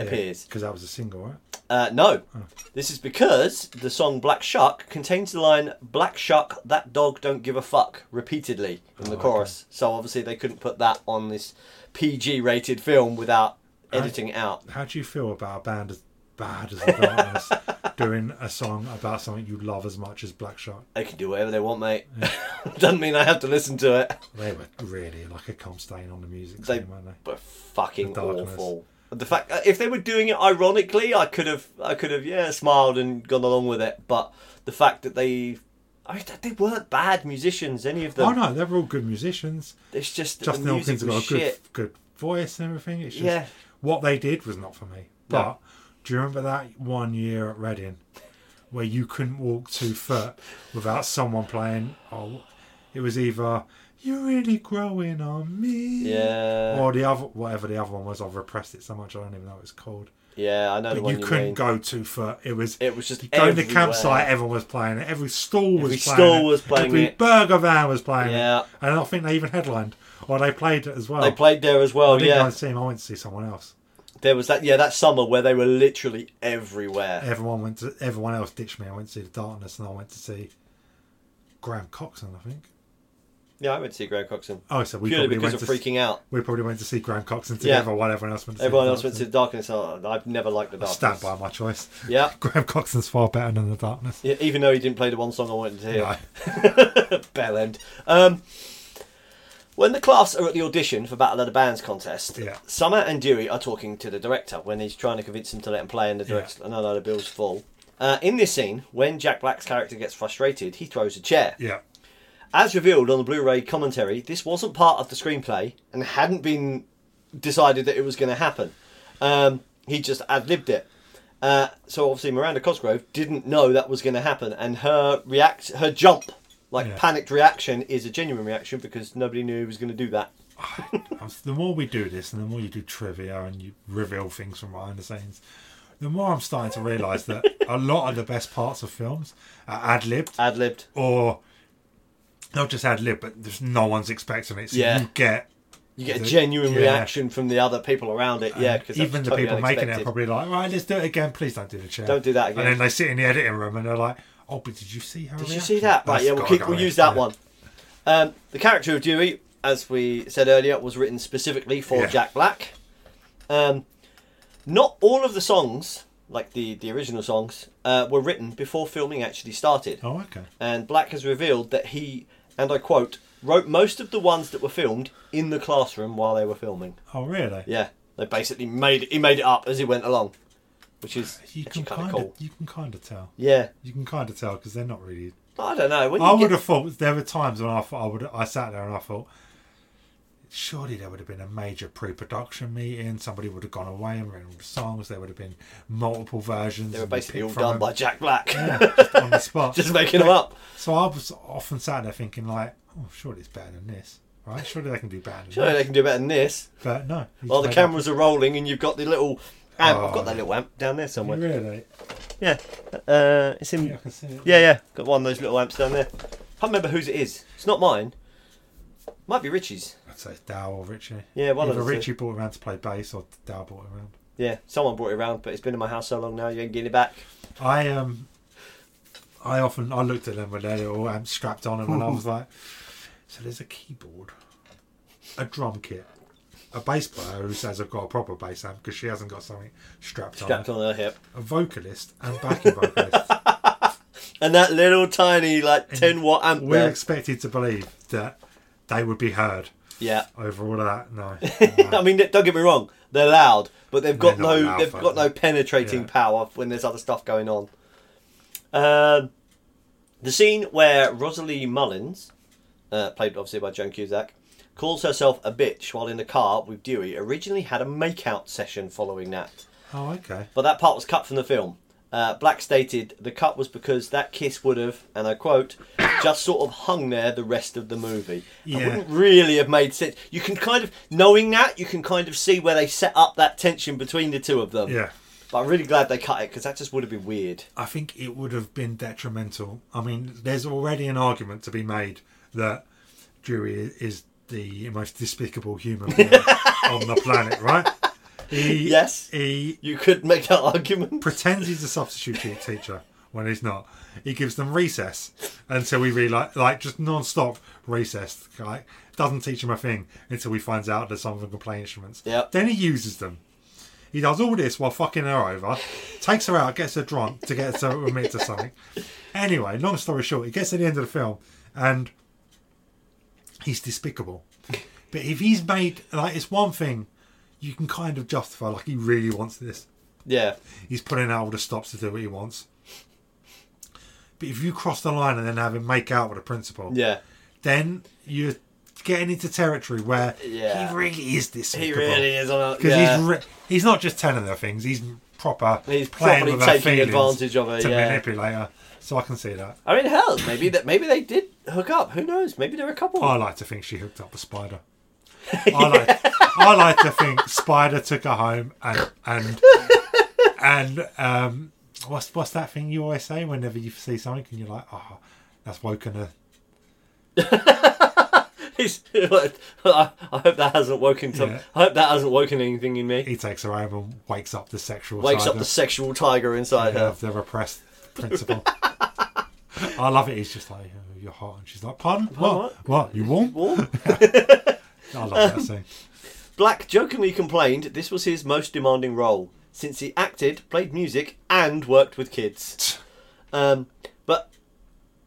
S1: appears.
S2: Because that was a single, right?
S1: Uh, no, this is because the song Black Shuck contains the line Black Shuck, that dog don't give a fuck repeatedly in the
S2: Oh,
S1: chorus. So obviously they couldn't put that on this PG rated film without editing it out.
S2: How do you feel about a band as bad as The Darkness doing a song about something you love as much as Black Shark?
S1: They can do whatever they want, mate. Doesn't mean I have to listen to it.
S2: They were really like a cum stain on the music
S1: They-
S2: scene, weren't they?
S1: But fucking
S2: The darkness.
S1: awful. The fact uh, if they were doing it ironically, I could have, I could have, yeah, smiled and gone along with it. But the fact that they, I, they weren't bad musicians, any of them.
S2: oh no, they were all good musicians.
S1: It's just that
S2: Justin
S1: the music
S2: Elkins
S1: was
S2: got a good,
S1: shit.
S2: good voice and everything. It's just
S1: Yeah.
S2: what they did was not for me. But
S1: No.
S2: do you remember that one year at Reading where you couldn't walk two foot without someone playing? Oh, it was either "You're Really Growing on Me,"
S1: Yeah.
S2: or the other whatever the other one was. I've repressed it so much I don't even know what it's called.
S1: Yeah, I know the
S2: But
S1: one
S2: you
S1: you,
S2: couldn't
S1: mean.
S2: go two foot. It was
S1: It was just
S2: you go in the
S1: everywhere.
S2: campsite, everyone was playing it. Every stall was
S1: Every
S2: playing
S1: stall
S2: it.
S1: was playing
S2: Every
S1: it.
S2: burger van was playing
S1: Yeah.
S2: it. And I think they even headlined, or they played it as well.
S1: They played there as well.
S2: I didn't go
S1: Yeah,
S2: and see 'em, I went to see someone else.
S1: there was that. Yeah, that summer where they were literally everywhere.
S2: Everyone went to everyone else ditched me. I went to see the Darkness, and I went to see Graham Coxon. I think.
S1: Yeah, I went to see Graham Coxon
S2: Oh, so we
S1: purely
S2: probably
S1: because
S2: went
S1: of
S2: to
S1: freaking out.
S2: we probably went to see Graham Coxon
S1: Yeah.
S2: together. While everyone else went. To
S1: Everyone
S2: see
S1: else went to the darkness. Oh, I've never liked the darkness.
S2: Stand by my choice.
S1: Yeah.
S2: Graham Coxon's far better than the Darkness.
S1: Yeah, even though he didn't play the one song I wanted to hear.
S2: No.
S1: Bell end. Um, when the class are at the audition for Battle of the Bands contest,
S2: Yeah.
S1: Summer and Dewey are talking to the director when he's trying to convince him to let him play, and the director, another load of bills fall. Uh, in this scene, when Jack Black's character gets frustrated, he throws a chair.
S2: Yeah.
S1: As revealed on the Blu-ray commentary, this wasn't part of the screenplay and hadn't been decided that it was going to happen. Um, he just ad-libbed it. Uh, so obviously Miranda Cosgrove didn't know that was going to happen, and her react, her jump, like
S2: Yeah.
S1: panicked reaction, is a genuine reaction because nobody knew he was going to do that.
S2: I was- the more we do this and the more you do trivia and you reveal things from behind the scenes, the more I'm starting to realise that a lot of the best parts of films are ad libbed
S1: Ad-libbed.
S2: or not just ad lib, but there's no one's expecting it. So
S1: Yeah.
S2: you get
S1: You get a
S2: The-
S1: genuine
S2: yeah. Uh,
S1: reaction from the other people around it. Yeah, because
S2: even the
S1: totally
S2: people making it are
S1: unexpected.
S2: probably like, right, let's do it again. Please don't do the chair.
S1: Don't do that again.
S2: And then they sit in the editing room and they're like, oh, but did you see her?
S1: Did you
S2: reaction?"
S1: see that? Right,
S2: That's
S1: yeah, we'll,
S2: gotta
S1: keep,
S2: go
S1: we'll
S2: in.
S1: use that
S2: Yeah.
S1: one. Um, the character of Dewey, as we said earlier, was written specifically for
S2: Yeah.
S1: Jack Black. Um, not all of the songs, like the, the original songs, uh, were written before filming actually started.
S2: Oh, okay.
S1: And Black has revealed that he, and I quote, wrote most of the ones that were filmed in the classroom while they were filming.
S2: Oh, really?
S1: Yeah, they basically made he made it up as he went along, which is
S2: You
S1: actually
S2: can
S1: kind of
S2: kind
S1: cool.
S2: of you can kind of tell.
S1: Yeah,
S2: You can kind of tell because they're not really
S1: I don't know. When you
S2: I
S1: get-
S2: would have thought there were times when I thought I would I sat there and I thought surely there would have been a major pre-production meeting. Somebody would have gone away and written all the songs. There would have been multiple versions.
S1: They were
S2: and you
S1: basically all
S2: picked from
S1: done
S2: them.
S1: by Jack Black.
S2: yeah, just on the spot.
S1: Just making them up.
S2: So I was often sat there thinking like, oh, surely it's better than this, right? Surely they can do better than
S1: Surely
S2: this.
S1: they can do better than this.
S2: But no. you
S1: While the
S2: just made up-
S1: cameras are rolling and you've got the little amp. I've
S2: Oh.
S1: got that little amp down there somewhere.
S2: Really?
S1: Yeah. Uh, it's in.
S2: Yeah, I
S1: Yeah.
S2: can see it.
S1: yeah, Got one of those little amps down there. Can't remember whose it is. It's not mine. Might be Richie's.
S2: I'd say it's Dow or Richie.
S1: Yeah, one of
S2: Either
S1: the two.
S2: Richie brought him around to play bass or Dow brought him around.
S1: Yeah, someone brought it around, but it's been in my house so long now you ain't getting it back.
S2: I um, I often I looked at them when they were all um, strapped on, them and I was like, so there's a keyboard, a drum kit, a bass player who says I've got a proper bass amp because she hasn't got something strapped,
S1: Strapped
S2: on,
S1: on her hip.
S2: a vocalist and backing vocalist.
S1: And that little tiny, like, 10 watt amp
S2: We're
S1: there.
S2: expected to believe that they would be heard
S1: Yeah.
S2: over all of that. No,
S1: I mean, don't get me wrong. They're loud, but they've got
S2: They're not
S1: no
S2: loud,
S1: they've
S2: but-
S1: got no penetrating
S2: Yeah.
S1: power when there's other stuff going on. Um, the scene where Rosalie Mullins, uh, played obviously by Joan Cusack, calls herself a bitch while in the car with Dewey, originally had a makeout session following that,
S2: oh okay,
S1: but that part was cut from the film. Uh, Black stated the cut was because that kiss would have, and I quote, just sort of hung there the rest of the movie. It
S2: Yeah.
S1: wouldn't really have made sense. You can kind of, knowing that, you can kind of see where they set up that tension between the two of them.
S2: yeah.
S1: But I'm really glad they cut it because that just would have been weird.
S2: I think it would have been detrimental. I mean, there's already an argument to be made that Dewey is the most despicable human being on the planet, right? He,
S1: Yes.
S2: He
S1: You could make that argument.
S2: pretends he's a substitute te- teacher when he's not. He gives them recess until we realize, like, just non-stop recess. Like, doesn't teach him a thing until we finds out that some of them can play instruments.
S1: Yep.
S2: Then he uses them. He does all this while fucking her over, takes her out, gets her drunk to get her to admit to something. Anyway, long story short, he gets to the end of the film and he's despicable. But if he's made like it's one thing, you can kind of justify like he really wants this
S1: Yeah.
S2: he's putting out all the stops to do what he wants. But if you cross the line and then have him make out with the principal,
S1: Yeah.
S2: then you're getting into territory where
S1: Yeah.
S2: he really is this.
S1: He really is on a.
S2: because
S1: Yeah.
S2: he's re- he's not just telling her things; he's proper.
S1: He's
S2: playing
S1: properly
S2: with her
S1: taking
S2: feelings
S1: advantage of her,
S2: to
S1: yeah.
S2: manipulate her. So I can see that.
S1: I mean, hell, maybe that maybe they did hook up. Who knows? Maybe they're a couple.
S2: I like to think she hooked up with Spider. I like, I like to think Spider took her home and and and um, what's what's that thing you always say whenever you see something and you're like, oh, that's woken her.
S1: He's- I I hope that hasn't woken some,
S2: Yeah.
S1: I hope that hasn't woken anything in me.
S2: He takes her home and wakes up the sexual
S1: Wakes
S2: side
S1: up the
S2: of,
S1: sexual tiger inside
S2: yeah,
S1: her.
S2: of the repressed principle. I love it. He's just like, oh, you're hot, and she's like, pardon, what, what, you want?
S1: Warm.
S2: I love that scene.
S1: Black jokingly complained this was his most demanding role since he acted, played music, and worked with kids. Um, but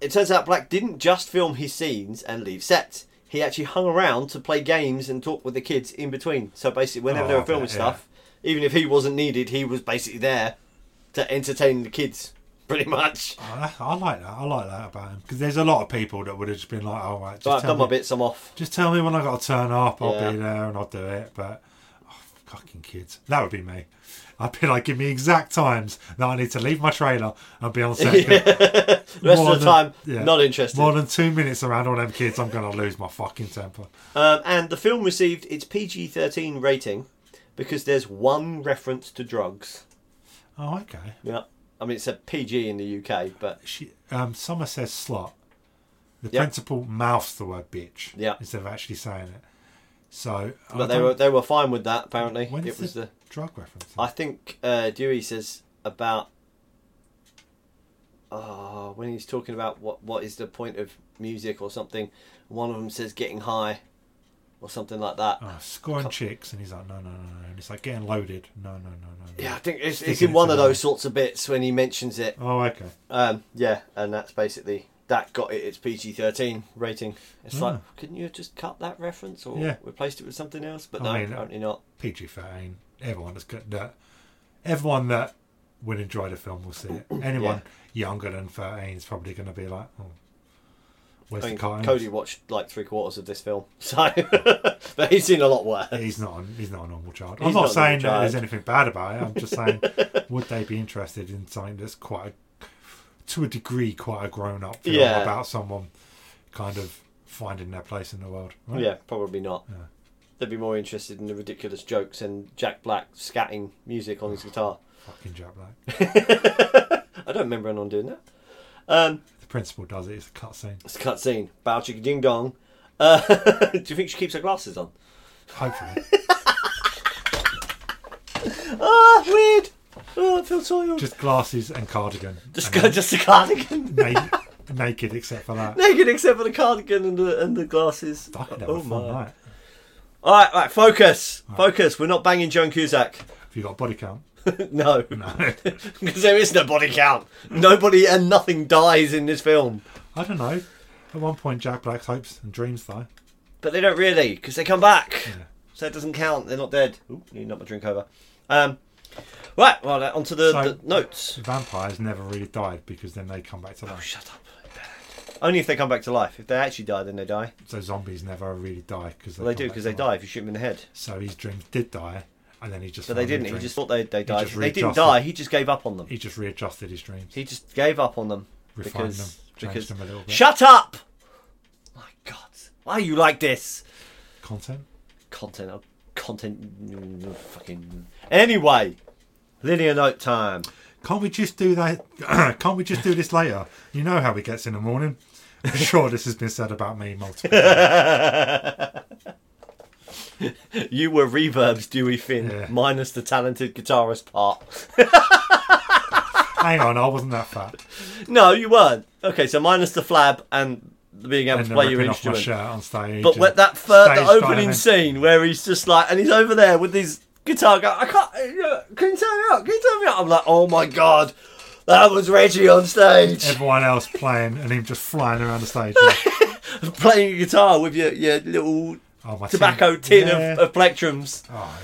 S1: it turns out Black didn't just film his scenes and leave sets. He actually hung around to play games and talk with the kids in between. So basically, whenever
S2: Oh,
S1: they were
S2: I bet,
S1: filming
S2: yeah.
S1: stuff, even if he wasn't needed, he was basically there to entertain the kids. pretty much.
S2: I, I like that. I like that about him because there's a lot of people that would have just been like, "All right, just
S1: So I've
S2: tell
S1: done my
S2: me,
S1: bits. I'm off.
S2: just tell me when I got to turn up. I'll
S1: Yeah.
S2: be there and I'll do it." But oh, fucking kids, that would be me. I'd be like, "Give me exact times that I need to leave my trailer and be on set."
S1: The rest
S2: More
S1: of the
S2: than-
S1: time,
S2: yeah.
S1: not interested.
S2: More than two minutes around all them kids, I'm gonna lose my fucking temper.
S1: Um, and the film received its PG-13 rating because there's one reference to drugs.
S2: Oh, okay.
S1: Yeah, I mean it's a PG in the UK, but
S2: She, um, Summer says slut. The
S1: Yeah.
S2: principal mouths the word bitch
S1: Yeah.
S2: instead of actually saying it. So, I
S1: but they
S2: don't-
S1: were they were fine with that. Apparently,
S2: When's
S1: it was
S2: the,
S1: the
S2: drug reference?
S1: I think uh, Dewey says about oh, when he's talking about what what is the point of music or something. One of them says getting high or something like that.
S2: oh, scoring chicks, and he's like, no, no, no, no, and it's like getting loaded. No, no, no, no. no.
S1: Yeah, I think it's, it's
S2: Sticking
S1: in
S2: it
S1: one
S2: to
S1: of
S2: the-
S1: those sorts of bits when he mentions it.
S2: Oh, okay.
S1: Um, yeah, and that's basically that got it its PG thirteen rating. It's
S2: Ah.
S1: like, couldn't you have just cut that reference or
S2: Yeah.
S1: replaced it with something else? But
S2: I
S1: no,
S2: mean,
S1: apparently not.
S2: PG thirteen. Everyone that's good that. Everyone that would enjoy the film will see it. Anyone younger than thirteen is probably going to be like, oh, where's
S1: I mean,
S2: the cartoons?
S1: Cody watched like three quarters of this film, so but he's seen a lot worse.
S2: He's not. A, he's not a normal child.
S1: He's
S2: I'm not,
S1: not a normal
S2: saying that there's
S1: child.
S2: anything bad about it. I'm just saying, would they be interested in something that's quite, a, to a degree, quite a grown up film
S1: Yeah.
S2: about someone kind of finding their place in the world? right?
S1: Yeah, probably not.
S2: Yeah.
S1: They'd be more interested in the ridiculous jokes and Jack Black scatting music on his guitar.
S2: Fucking Jack Black.
S1: I don't remember anyone doing that. Um,
S2: The principal does it. It's a cutscene.
S1: it's a cut scene. Bow chicka ding dong. Uh, do you think she keeps her glasses on?
S2: Hopefully,
S1: Ah, weird. Oh, I feel soiled.
S2: just glasses and cardigan.
S1: Just
S2: And
S1: go, just the cardigan.
S2: then na- naked except for that.
S1: Naked except for the cardigan and the and the glasses.
S2: Fucking have a fun night.
S1: All right, right. Focus, focus. We're not banging Joan Cusack.
S2: If you got a body count,
S1: no,
S2: no.
S1: because there is no body count. Nobody and nothing dies in this film.
S2: I don't know. At one point, Jack Black's hopes and dreams die.
S1: But they don't really, because they come back.
S2: Yeah.
S1: So it doesn't count. They're not dead. Ooh, need not my drink over. Um, right. Well, uh, onto the,
S2: So-
S1: the notes.
S2: Vampires never really died because then they come back to life.
S1: Shut up. Only if they come back to life. If they actually die, then they die.
S2: So zombies never really die because they,
S1: Well, they
S2: come
S1: do
S2: back
S1: because
S2: to
S1: they
S2: life.
S1: die if you shoot them in the head.
S2: So his dreams did die, and then he just
S1: But they
S2: found new
S1: didn't. He
S2: dreams.
S1: just thought they they died.
S2: just
S1: They didn't
S2: readjusted.
S1: die. He just gave up on them.
S2: he just readjusted his dreams.
S1: He just gave up on them
S2: Refined
S1: because
S2: them, changed
S1: because
S2: them a little bit.
S1: shut up. My God, why are you like this?
S2: Content.
S1: Content, oh, content, mm, fucking. Anyway, linear note time.
S2: Can't we just do that? Can't we just do this later? You know how he gets in the morning. I'm sure this has been said about me multiple times.
S1: You were Reverb's Dewey Finn,
S2: Yeah.
S1: minus the talented guitarist part.
S2: Hang on, I wasn't that fat.
S1: No, you weren't. Okay, so minus the flab and the being able
S2: And
S1: to
S2: then
S1: play your
S2: ripping off my
S1: instrument.
S2: shirt on stage.
S1: But
S2: and
S1: when that first
S2: stage
S1: the opening
S2: diving.
S1: scene where he's just like, and he's over there with his guitar going, I can't, uh, can you turn me up? Can you turn me up? I'm like, oh my god, that was Reggie on stage
S2: everyone else playing and him just flying around the stage.
S1: playing a guitar with your, your little
S2: Oh, my
S1: tobacco tin
S2: tin- yeah.
S1: of, of Uh, plectrums.
S2: Oh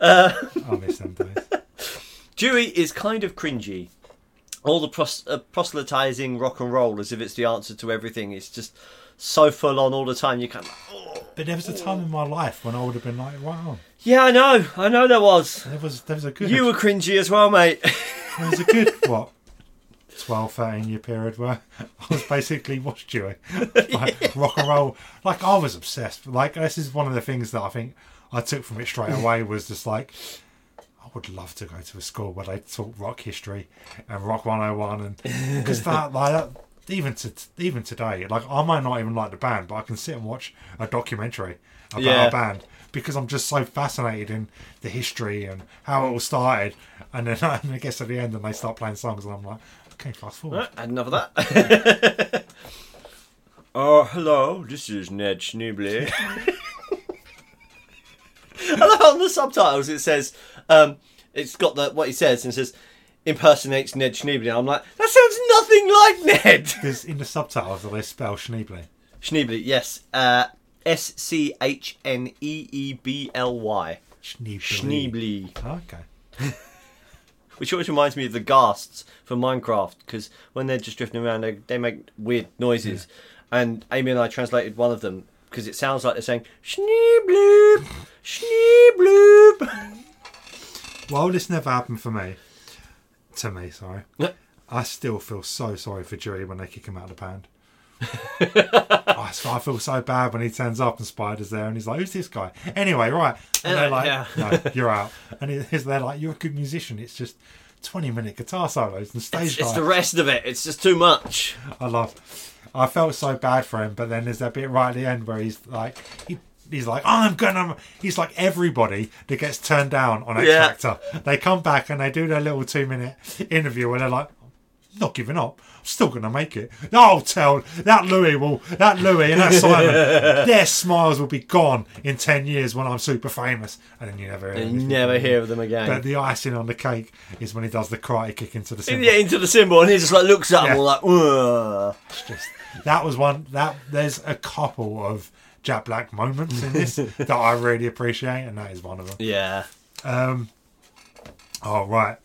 S2: yeah. I miss them days.
S1: Dewey is kind of cringy. All the pros- uh, proselytizing rock and roll as if it's the answer to everything. It's just so full on all the time. You can't.
S2: But there was a time in my life when I would have been like, wow,
S1: Yeah, I know. I know there was.
S2: there was there was a good
S1: You were cringy as well, mate.
S2: It was a good what 12 13 year period where i was basically watch doing like rock and roll like i was obsessed like this is one of the things that i think i took from it straight away was just like i would love to go to a school where they taught rock history and rock 101 and because that like that even to even today like i might not even like the band but i can sit and watch a documentary about
S1: Yeah.
S2: a band because i'm just so fascinated in the history and how it all started and then and i guess at the end and they start playing songs and i'm like okay fast forward
S1: Right, had enough of that. oh, hello, this is Ned Schneebly. and on the subtitles it says, um, it's got the, what he says, and it says, impersonates Ned Schneebly. And I'm like, that sounds nothing like Ned.
S2: Because in the subtitles they spell Schneebly.
S1: Schneebly, yes. Uh, S C H N E E B L Y.
S2: Schneebly.
S1: Schneebly.
S2: Oh, okay.
S1: which always reminds me of the ghasts from Minecraft because when they're just drifting around, they, they make weird noises. And Amy and I translated one of them because it sounds like they're saying "schnee bloop, schnee bloop."
S2: Well, this never happened for me. To me, sorry. I still feel so sorry for Dewey when they kick him out of the pound. I, I feel so bad when he turns up and Spider's there and he's like, "Who's this guy?" Anyway, right? And they're
S1: Uh,
S2: like,
S1: yeah.
S2: "No, you're out." And he- he's there like, "You're a good musician. It's just 20 minute guitar solos and stage
S1: It's, it's
S2: dive."
S1: the rest of it. It's just too much.
S2: I love. I felt so bad for him, but then there's that bit right at the end where he's like, he, he's like, I'm gonna. He's like everybody that gets turned down on X
S1: Yeah.
S2: Factor. They come back and they do their little two minute interview where they're like, "I'm not giving up. I'm still gonna make it. I'll tell that Louis will. That Louis and that Simon. their smiles will be gone in ten years when I'm super famous, and then you never. hear
S1: You
S2: anything.
S1: never hear of them again.
S2: But the icing on the cake is when he does the karate kick into the. symbol.
S1: yeah, into the symbol, and he just like looks at
S2: Yeah.
S1: them all like, Ugh.
S2: just that was one that there's a couple of Jack Black moments in this that I really appreciate, and that is one of them.
S1: yeah.
S2: Oh right,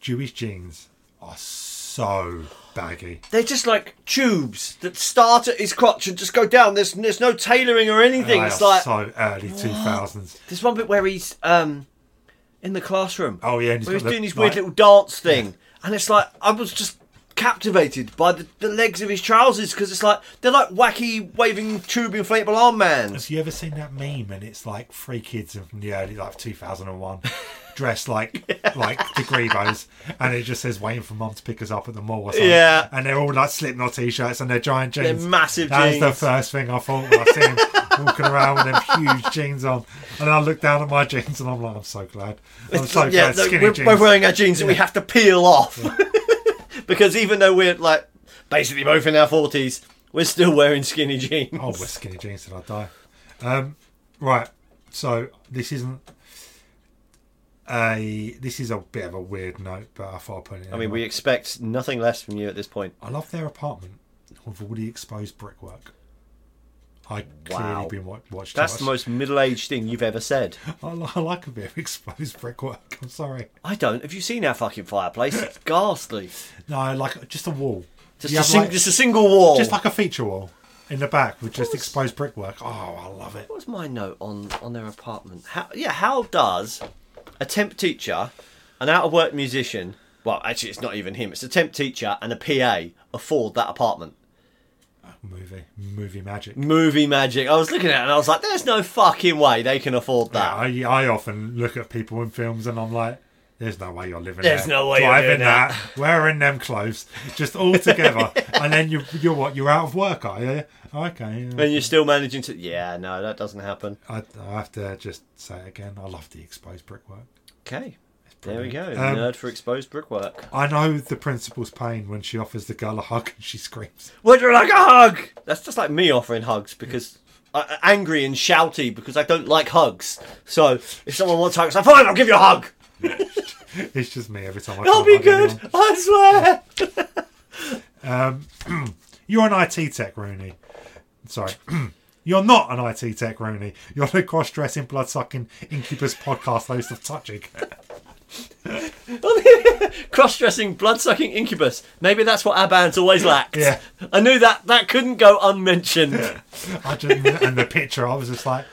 S2: Jewish jeans are so baggy.
S1: They're just like tubes that start at his crotch and just go down. There's there's no tailoring or
S2: They
S1: anything.
S2: are
S1: It's like
S2: so early two thousands.
S1: there's one bit where he's um in the classroom.
S2: Oh yeah, and he's
S1: where he's
S2: got the-
S1: doing his weird
S2: like-
S1: little dance thing, and it's like I was just captivated by the, the legs of his trousers because it's like they're like wacky waving tube inflatable arm man.
S2: Have you ever seen that meme? And it's like three kids from the early like two thousand and one. Dressed like like the Grebos, and it just says waiting for mum to pick us up at the mall or something.
S1: Yeah.
S2: and they're all like Slipknot t-shirts and their giant
S1: They're
S2: jeans.
S1: massive
S2: That was
S1: jeans.
S2: the first thing I thought when I seen him walking around with them huge jeans on. And I looked down at my jeans and I'm like, I'm so glad. I'm so
S1: yeah,
S2: glad.
S1: no,
S2: Skinny
S1: we're,
S2: jeans.
S1: we're wearing our jeans that we have to peel off because even though we're like basically both in our forties, we're still wearing skinny jeans.
S2: Oh, we're skinny jeans till I die. Um, right. So this isn't a. This is a bit of a weird note, but I thought I'd put it. In
S1: I mean, we
S2: anyway.
S1: expect nothing less from you at this point.
S2: I love their apartment with all the exposed brickwork. I
S1: Wow.
S2: clearly been wa- watched. too
S1: That's the
S2: much.
S1: most middle-aged thing you've ever said.
S2: I, li- I like a bit of exposed brickwork. I'm sorry.
S1: I don't. Have you seen our fucking fireplace? It's ghastly.
S2: No, I like just a wall.
S1: Just,
S2: You
S1: a,
S2: have,
S1: sing-
S2: like-
S1: just a single wall.
S2: just like a feature wall in the back with just exposed brickwork. Oh, I love it.
S1: what was my note on on their apartment? How yeah? How does a temp teacher, an out of work musician? Well, actually, it's not even him. It's a temp teacher and a PA afford that apartment.
S2: Movie, movie magic.
S1: Movie magic. I was looking at it and I was like, "There's no fucking way they can afford that."
S2: I, I often look at people in films and I'm like, there's no way you're living
S1: There's
S2: there.
S1: no way you're
S2: driving
S1: doing that."
S2: wearing them clothes, just all together, and then you you're what you're out of work, are you? Okay. yeah.
S1: And you're still managing to. Yeah, no, that doesn't happen.
S2: I, I have to just say it again. I love the exposed brickwork.
S1: Okay. There we go.
S2: Um,
S1: Nerd for exposed brickwork.
S2: I know the principal's pain when she offers the girl a hug and she screams.
S1: Would you like a hug? That's just like me offering hugs because I, I'm angry and shouty because I don't like hugs. So if someone wants hugs, I'm fine. I'll give you a hug.
S2: It's just me every time I
S1: I'll
S2: can't
S1: be
S2: hug anyone.
S1: good. I swear.
S2: You're an IT tech, Rooney. Sorry. You're not an IT tech, Rooney. You're the cross dressing, blood sucking, incubus podcast host of Touching.
S1: Cross-dressing, blood-sucking incubus. Maybe that's what our band's always lacked.
S2: Yeah.
S1: I knew that that couldn't go unmentioned.
S2: I just, and the picture, I was just like,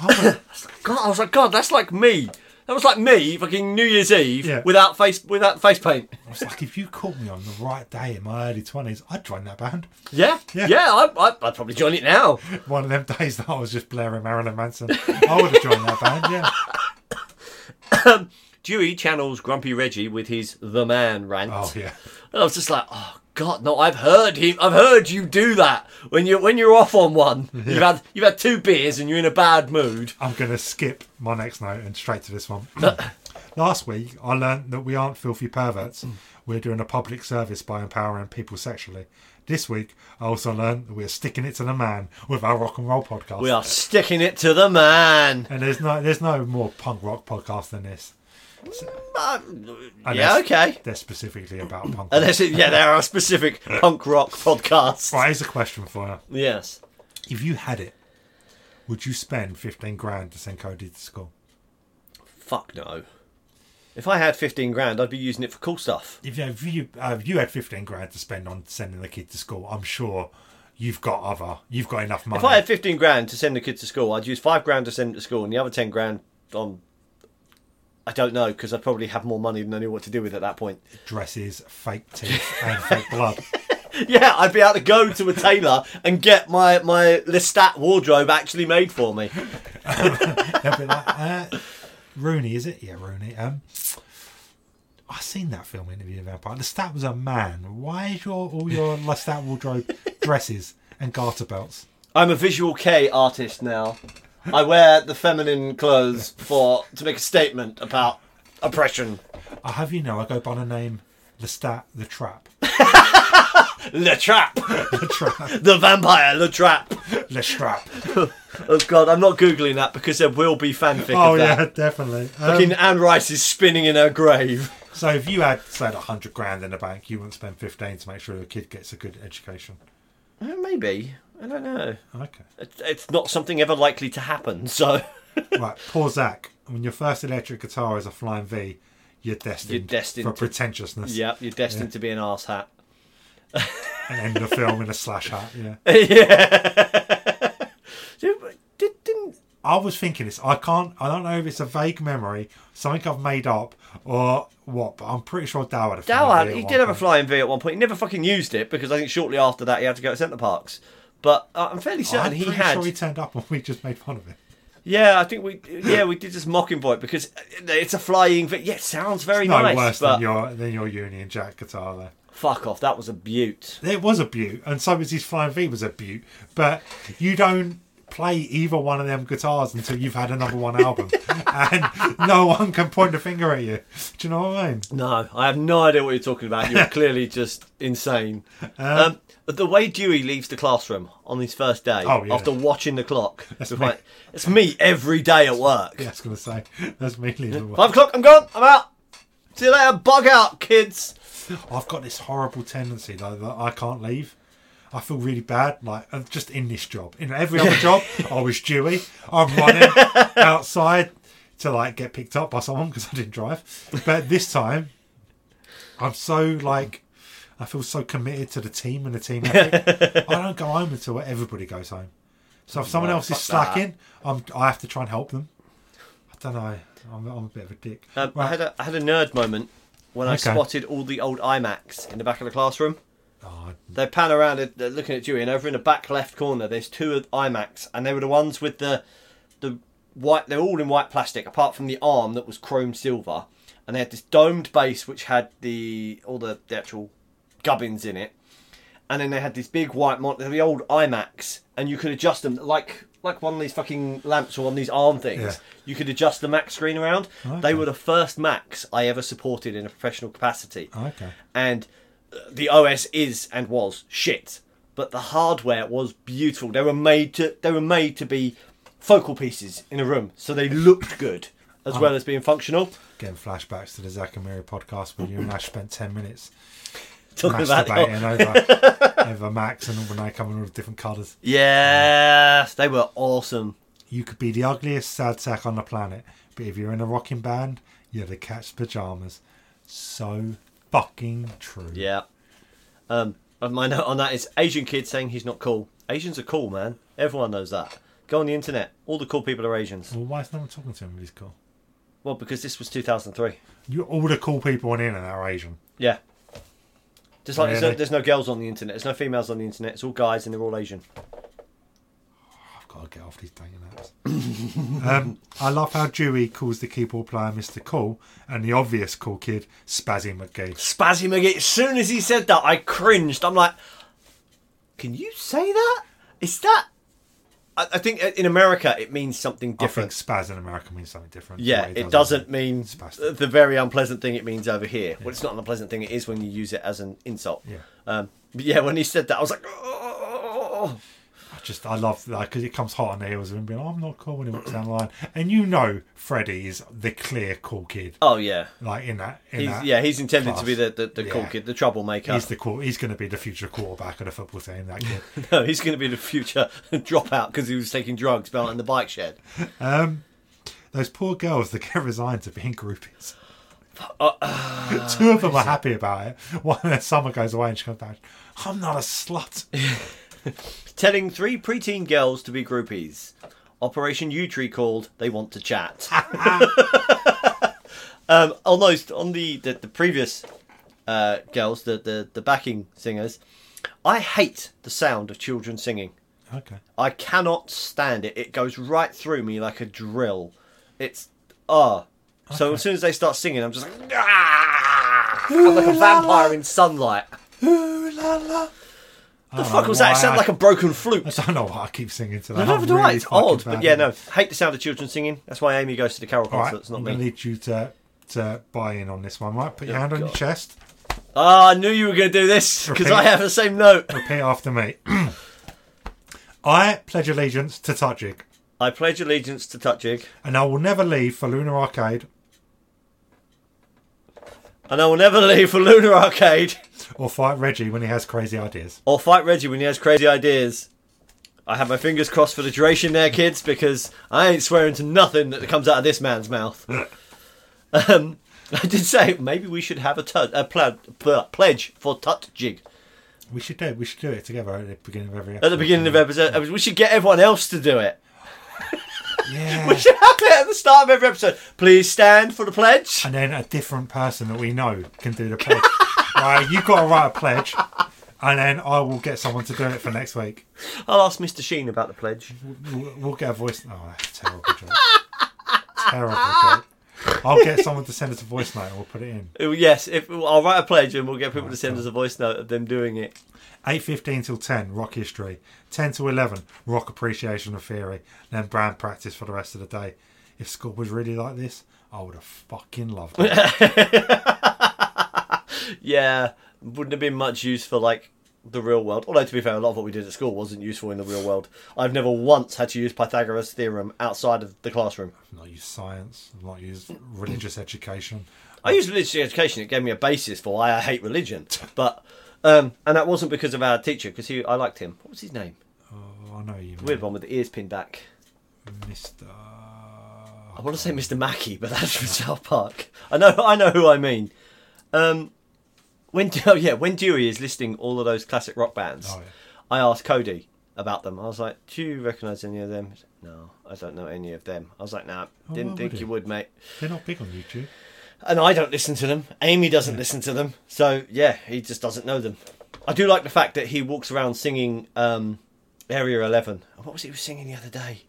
S2: oh,
S1: God, I was like, God, that's like me. That was like me, fucking New Year's Eve
S2: Yeah.
S1: without face without face paint.
S2: I was like, if you caught me on the right day in my early 20s, I'd join that band.
S1: Yeah,
S2: Yeah.
S1: yeah. I, I, I'd probably join it now.
S2: One of them days that I was just blaring Marilyn Manson, I would have joined that band, yeah.
S1: Dewey channels Grumpy Reggie with his "The Man" rant.
S2: Oh, yeah.
S1: And I was just like, oh god, no! I've heard him. I've heard you do that when you when you're off on one. You've had you've had two beers and you're in a bad mood.
S2: I'm going to skip my next note and straight to this one. Last week, I learned that we aren't filthy perverts.
S1: Mm.
S2: We're doing a public service by empowering people sexually. This week, I also learned that we're sticking it to the man with our rock and roll podcast.
S1: We are sticking it to the man.
S2: And there's no, there's no more punk rock podcast than this.
S1: Uh,
S2: And
S1: yeah,
S2: they're-
S1: okay.
S2: They're specifically about punk. rock.
S1: Unless it, yeah, there are specific punk rock podcasts.
S2: Right, here's a question for you.
S1: Yes.
S2: If you had it, would you spend 15 grand to send Cody to school?
S1: Fuck no. If I had 15 grand, I'd be using it for cool stuff.
S2: If you, if you, uh, if you had 15 grand to spend on sending the kid to school, I'm sure you've got other, you've got enough money.
S1: If I had 15 grand to send the kid to school, I'd use 5 grand to send them to school and the other 10 grand on. I don't know, because I'd probably have more money than I knew what to do with at that point.
S2: Dresses, fake teeth, and fake blood.
S1: Yeah, I'd be able to go to a tailor and get my, my Lestat wardrobe actually made for me.
S2: They'll be like, uh, Rooney, is it? Yeah, Rooney. Um, I seen that film interview with Vampire. Lestat was a man. Why is your all your Lestat wardrobe dresses and garter belts?
S1: I'm a visual K artist now. I wear the feminine clothes for to make a statement about oppression.
S2: I have you know, I go by the name Lestat the Trap.
S1: Le Trap!
S2: The Trap.
S1: The vampire, Le Trap!
S2: Lestrap.
S1: Oh god, I'm not googling that because there will be fanfic
S2: Oh
S1: of that.
S2: yeah, definitely. Um,
S1: Fucking Anne Rice is spinning in her grave.
S2: so if you had say like hundred grand in the bank, you wouldn't spend fifteen to make sure your kid gets a good education.
S1: Uh, Maybe. I don't know.
S2: Okay.
S1: It- It's not something ever likely to happen, so
S2: right, poor Zach. When your first electric guitar is a flying V, you're destined,
S1: You're destined
S2: for
S1: to-
S2: pretentiousness.
S1: yeah, you're destined to be an arse hat.
S2: And end the film in a slash hat. Yeah.
S1: yeah. Did- didn't
S2: I was thinking this. I can't. I don't know if it's a vague memory, something I've made up, or what. But I'm pretty sure Dow had a.
S1: Dow
S2: flying
S1: had,
S2: V at
S1: he
S2: one
S1: did have a
S2: point.
S1: flying V at one point. He never fucking used it because I think shortly after that he had to go to centre parks. But uh, I'm fairly certain
S2: I'm
S1: he
S2: pretty
S1: had.
S2: sure he turned up and we just made fun of it.
S1: Yeah, I think we yeah we did just mock him for it because it's a flying V. Yeah, it sounds very
S2: No
S1: nice,
S2: worse
S1: but
S2: than your than your Union Jack guitar there.
S1: fuck off, that was a beaut.
S2: It was a beaut, and so was his flying V was a beaut. But you don't play either one of them guitars until you've had a number one album, and no one can point a finger at you. Do you know what I mean?
S1: No, I have no idea what you're talking about. You're clearly just insane.
S2: Uh,
S1: Um, the way Dewey leaves the classroom on his first day
S2: Oh, yeah.
S1: after watching the clock, it's
S2: me.
S1: like, it's me every day at work.
S2: Yeah, I was gonna say that's me leaving. work.
S1: Five o'clock, I'm gone, I'm out. See you later, bug out, kids.
S2: I've got this horrible tendency though that I can't leave. I feel really bad, like I'm just in this job. In every other job, I was Dewey. I'm running outside to like get picked up by someone because I didn't drive. But this time, I'm so like, I feel so committed to the team and the team ethic. I don't go home until everybody goes home. So if someone
S1: Right,
S2: else is
S1: fuck that.
S2: slacking, I'm I have to try and help them. I don't know. I'm, I'm a bit of a dick.
S1: Um, I
S2: Right.
S1: had a I had a nerd moment when I
S2: Okay.
S1: spotted all the old iMacs in the back of the classroom.
S2: Oh,
S1: They pan around, and they're looking at Dewey, and over in the back left corner, there's two of iMacs, and they were the ones with the the white. They're all in white plastic, apart from the arm that was chrome silver, and they had this domed base which had the all the, the actual gubbins in it, and then they had this big white monitor, the old iMacs, and you could adjust them like like one of these fucking lamps or one of these arm things.
S2: Yeah.
S1: You could adjust the Mac screen around. They were the first Macs I ever supported in a professional capacity
S2: okay.
S1: and uh, the OS is and was shit, but the hardware was beautiful. They were made to they were made to be focal pieces in a room, so they looked good as well as being functional.
S2: Getting flashbacks to the Zach and Mary podcast where you and Ash spent 10 minutes
S1: Talking about the-
S2: masturbating over, over Max and when they come in all different colours.
S1: yes, they were awesome.
S2: You could be the ugliest sad sack on the planet, but if you're in a rocking band, you're the cat's pajamas. So fucking true.
S1: Yeah. Um, and my note on that is Asian kid saying he's not cool. Asians are cool, man. Everyone knows that. Go on the internet. All the cool people are Asians.
S2: Well, why is no one talking to him if he's cool?
S1: Well, because this was 2003.
S2: You, all the cool people on the internet are Asian.
S1: Yeah. Just like there's, no,
S2: Really?
S1: there's no girls on the internet. There's no females on the internet. It's all guys and they're all Asian.
S2: I've got to get off these dating apps. um, I love how Dewey calls the keyboard player Mr. Cool and the obvious cool kid Spazzy McGee.
S1: Spazzy McGee. As soon as he said that, I cringed. I'm like, can you say that? Is that? I, I think in America it means something
S2: I think
S1: different.
S2: spaz in America means something different. to
S1: Yeah,
S2: what
S1: it
S2: does in-
S1: doesn't mean
S2: Spastic.
S1: the very unpleasant thing it means over here. Well, it's not an unpleasant thing. It is when you use it as an insult.
S2: Yeah.
S1: Um, but yeah, when he said that, I was like, oh.
S2: I just I love that because it comes hot on the heels of him being, "Oh, I'm not cool when he walks down the line, and you know Freddie is the clear cool kid.
S1: Oh yeah.
S2: Like in that, in
S1: He's,
S2: that
S1: yeah, he's intended
S2: class.
S1: to be the, the, the cool
S2: Yeah.
S1: kid, the troublemaker.
S2: He's the cool. He's going to be the future quarterback of the football team. That kid.
S1: no, he's going to be the future dropout because he was taking drugs out in the bike shed.
S2: um, those poor girls that get resigned to being groupies.
S1: Uh,
S2: Two of them are happy about it. One, their summer goes away and she comes back. I'm not a slut.
S1: Telling three preteen girls to be groupies. Operation U Tree called. They want to chat. um, on those, on the the, the previous uh, girls, the, the the backing singers, I hate the sound of children singing.
S2: Okay.
S1: I cannot stand it. It goes right through me like a drill. It's ah. So as soon as they start singing, I'm just like, "Ah!" I'm like a vampire in sunlight.
S2: Ooh la la.
S1: The
S2: Oh,
S1: fuck was that? It sounded like a broken flute.
S2: I don't know why I keep singing to that.
S1: Neither
S2: I'm
S1: do I.
S2: really
S1: It's
S2: fucking
S1: odd,
S2: bad
S1: but yeah,
S2: at
S1: no.
S2: it.
S1: Hate the sound of children singing. That's why Amy goes to the carol
S2: All right,
S1: concerts,
S2: I'm
S1: not
S2: going to
S1: me. Oh,
S2: need you to to buy in on this one. Right, put your hand on your
S1: God.
S2: chest.
S1: Ah, I knew you were going to do this because I
S2: Repeat.
S1: have the same note.
S2: Repeat after me. I pledge allegiance to Tajik,
S1: I pledge allegiance to Tutjig,
S2: and I will never leave for Lunar Arcade
S1: and I will never leave for Lunar Arcade
S2: or fight Reggie when he has crazy ideas.
S1: or fight Reggie when he has crazy ideas. I have my fingers crossed for the duration there, kids, because I ain't swearing to nothing that comes out of this man's mouth. um, I did say maybe we should have a, tut- a pla- pl- pledge for Tutjig.
S2: We should do. We should do it together at the beginning of every.
S1: at the beginning of every episode. Uh, We should get everyone else to do it.
S2: Yeah.
S1: We should have it at the start of every episode. Please stand for the pledge.
S2: and then a different person that we know can do the pledge. right, you've got to write a pledge, and then I will get someone to do it for next week.
S1: I'll ask Mr. Sheen about the pledge.
S2: We'll, we'll get a voice. Oh, that's a terrible joke. terrible joke. I'll get someone to send us a voice note, and we'll put it in.
S1: Uh, Yes, if I'll write a pledge and we'll get people to send us a voice note of them doing it.
S2: Eight fifteen till ten, rock history. Ten to eleven, rock appreciation and theory. Then band practice for the rest of the day. If school was really like this, I would have fucking loved it.
S1: Yeah, wouldn't have been much use for like the real world. Although to be fair, a lot of what we did at school wasn't useful in the real world. I've never once had to use Pythagoras' theorem outside of the classroom.
S2: I've not used science. I've not used religious education.
S1: I used religious education. It gave me a basis for why I hate religion. But um, and that wasn't because of our teacher, because he I liked him. What was his name?
S2: Oh, I know you.
S1: Weird one with the ears pinned back.
S2: Mister. Oh,
S1: I want to say Mr. Mackey, but that's from South Park. I know, I know who I mean. Um, when oh yeah, when Dewey is listing all of those classic rock bands,
S2: Oh, yeah.
S1: I asked Cody about them. I was like, "Do you recognise any of them?" He said, No, I don't know any of them. I was like, "Nah, didn't
S2: why
S1: think
S2: would
S1: you
S2: he?
S1: would, mate."
S2: They're not big on YouTube.
S1: And I don't listen to them. Amy doesn't listen to them, so yeah, he just doesn't know them. I do like the fact that he walks around singing um, Area Eleven. And What was he was singing the other day?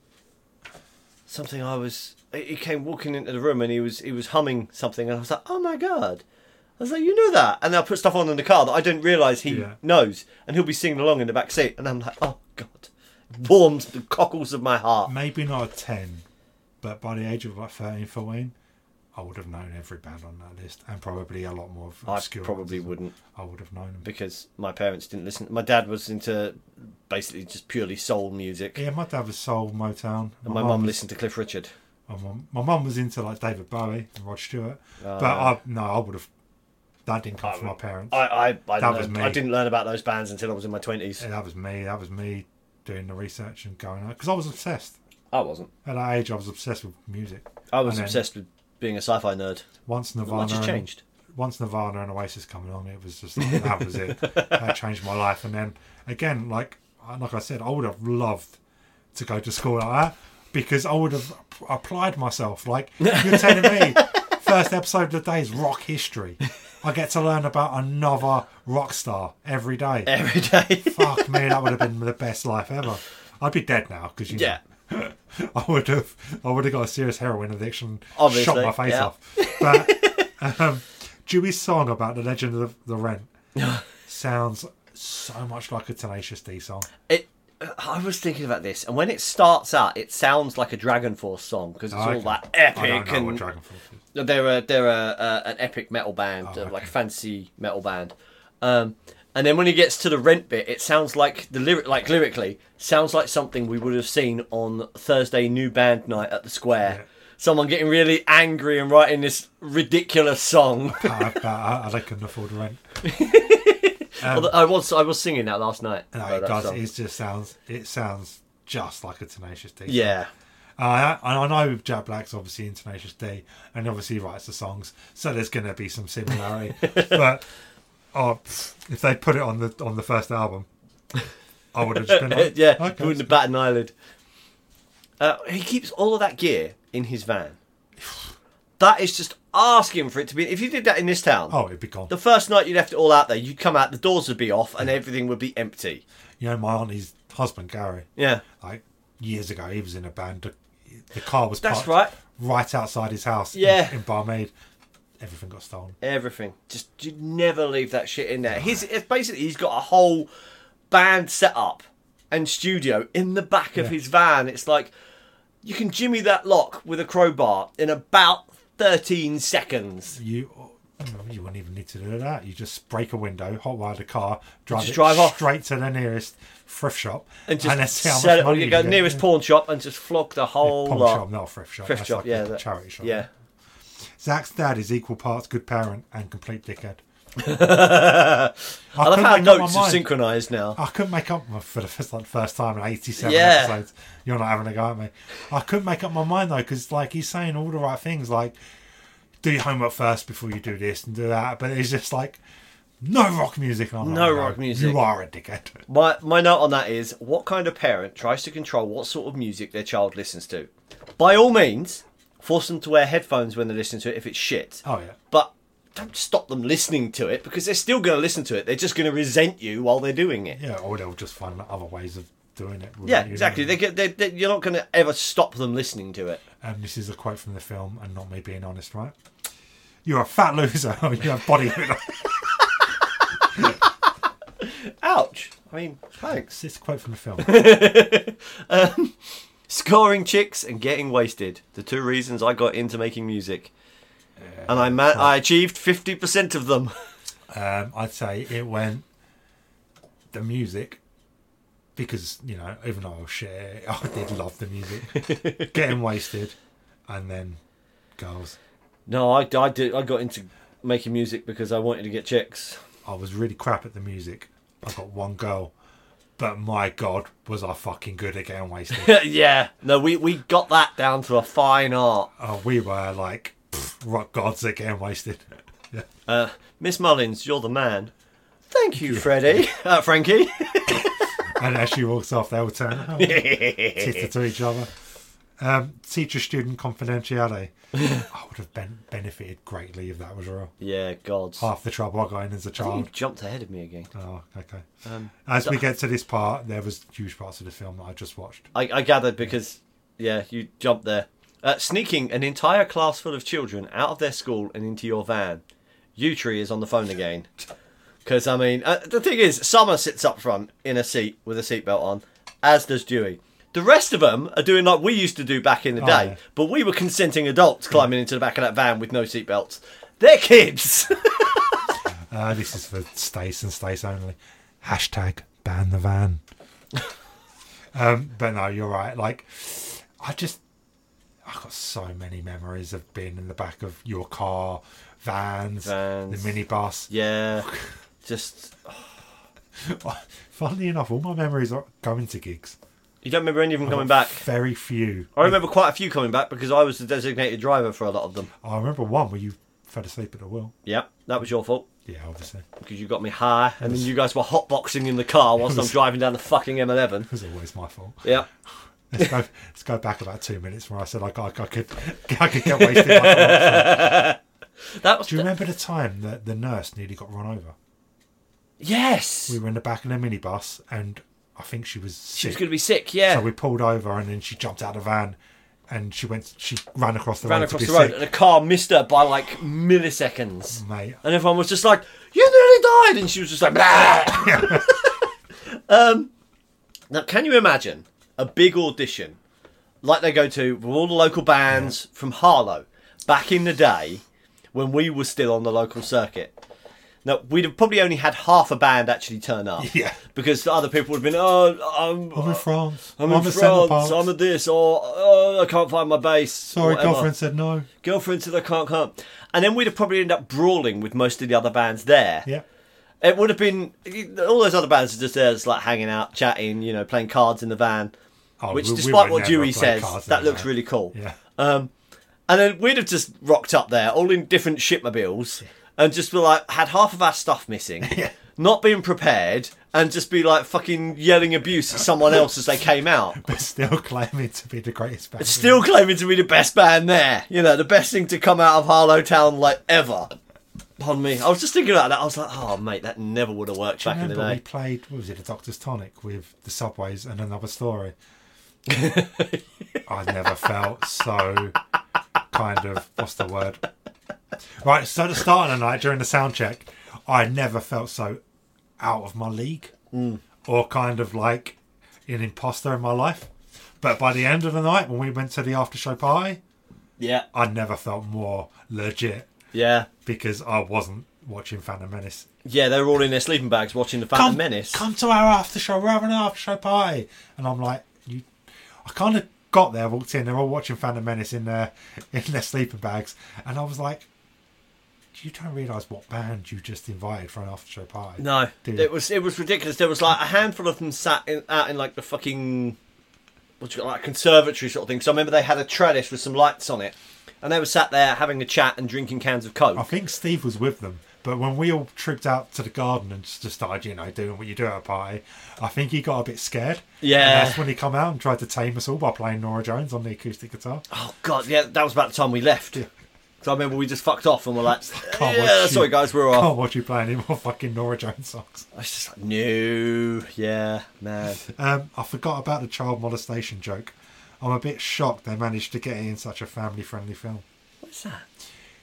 S1: Something I was. He came walking into the room and he was he was humming something, and I was like, "Oh my god!" I was like, "You knew that?" And I put stuff on in the car that I didn't realise he
S2: Yeah.
S1: knows, and he'll be singing along in the back seat, and I'm like, "Oh god!" Warms the cockles of my heart.
S2: Maybe not a 10, but by the age of about 13, 14, I would have known every band on that list and probably a lot more
S1: I
S2: obscure.
S1: probably
S2: ones.
S1: wouldn't.
S2: I would have known them.
S1: because my parents didn't listen. My dad was into basically just purely soul music,
S2: Yeah, my dad was soul Motown.
S1: and my mum listened to Cliff Richard.
S2: My mum, my mum was into like David Bowie and Rod Stewart, but
S1: Uh,
S2: I no, I would have. That didn't come from my parents.
S1: I I I,
S2: That was
S1: learned-
S2: me.
S1: I didn't learn about those bands until I was in my twenties.
S2: Yeah, that was me. That was me doing the research and going because I was obsessed
S1: I wasn't.
S2: at that age. I was obsessed with music.
S1: I was
S2: And then
S1: obsessed with being a sci-fi nerd.
S2: Once Nirvana,
S1: Much has
S2: and-
S1: Uh, changed.
S2: once Nirvana and Oasis come along, it was just like, that was it. that changed my life. And then again, like like I said, I would have loved to go to school like that because I would have ap- applied myself. Like you're telling me, first episode of the day is rock history. I get to learn about another rock star every day.
S1: Every day.
S2: Fuck me, that would have been the best life ever. I'd be dead now because you know.
S1: yeah.
S2: I would have, I would have got a serious heroin addiction,
S1: Obviously,
S2: shot my face
S1: yeah.
S2: off. But um, Dewey's song about the legend of the rent sounds so much like a Tenacious D song.
S1: It. I was thinking about this, and when it starts out, it sounds like a Dragon Force song because it's all
S2: Okay.
S1: that
S2: I don't
S1: epic
S2: know what
S1: and
S2: Dragon Force is.
S1: They're a, they're a, uh, an epic metal band, uh,
S2: Oh, okay.
S1: like fancy metal band. Um, and then when he gets to the rent bit, it sounds like the lyric, like lyrically, sounds like something we would have seen on Thursday new band night at the square.
S2: Yeah.
S1: Someone getting really angry and writing this ridiculous song.
S2: I, I, I, I couldn't afford rent.
S1: Although I was I was singing that last night.
S2: Um, No,
S1: uh,
S2: it
S1: that
S2: does.
S1: song.
S2: It just sounds. It sounds just like a Tenacious D. song.
S1: Yeah,
S2: Uh, and I know Jack Black's obviously in Tenacious D, and obviously he writes the songs, so there's going to be some similarity. but oh, pff, if they put it on the on the first album, I would have just been like,
S1: yeah,
S2: okay.
S1: wouldn't have bat an eyelid. Uh, he keeps all of that gear in his van. That is just asking for it to be. If you did that in this town,
S2: Oh, it'd be gone.
S1: the first night you left it all out there, you'd come out, the doors would be off, and everything would be empty.
S2: you know, my auntie's husband Gary,
S1: Yeah.
S2: like years ago, he was in a band. The car was
S1: That's
S2: parked
S1: right.
S2: right outside his house. in-
S1: Yeah.
S2: in Barmaid, everything got stolen.
S1: Everything. Just you never leave that shit in there. He's it's basically he's got a whole band set up and studio in the back of his van. It's like you can jimmy that lock with a crowbar in about thirteen seconds.
S2: you oh, you wouldn't even need to do that. You just break a window, hotwire the car, drive
S1: Just
S2: it
S1: drive off.
S2: straight to the nearest thrift shop,
S1: And just
S2: let's see how
S1: sell
S2: much
S1: it or
S2: money
S1: you go
S2: can get.
S1: nearest pawn shop and just flog the whole
S2: pawn
S1: lot.
S2: shop, not a thrift shop.
S1: Thrift
S2: That's
S1: shop,
S2: like
S1: yeah.
S2: a
S1: that-
S2: charity shop.
S1: Yeah.
S2: Zach's dad is equal parts good parent and complete dickhead.
S1: I love
S2: couldn't
S1: how
S2: make up my
S1: notes are
S2: mind.
S1: synchronised now.
S2: I couldn't make up well, for the first, like, first time in 87
S1: Yeah.
S2: episodes. You're not having a go at me. I couldn't make up my mind though because like he's saying all the right things, like do your homework first before you do this and do that. But it's just like no rock music. And I'm
S1: No
S2: like,
S1: rock music.
S2: You are a dickhead.
S1: My my note on that is what kind of parent tries to control what sort of music their child listens to? By all means, force them to wear headphones when they listen to it if it's shit.
S2: Oh yeah.
S1: But don't stop them listening to it because they're still going to listen to it. They're just going to resent you while they're doing it.
S2: Yeah, or they'll just find other ways of doing it.
S1: Yeah,
S2: without you
S1: exactly. They,
S2: knowing.
S1: get- they, they, you're not going to ever stop them listening to it.
S2: Um, this is a quote from the film, and not me being honest, right? You're a fat loser. or you have body odor.
S1: Ouch. I mean, thanks.
S2: It's it's a quote from the film.
S1: Scoring chicks and getting wasted. The two reasons I got into making music. and I ma- I achieved 50% of them.
S2: Um, I'd say it went the music because you know, even though I was shit, I did love the music. Getting wasted, and then girls.
S1: No, I, I did. I got into making music because I wanted to get chicks.
S2: I was really crap at the music. I got one girl, but my god, was I fucking good at getting wasted.
S1: yeah. No, we, we got that down to a fine art.
S2: Oh, we were like pff, rock gods at getting wasted. Yeah.
S1: Uh, Miss Mullins, you're the man. Thank you, Freddie. Uh, Frankie.
S2: And as she walks off, they all turn oh, titter to each other. Um, teacher student confidentiality. I would have ben- benefited greatly if that was real.
S1: yeah, gods.
S2: Half the trouble I got in as a
S1: You
S2: child.
S1: jumped ahead of me again.
S2: Oh, okay. as we get to this part, there was huge parts of the film that I just watched.
S1: I, I gathered because, yeah, you jumped there. Uh, sneaking an entire class full of children out of their school and into your van. Utree is on the phone again. Because, I mean, uh, the thing is, Summer sits up front in a seat with a seatbelt on, as does Dewey. The rest of them are doing like we used to do back in the day,
S2: yeah.
S1: but we were consenting adults climbing into the back of that van with no seatbelts. They're kids!
S2: Uh, this is for Stace and Stace only. Hashtag ban the van. um, but no, you're right. Like, I just, I've got so many memories of being in the back of your car, vans,
S1: Vans.
S2: the minibus.
S1: yeah, just.
S2: Funnily enough, all my memories are going to gigs.
S1: You don't remember any of them coming back?
S2: Very few.
S1: I remember quite a few coming back because I was the designated driver for a lot of them.
S2: I remember one where you fell asleep at the wheel.
S1: Yep, that was your fault
S2: Yeah, obviously.
S1: because you got me high, and then you guys were hotboxing in the car whilst I'm driving down the fucking M11.
S2: It was always my fault.
S1: Yep.
S2: Let's go, let's go back about two minutes where I said like, I, I could I could get wasted. like a monster.
S1: That was.
S2: Do you remember the time that the nurse nearly got run over?
S1: yes.
S2: We were in the back of the minibus and I think she was sick.
S1: she was going to be sick. Yeah.
S2: so we pulled over and then she jumped out of the van and she went she ran across the
S1: Ran
S2: road to
S1: across
S2: be
S1: the road,
S2: sick.
S1: and the car missed her by like milliseconds.
S2: Mate,
S1: And everyone was just like, "You nearly died," and she was just like, "Blah." um, now, can you imagine a big audition like they go to with all the local bands from Harlow back in the day when we were still on the local circuit? Now we'd have probably only had half a band actually turn up,
S2: Yeah.
S1: because the other people would have been, "Oh, I'm,
S2: I'm in France.
S1: I'm in
S2: a centre
S1: France,
S2: parts.
S1: I'm at this," or "Oh, I can't find my bass."
S2: Sorry,
S1: whatever
S2: girlfriend said no.
S1: girlfriend said I can't come. And then we'd have probably ended up brawling with most of the other bands there.
S2: Yeah.
S1: It would have been all those other bands are just there, just like hanging out, chatting, you know, playing cards in the van.
S2: Oh,
S1: which,
S2: we- we
S1: despite
S2: would
S1: what
S2: never
S1: Dewey
S2: play
S1: says,
S2: cards
S1: that
S2: anyway.
S1: looks really cool.
S2: Yeah.
S1: Um, and then we'd have just rocked up there, all in different shipmobiles, and just be like, had half of our stuff missing, not being prepared, and just be like fucking yelling abuse at someone else as they came out.
S2: But still claiming to be the greatest band.
S1: Still claiming to be the best band there. You know, the best thing to come out of Harlow Town like ever. Pardon me. I was just thinking about that. I was like, oh mate, that never would have worked back in the
S2: Remember we
S1: day.
S2: played what was it, the Doctor's Tonic with the Subways and another story. I've never felt so kind of what's the word? Right, so at the start of the night during the sound check, I never felt so out of my league or kind of like an imposter in my life. But by the end of the night, when we went to the after show party,
S1: Yeah,
S2: I never felt more legit
S1: yeah,
S2: because I wasn't watching Phantom Menace
S1: yeah. They were all in their sleeping bags watching the Phantom Menace.
S2: Come to our after show. We're having an after show party. And I'm like, you. I kind of got there, walked in. They're all watching Phantom Menace in their in their sleeping bags, and I was like, you don't realise what band you just invited for an after show party.
S1: No,
S2: do you?
S1: it was it was ridiculous. There was like a handful of them sat in, out in like the fucking what you got like conservatory sort of thing. So I remember they had a trellis with some lights on it, and they were sat there having a chat and drinking cans of coke.
S2: I think Steve was with them. But when we all trooped out to the garden and just started, you know, doing what you do at a party, I think he got a bit scared.
S1: Yeah.
S2: And that's when he come out and tried to tame us all by playing Nora Jones on the acoustic guitar.
S1: Oh god, yeah, that was about the time we left. So I remember we just fucked off and we're like,
S2: can't watch
S1: yeah,
S2: you.
S1: sorry guys, we're
S2: Oh,
S1: off.
S2: what you playing any more fucking Nora Jones songs?
S1: I was just like, no, yeah, man.
S2: Um, I forgot about the child molestation joke. I'm a bit shocked they managed to get it in such a family friendly film.
S1: What's that?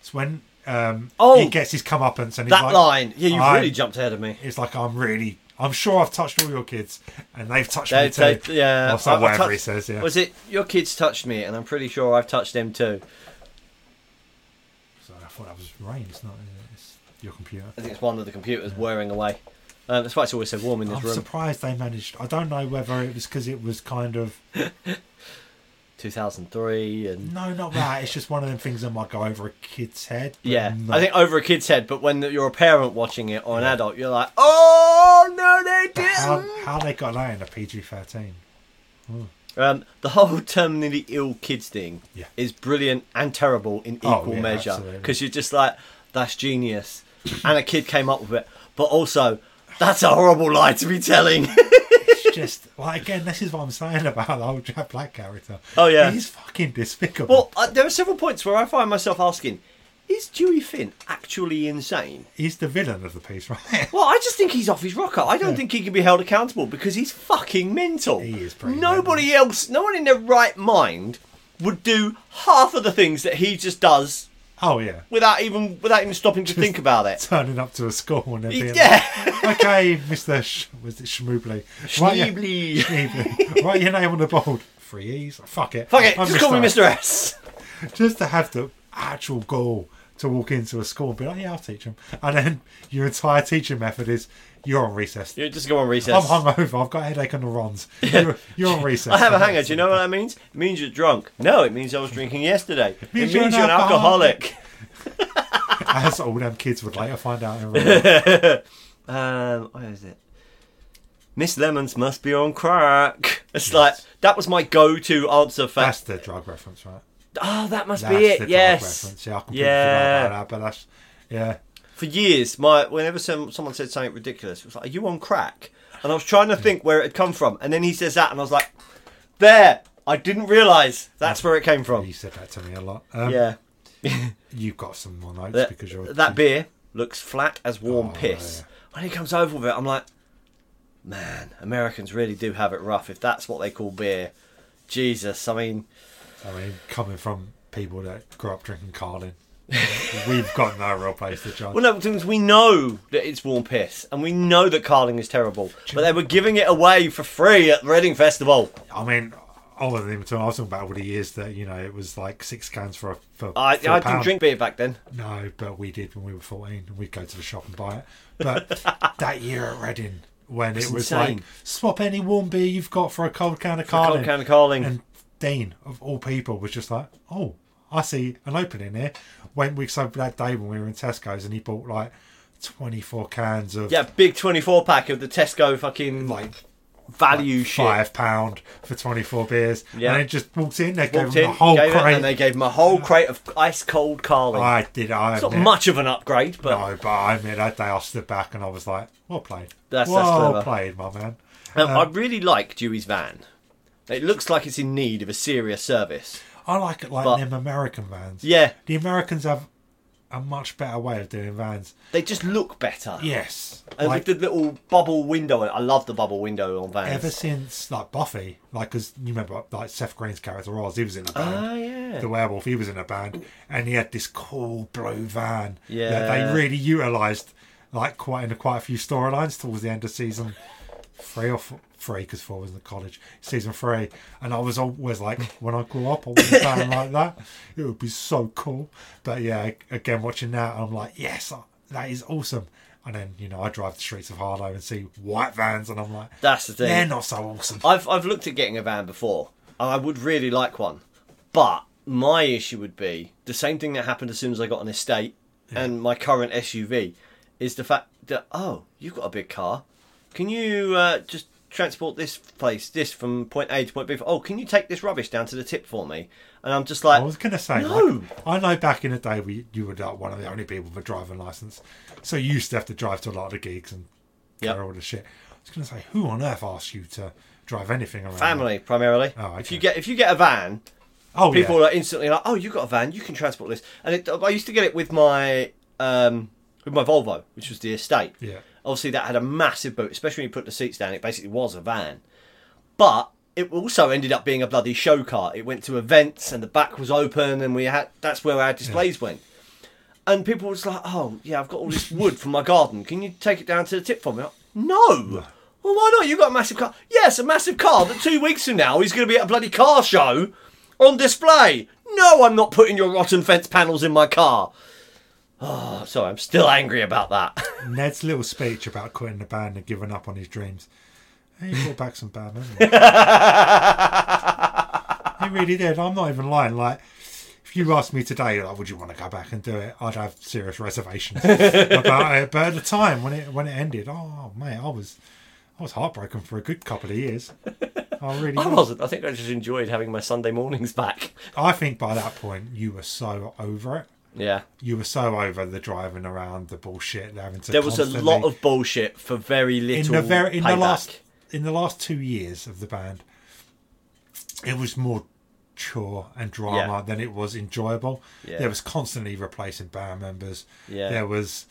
S2: It's when um,
S1: Oh!
S2: he gets his comeuppance and he's
S1: That
S2: like,
S1: line, yeah, you've
S2: I-
S1: really jumped ahead of me.
S2: It's like I'm really, I'm sure I've touched all your kids, and they've touched
S1: They,
S2: me too.
S1: they- yeah,
S2: or
S1: I-
S2: some-
S1: I
S2: whatever
S1: touched-
S2: he says. Yeah,
S1: Was it your kids touched me, and I'm pretty sure I've touched them too.
S2: so I thought that was rain. It's not. is it? It's your computer.
S1: I think it's one of the computers whirring away. Um, that's why it's always so warm in this
S2: I'm
S1: room.
S2: surprised they managed. I don't know whether it was because it was kind of
S1: 2003 and
S2: no, not that. It's just one of them things that might go over a kid's head. but
S1: yeah,
S2: not-
S1: I think over a kid's head. But when you're a parent watching it or an adult, you're like, oh no, they
S2: but how,
S1: didn't.
S2: how they got that in a PG-13.
S1: Um, the whole terminally ill kids thing
S2: Yeah.
S1: is brilliant and terrible in
S2: Oh,
S1: equal
S2: yeah,
S1: measure
S2: absolutely.
S1: because you're just like, that's genius, and a kid came up with it, but also. That's a horrible lie to be telling.
S2: It's just like again, this is what I'm saying about the whole Jack Black character.
S1: Oh, yeah.
S2: he's fucking despicable.
S1: well, uh, there are several points where I find myself asking, is Dewey Finn actually insane?
S2: he's the villain of the piece, right?
S1: Well, I just think he's off his rocker. I don't
S2: Yeah.
S1: think he can be held accountable because he's fucking mental.
S2: He is pretty
S1: Nobody else, no one in their right mind would do half of the things that he just does
S2: oh yeah,
S1: without even without even stopping to think about it.
S2: turning up to a school and then
S1: He-
S2: being
S1: yeah.
S2: like, "Okay, Mister, Sh- was it Schmoobly? Write your-
S1: Schneebly.
S2: Schneebly. Write your name on the board. Three E's. Fuck it.
S1: Fuck it,
S2: I'm
S1: just call me
S2: S.
S1: Mr. S.
S2: Just to have the actual goal to walk into a school and be like, "Yeah, I'll teach him," and then your entire teaching method is you're on recess.
S1: You just go on recess.
S2: I'm hungover. I've got a headache on the runs. You're, you're on recess.
S1: I have a hanger. Do you know what that means? It means you're drunk. No, it means I was drinking yesterday. It means, you're, an alcoholic.
S2: As all them kids would later find out in real life.
S1: Um, where is it? Miss Lemons must be on crack. It's like that was my go-to answer for
S2: That's the drug reference, right?
S1: Oh, that must
S2: That's
S1: be
S2: the
S1: it.
S2: drug
S1: Yes.
S2: reference. Yeah, I completely
S1: Yeah.
S2: forgot about that, but that's yeah.
S1: For years, my whenever some, someone said something ridiculous, it was like, "Are you on crack?" And I was trying to think where it had come from, and then he says that, and I was like, "There, I didn't realise that's where it came
S2: You
S1: from."
S2: said that to me a lot. Um,
S1: Yeah,
S2: You've got some more notes
S1: that,
S2: because you're
S1: that beer looks flat as warm
S2: Oh,
S1: piss. When he comes over with it, I'm like, "Man, Americans really do have it rough if that's what they call beer." Jesus, I mean,
S2: I mean, coming from people that grew up drinking Carlin, we've got no real place to judge.
S1: Well, no, because we know that it's warm piss, and we know that Carling is terrible, but they were giving it away for free at the Reading Festival.
S2: I mean, all of them. So I was talking about over the years that you know it was like six cans for a for.
S1: I,
S2: for a
S1: I didn't
S2: pound.
S1: drink beer back then.
S2: No, but we did when we were 14. We'd go to the shop and buy it. But that year at Reading, when it was
S1: insane.
S2: like, swap any warm beer you've got for a cold can of
S1: I
S2: Carling.
S1: can't count Carling.
S2: And Dean, of all people, was just like, oh, I see an opening here. When we so that day when we were in Tesco's and he bought like 24 cans of
S1: yeah, big 24 pack of the Tesco fucking
S2: like
S1: value shit.
S2: five pound for twenty four beers,
S1: Yeah.
S2: and then just walked in. They
S1: Walked
S2: gave him
S1: in,
S2: the whole
S1: gave it,
S2: crate.
S1: and they gave him a whole crate of ice cold Carling.
S2: I did. I
S1: it's not
S2: admit-
S1: much of an upgrade, but
S2: No, but I mean that day I stood back and I was like, "Well played,
S1: That's- that's
S2: well
S1: clever.
S2: played, my man."
S1: um, I really like Dewey's van. It looks like it's in need of a serious service.
S2: I like it like
S1: But-
S2: them American vans.
S1: Yeah,
S2: the Americans have a much better way of doing vans.
S1: they just look better.
S2: Yes,
S1: And
S2: like
S1: with the little bubble window, I love the bubble window on vans.
S2: ever since like Buffy, like because you remember like Seth Green's character Oz, he was in a band.
S1: Ah, yeah.
S2: the werewolf, he was in a band, and he had this cool blue van that
S1: Yeah.
S2: they really utilised, like quite in quite a few storylines towards the end of season three or four, three because four was in the college season three, and I was always like, when I grew up, I want a van like that. It would be so cool. But yeah, again, watching that, I'm like, yes, that is awesome. And then you know, I drive the streets of Harlow and see white vans, and I'm like,
S1: That's the thing.
S2: they're not so awesome.
S1: I've I've looked at getting a van before, and I would really like one. But my issue would be the same thing that happened as soon as I got an estate and my current SUV is the fact that oh, you've got a big car. Can you uh, just transport this place this from point A to point B? Oh, can you take this rubbish down to the tip for me? And I'm just like,
S2: I was going to say,
S1: No.
S2: like, I know back in the day we you were like one of the only people with a driving license, so you used to have to drive to a lot of the gigs and
S1: Yep.
S2: carry all the shit. I was going to say, who on earth asked you to drive anything around?
S1: family primarily.
S2: Oh,
S1: If you
S2: okay.
S1: get if you get a van,
S2: Oh,
S1: people
S2: yeah.
S1: are instantly like, "Oh, you got a van, you can transport this." And it, I used to get it with my um, with my Volvo, which was the estate.
S2: Yeah.
S1: Obviously, that had a massive boot, especially when you put the seats down. It basically was a van, but it also ended up being a bloody show car. It went to events, and the back was open, and we had that's where our displays went. And people was like, "Oh, yeah, I've got all this wood from my garden. Can you take it down to the tip for me?" I'm like, no. Well, why not? You've got a massive car. Yes, a massive car that two weeks from now is going to be at a bloody car show on display. No, I'm not putting your rotten fence panels in my car. Oh, sorry, I'm still angry about that.
S2: Ned's little speech about quitting the band and giving up on his dreams. He brought back some bad memories. he really did. I'm not even lying. Like, if you asked me today, like, would you want to go back and do it? I'd have serious reservations about it. But at the time when it when it ended, oh mate, I was I was heartbroken for a good couple of years. I really
S1: I
S2: was.
S1: wasn't. I think I just enjoyed having my Sunday mornings back.
S2: I think by that point you were so over it.
S1: Yeah.
S2: You were so over the driving around, the bullshit, the having to.
S1: There was a
S2: constantly-
S1: lot of bullshit for very
S2: in
S1: little
S2: the very in
S1: payback.
S2: the last in the last two years of the band, it was more chore and drama
S1: Yeah.
S2: than it was enjoyable.
S1: Yeah.
S2: There was constantly replacing band members.
S1: Yeah.
S2: There was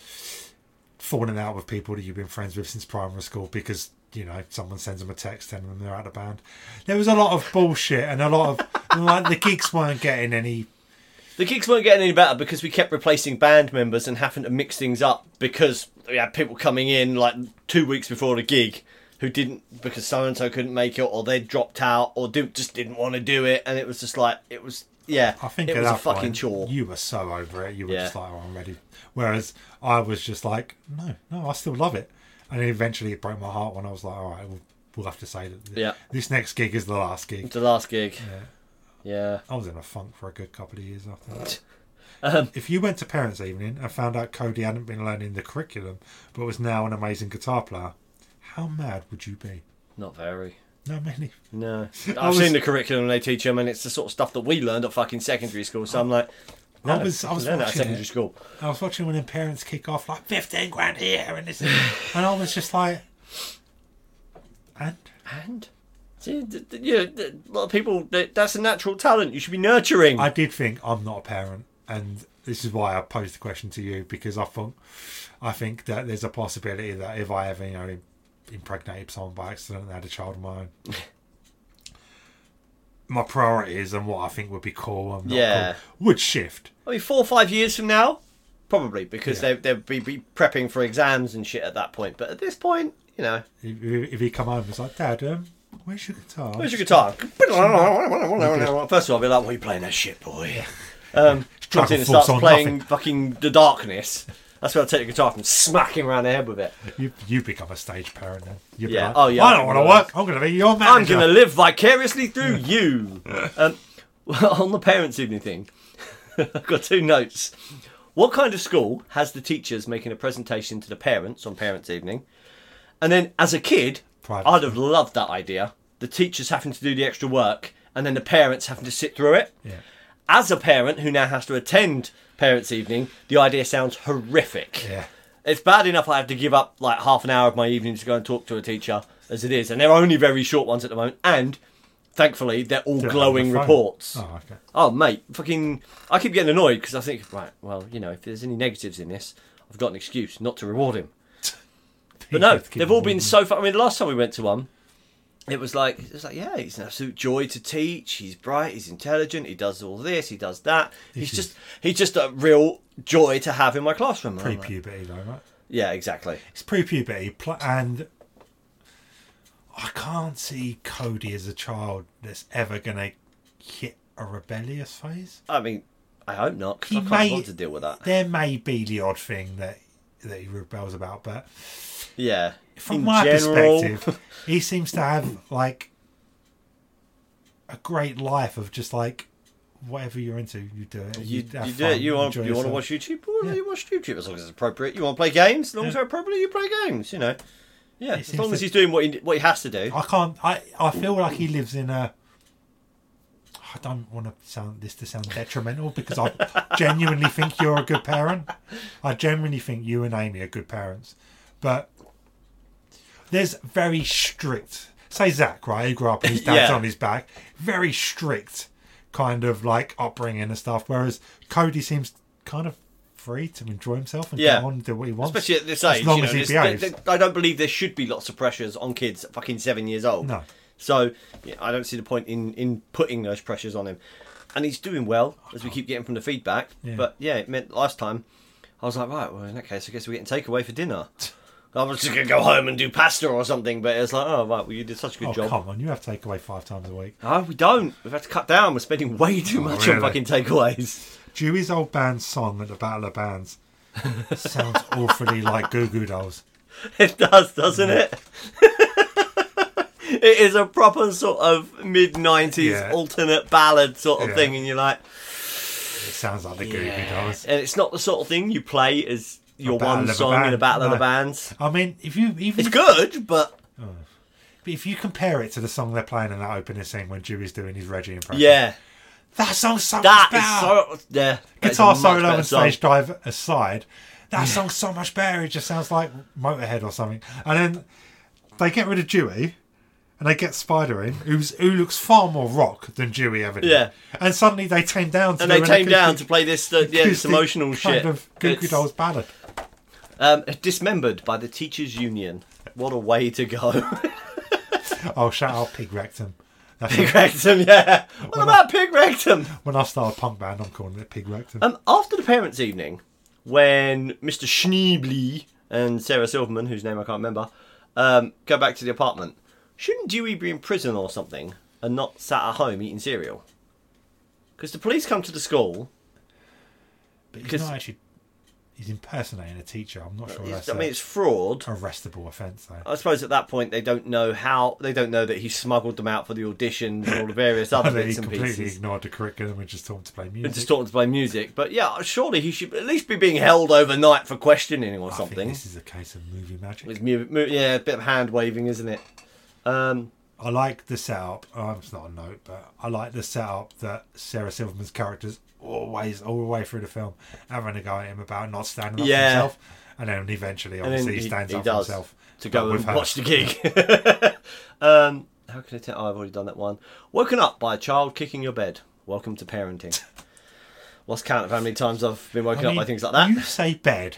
S2: falling out with people that you've been friends with since primary school because you know someone sends them a text telling them they're out of the band. There was a lot of bullshit and a lot of like the gigs weren't getting any.
S1: The gigs weren't getting any better because we kept replacing band members and having to mix things up because we had people coming in like two weeks before the gig who didn't because so and so couldn't make it or they dropped out or do, just didn't want to do it and it was just like it was yeah
S2: I think
S1: it
S2: at
S1: was a
S2: that
S1: fucking
S2: point,
S1: chore.
S2: You were so over it. You were
S1: Yeah.
S2: just like, oh, I'm ready. Whereas I was just like, no, no, I still love it. And then eventually it broke my heart when I was like, all right, we'll, we'll have to say that th-
S1: Yeah.
S2: this next gig is the last gig.
S1: It's the last gig. Yeah.
S2: I was in a funk for a good couple of years after that.
S1: Um,
S2: if you went to parents' evening and found out Cody hadn't been learning the curriculum but was now an amazing guitar player, how mad would you be?
S1: Not very.
S2: No, many.
S1: No.
S2: I
S1: I've
S2: was-
S1: seen the curriculum they teach them and it's the sort of stuff that we learned at fucking secondary school so I'm like
S2: I
S1: no,
S2: was- I was
S1: learn that at
S2: watching it.
S1: secondary school.
S2: I was watching when their parents kick off like fifteen grand here and this, and I was just like, and
S1: And see, th- th- you know, th- a lot of people th- that's a natural talent you should be nurturing.
S2: I did think I'm not a parent, and this is why I posed the question to you because I think I think that there's a possibility that if I ever you know impregnated someone by accident and had a child of my own, my priorities and what I think would be cool and not
S1: Yeah.
S2: cool would shift.
S1: I mean, four or five years from now, probably because
S2: Yeah.
S1: they they'll be, be prepping for exams and shit at that point. But at this point, you know,
S2: If, if he come home and was like, Dad, um, where's your guitar?
S1: where's your guitar? First of all, I'll be like, "What are you playing that shit, boy?" Um, comes in and
S2: Dragon Force
S1: starts
S2: on
S1: playing
S2: nothing.
S1: fucking the darkness. That's where I take the guitar from, smacking around the head with it.
S2: You you become a stage parent then. You'd be
S1: Yeah.
S2: like,
S1: Oh, yeah,
S2: I
S1: I
S2: don't
S1: think
S2: want
S1: it
S2: to
S1: was.
S2: work. I'm going to be your
S1: I'm
S2: manager.
S1: gonna live vicariously through you. Um, well, on the parents' evening thing, I've got two notes. What kind of school has the teachers making a presentation to the parents on parents' evening? And then, as a kid,
S2: Private.
S1: I'd have loved that idea. The teachers having to do the extra work and then the parents having to sit through it.
S2: Yeah.
S1: As a parent who now has to attend parents' evening, the idea sounds horrific.
S2: Yeah.
S1: It's bad enough I have to give up like half an hour of my evening to go and talk to a teacher as it is, and they're only very short ones at the moment. And thankfully, they're all
S2: Do it on
S1: glowing
S2: the phone.
S1: reports.
S2: Oh, okay.
S1: Oh, mate, fucking. I keep getting annoyed because I think, right, well, you know, if there's any negatives in this, I've got an excuse not to reward him. But no,
S2: Keep
S1: they've all
S2: moving.
S1: been so fun. I mean, last time we went to one, it was like, it was like, yeah, he's an absolute joy to teach. He's bright, he's intelligent, he does all this, he does that. He's
S2: This is-
S1: just, he's just a real joy to have in my classroom. And I'm like,
S2: pre-puberty though, right?
S1: yeah, exactly.
S2: It's pre-puberty, pl- and I can't see Cody as a child that's ever gonna hit a rebellious phase.
S1: I mean, I hope not. 'cause
S2: He
S1: I can't
S2: may-
S1: afford to deal with that.
S2: There may be the odd thing that that he rebels about, but
S1: Yeah.
S2: from
S1: In
S2: my
S1: general-
S2: perspective, he seems to have like a great life of just like whatever you're into, you do it.
S1: You,
S2: have
S1: you do
S2: fun,
S1: it. You want
S2: enjoy
S1: you want to
S2: yourself.
S1: watch YouTube? Well,
S2: Yeah.
S1: you watch YouTube as long as it's appropriate. You want to play games? As long as
S2: Yeah.
S1: they're appropriate, you play games. You know. Yeah, as
S2: seems
S1: long as
S2: to-
S1: he's doing what he what he has to do.
S2: I can't. I I feel like he lives in a. I don't want to sound this to sound detrimental because I genuinely think you're a good parent. I genuinely think you and Amy are good parents, but there's very strict. Say Zach, right? He grew up and his dad's
S1: Yeah.
S2: on his back. Very strict kind of like upbringing and stuff. Whereas Cody seems kind of free to enjoy himself and
S1: Yeah.
S2: get on and do what he wants,
S1: Especially at this
S2: as
S1: age,
S2: long
S1: you know,
S2: as he
S1: this-
S2: behaves.
S1: th- th- I don't believe there should be lots of pressures on kids at fucking seven years old.
S2: No.
S1: So yeah, I don't see the point in in putting those pressures on him. And he's doing well, as we keep getting from the feedback.
S2: Oh. Yeah.
S1: But yeah, it meant last time I was like, right, well in that case, I guess we're getting takeaway for dinner. I was just gonna go home and do pasta or something, but it's like, oh right, well you did such a good
S2: oh
S1: job.
S2: come on, you have takeaway five times a week.
S1: No, we don't. We've had to cut down. We're spending way too much on
S2: Oh, really?
S1: fucking takeaways.
S2: Dewey's old band's song at the Battle of Bands sounds awfully like Goo Goo Dolls.
S1: It does, doesn't it? it is a proper sort of mid 90s
S2: Yeah.
S1: alternate ballad sort of
S2: Yeah.
S1: thing, and you're like,
S2: It sounds like the Goo Goo
S1: yeah.
S2: Dolls.
S1: And it's not the sort of thing you play as your
S2: battle
S1: one
S2: of a
S1: song in a
S2: band.
S1: battle of the
S2: No.
S1: bands.
S2: I mean, if you even
S1: It's good, but
S2: if you compare it to the song they're playing in that opening scene when Dewey's doing his Reggie impression,
S1: yeah.
S2: that song's so
S1: that
S2: much
S1: is
S2: better.
S1: so. Yeah. that is a
S2: Guitar
S1: much
S2: solo
S1: better
S2: and
S1: song.
S2: stage dive aside, that song's so much better. It just sounds like Motorhead or something. And then they get rid of Dewey. And they get Spider in, who's who looks far more rock than Dewey ever did.
S1: Yeah.
S2: And suddenly they tame down. To
S1: And they
S2: do an
S1: came down
S2: acoustic-
S1: to play this, uh, yeah, this
S2: acoustic
S1: emotional
S2: kind
S1: shit.
S2: of Goo Goo
S1: It's-
S2: Dolls ballad.
S1: Um, dismembered by the teachers' union. What a way to go.
S2: Oh, shout out Pig Rectum. That's
S1: Pig rectum, yeah. What about pig rectum?
S2: when I start a punk band, I'm calling it Pig Rectum.
S1: Um, after the parents' evening, when Mr. Schneebly and Sarah Silverman, whose name I can't remember, um, go back to the apartment, shouldn't Dewey be in prison or something and not sat at home eating cereal? Because the police come to the school.
S2: but he's
S1: because-
S2: not actually. He's impersonating a teacher. I'm not sure
S1: It's-
S2: that's
S1: I mean,
S2: an
S1: it's fraud.
S2: arrestable offence, though.
S1: I suppose at that point they don't know how they don't know that he smuggled them out for the auditions and all the various other
S2: And then he
S1: bits and
S2: completely
S1: pieces.
S2: ignored the curriculum and just taught him to play music.
S1: and just taught to play music. But yeah, surely he should at least be being held overnight for questioning or
S2: I think
S1: something.
S2: this is a case of movie magic.
S1: It's mu- mu- yeah, a bit of hand waving, isn't it? Um,
S2: I like the setup. Oh, it's not a note, but I like the setup that Sarah Silverman's character's always, all the way through the film, having a go at him about not standing up
S1: Yeah.
S2: for himself. And then eventually,
S1: and then
S2: obviously, he, stands up for himself.
S1: to
S2: but
S1: go
S2: with
S1: and
S2: her.
S1: watch the gig. um, how can I tell? oh, I've already done that one. Woken up by a child kicking your bed. Welcome to parenting. Lost count of how many times I've been woken up by things like that.
S2: You say bed.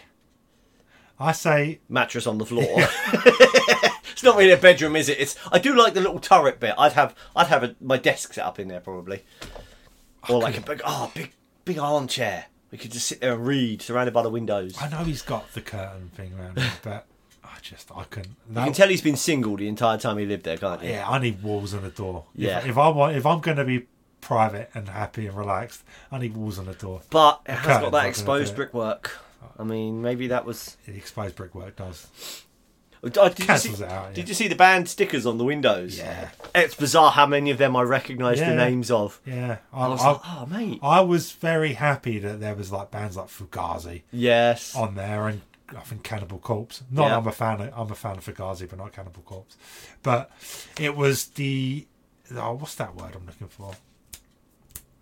S2: I say
S1: Mattress on the floor. it's not really a bedroom, is it? It's. I do like the little turret bit. I'd have. I'd have a, my desk set up in there probably, or like a big. Oh, big big armchair. We could just sit there and read, surrounded by the windows.
S2: I know he's got the curtain thing around him, but I just I couldn't.
S1: You
S2: That,
S1: can tell he's been single the entire time he lived there, can't you?
S2: yeah, I need walls and a door. If-
S1: Yeah.
S2: If, I want, if I'm going to be private and happy and relaxed, I need walls and a door.
S1: But it has
S2: curtain's
S1: got
S2: not
S1: that
S2: gonna
S1: exposed
S2: do it.
S1: brickwork. I mean, maybe that was.
S2: The exposed brickwork does.
S1: Oh, Did you,
S2: Cancels
S1: see,
S2: it out, yeah.
S1: did you see the band stickers on the windows?
S2: Yeah.
S1: It's bizarre how many of them I recognise the
S2: Yeah.
S1: names of.
S2: Yeah, I,
S1: I was
S2: I-
S1: like, oh, mate.
S2: I was very happy that there was like bands like Fugazi
S1: yes.
S2: on there and I think Cannibal Corpse. Not
S1: Yeah.
S2: I'm a fan. Of, I'm a fan of Fugazi, but not Cannibal Corpse. But it was the oh, what's that word I'm looking for?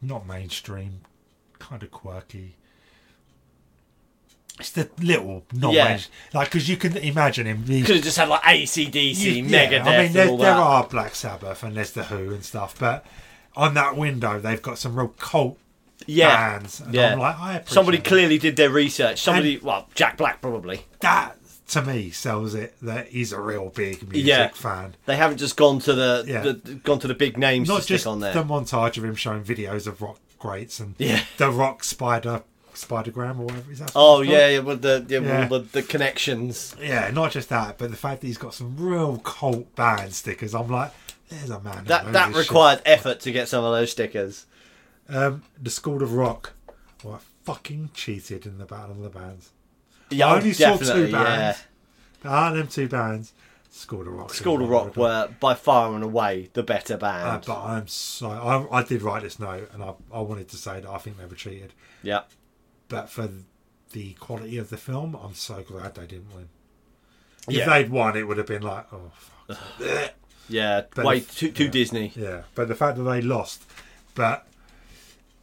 S2: Not mainstream, kind of quirky. It's the little not
S1: Yeah.
S2: mainstream, like because you can imagine him. He's
S1: Could have just had like ACDC,
S2: you-
S1: Megadeth,
S2: I mean, there,
S1: and all
S2: there
S1: that.
S2: are Black Sabbath and there's the Who and stuff, but on that window they've got some real cult
S1: yeah,
S2: bands. And
S1: yeah.
S2: I'm like, I appreciate
S1: somebody
S2: that.
S1: clearly did their research. Somebody, well, Jack Black probably.
S2: that to me sells it that he's a real big music
S1: Yeah.
S2: fan.
S1: They haven't just gone to the,
S2: Yeah.
S1: the gone to the big names
S2: Not
S1: to stick
S2: just
S1: on there.
S2: the montage of him showing videos of rock greats and
S1: Yeah.
S2: the rock spider spidergram or whatever is that.
S1: Oh
S2: what it's
S1: yeah, yeah, with the yeah,
S2: Yeah.
S1: With the connections.
S2: called? Yeah, not just that, but the fact that he's got some real cult band stickers. I'm like, there's a man. who
S1: That
S2: knows
S1: that
S2: his shit.
S1: required effort to get some of those stickers.
S2: Um, the School of Rock. Well, I fucking cheated in the Battle of the Bands.
S1: Yeah,
S2: I only saw
S1: definitely,
S2: two
S1: yeah.
S2: bands. There are them two bands. School of Rock.
S1: School
S2: and
S1: of Rock were by far and away the better band.
S2: Uh, but I'm so I, I did write this note, and I, I wanted to say that I think they were cheated,
S1: yeah,
S2: but for the quality of the film, I'm so glad they didn't win.
S1: Yeah.
S2: If they'd won, it would have been like oh, fuck.
S1: yeah,
S2: But
S1: way
S2: if-
S1: too too
S2: yeah.
S1: Disney.
S2: yeah. But the fact that they lost, but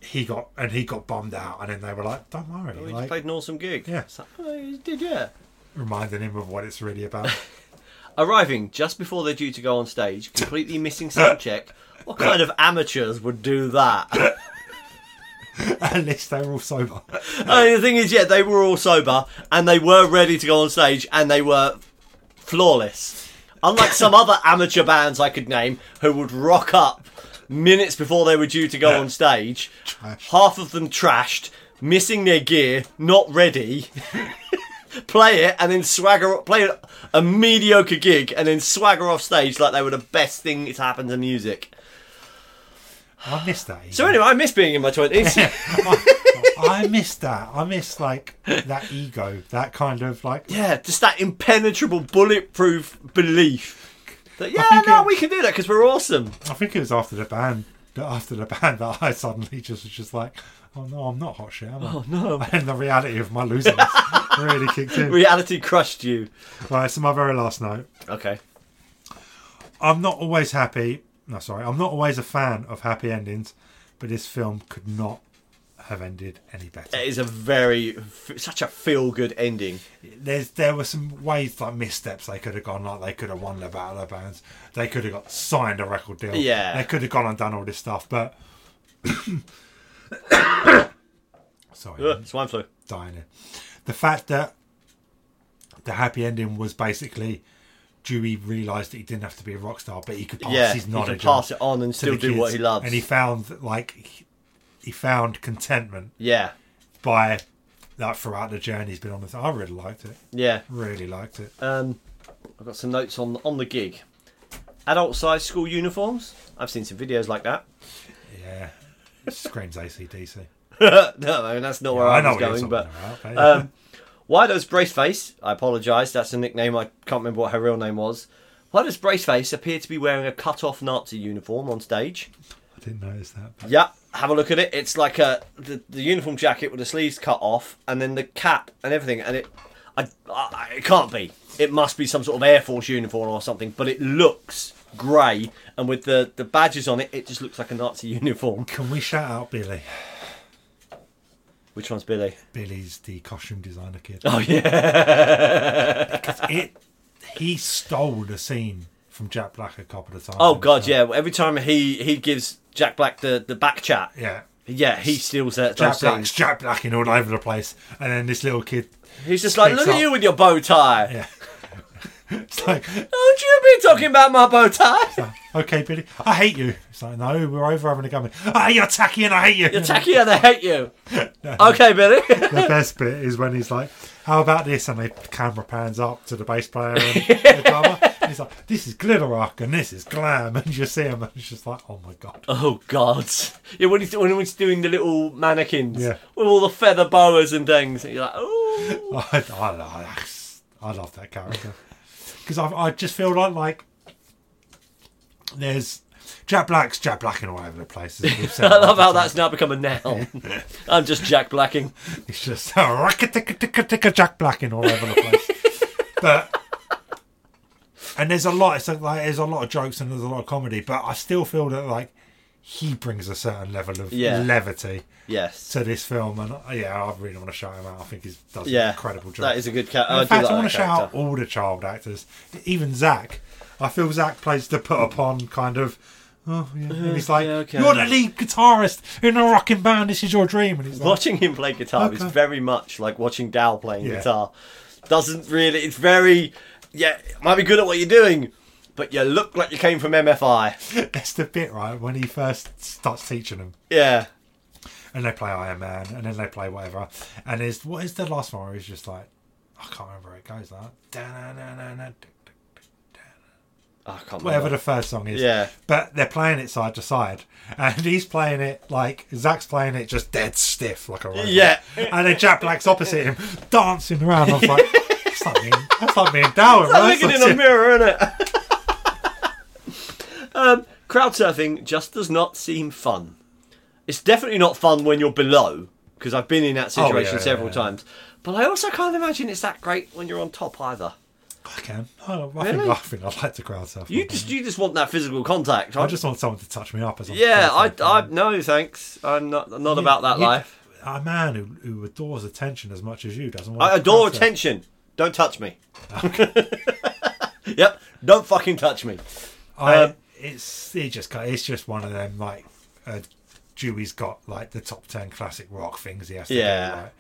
S2: he got and he got bummed out, and then they were like, don't worry,
S1: Well, he just
S2: like,
S1: played an awesome gig.
S2: Yeah.
S1: It's like, oh, he did yeah.
S2: reminding him of what it's really about.
S1: Arriving just before they're due to go on stage, completely missing sound check. What kind of amateurs would do that?
S2: At least they were all sober.
S1: I mean, the thing is, yeah, they were all sober and they were ready to go on stage and they were flawless. Unlike some other amateur bands I could name who would rock up minutes before they were due to go on stage,
S2: Trash.
S1: half of them trashed, missing their gear, not ready. play it and then swagger play a mediocre gig and then swagger off stage like they were the best thing that's happened to music.
S2: I missed that.
S1: So anyway, I miss being in my twenties.
S2: I, I miss that. I miss like that ego, that kind of like
S1: Yeah, just that impenetrable, bulletproof belief. That, yeah,
S2: think
S1: no,
S2: it-
S1: we can do that because we're awesome.
S2: I think it was after the band. After the band, that I suddenly just was just like, "Oh no, I'm not hot shit, am I?" Oh
S1: no.
S2: And the reality of my losing really kicked in.
S1: Reality crushed you.
S2: right, so my very last note.
S1: Okay.
S2: I'm not always happy. No, sorry, I'm not always a fan of happy endings, but this film could not have ended any better.
S1: It is a very, f- such a feel good ending.
S2: There's there were some ways like missteps they could have gone. Like they could have won the Battle of the Bands. They could have got signed a record deal.
S1: Yeah.
S2: They could have gone and done all this stuff, but. Sorry,
S1: Ugh, swine flu.
S2: dying in. The fact that the happy ending was basically Dewey realised that he didn't have to be a rock star, but he could pass
S1: Yeah,
S2: his
S1: he can
S2: knowledge
S1: pass
S2: on
S1: it on and
S2: to
S1: still
S2: the
S1: do what
S2: kids.
S1: he loves.
S2: And he found like he- he found contentment
S1: yeah,
S2: by like throughout the journey he's been on. This. I really liked it.
S1: yeah.
S2: Really liked it.
S1: Um, I've got some notes on on the gig. Adult size school uniforms. I've seen some videos like that.
S2: Yeah. It Screams ACDC.
S1: no, I mean, that's not where
S2: I
S1: I
S2: know
S1: was
S2: what you're
S1: going,
S2: talking
S1: but
S2: about. but-
S1: Um, why does Braceface? I apologise. That's a nickname. I can't remember what her real name was. Why does Braceface appear to be wearing a cut-off Nazi uniform on stage?
S2: I didn't notice that. but-
S1: Yeah, have a look at it. It's like a the, the uniform jacket with the sleeves cut off, and then the cap and everything. And it, I, I, it can't be. It must be some sort of Air Force uniform or something. But it looks grey, and with the the badges on it, it just looks like a Nazi uniform.
S2: Can we shout out Billy?
S1: Which one's Billy?
S2: Billy's the costume designer kid.
S1: Oh yeah.
S2: it he stole the scene from Jack Black a couple of times.
S1: Oh god, yeah. Every time he he gives Jack Black the the back chat,
S2: yeah.
S1: yeah, he steals that.
S2: Jack
S1: those
S2: Black's
S1: scenes.
S2: Jack Blacking all over the place, and then this little kid.
S1: He's just like,
S2: picks
S1: look at
S2: up-
S1: you with your bow tie.
S2: Yeah, it's like,
S1: Don't you be talking about my bow tie.
S2: okay, Billy, I hate you. It's like, no, we're over having a gum. Ah, you're tacky, and I hate you.
S1: You're tacky and I hate you. Okay, Billy.
S2: The best bit is when he's like, "How about this?" and the camera pans up to the bass player and the drummer. And he's like, "This is glitter rock, and this is glam," and you see him, and it's just like, "Oh my god."
S1: oh god. Yeah, when he's when he's doing the little mannequins
S2: Yeah.
S1: with all the feather boas and things, and you're like, oh.
S2: I, I, love- I love that character because I, I just feel like like there's Jack Black's Jack Blacking all over the place. as we've said.
S1: I love how that's now become a noun. I'm just Jack Blacking.
S2: It's just a racka-ticka-ticka-ticka Jack Blacking all over the place. but and there's a lot. It's like like, there's a lot of jokes and there's a lot of comedy. But I still feel that like he brings a certain level of
S1: Yeah.
S2: levity
S1: Yes.
S2: to this film. And uh, yeah, I really want to shout him out. I think he does an
S1: Yeah.
S2: incredible job.
S1: That is a good character.
S2: In
S1: I do
S2: fact,
S1: like
S2: I want
S1: that
S2: to shout out
S1: character.
S2: all the child actors, even Zach. I feel Zach plays the put upon kind of. Oh yeah, and he's like,
S1: yeah, okay.
S2: "You're the lead guitarist in a rocking band. This is your dream." And he's like,
S1: Watching him play guitar is
S2: Okay.
S1: very much like watching Dow playing
S2: Yeah.
S1: guitar. Doesn't really. It's very. Yeah, might be good at what you're doing, but you look like you came from MFI.
S2: That's the bit, right? When he first starts teaching them,
S1: Yeah.
S2: and they play Iron Man, and then they play whatever. And there's what is the last one where he's just like, I can't remember. how It goes like, "Da-na-na-na-na, tick, tick, tick, da."
S1: Oh, I can't remember.
S2: whatever the first song is.
S1: Yeah.
S2: But they're playing it side to side, and he's playing it like Zach's playing it just dead stiff, like a robot.
S1: Yeah.
S2: And then Jack Black's opposite him, dancing around. I was like, that's like me. That's like me and Darwin.
S1: I'm
S2: right?
S1: looking in a mirror, innit? um, crowd surfing just does not seem fun. It's definitely not fun when you're below, because I've been in that
S2: Oh, yeah,
S1: situation
S2: yeah,
S1: several
S2: yeah.
S1: times. But I also can't imagine it's that great when you're on top either.
S2: I can. Oh, I, think,
S1: Really?
S2: I think I'd like to crowd surf.
S1: You just you just want that physical contact,
S2: I
S1: right?
S2: just want someone to touch me up as I'm
S1: yeah, I,
S2: surfing.
S1: I no thanks. I'm not not about that
S2: um, You-
S1: life.
S2: A man who, who adores attention as much as you doesn't want
S1: I
S2: to
S1: adore
S2: crowd surf.
S1: attention. Don't touch me. yep, don't fucking touch me.
S2: I,
S1: Um,
S2: it's it just got- it's just one of them like uh, Dewey's got like the top ten classic rock things he has to
S1: Yeah.
S2: do, like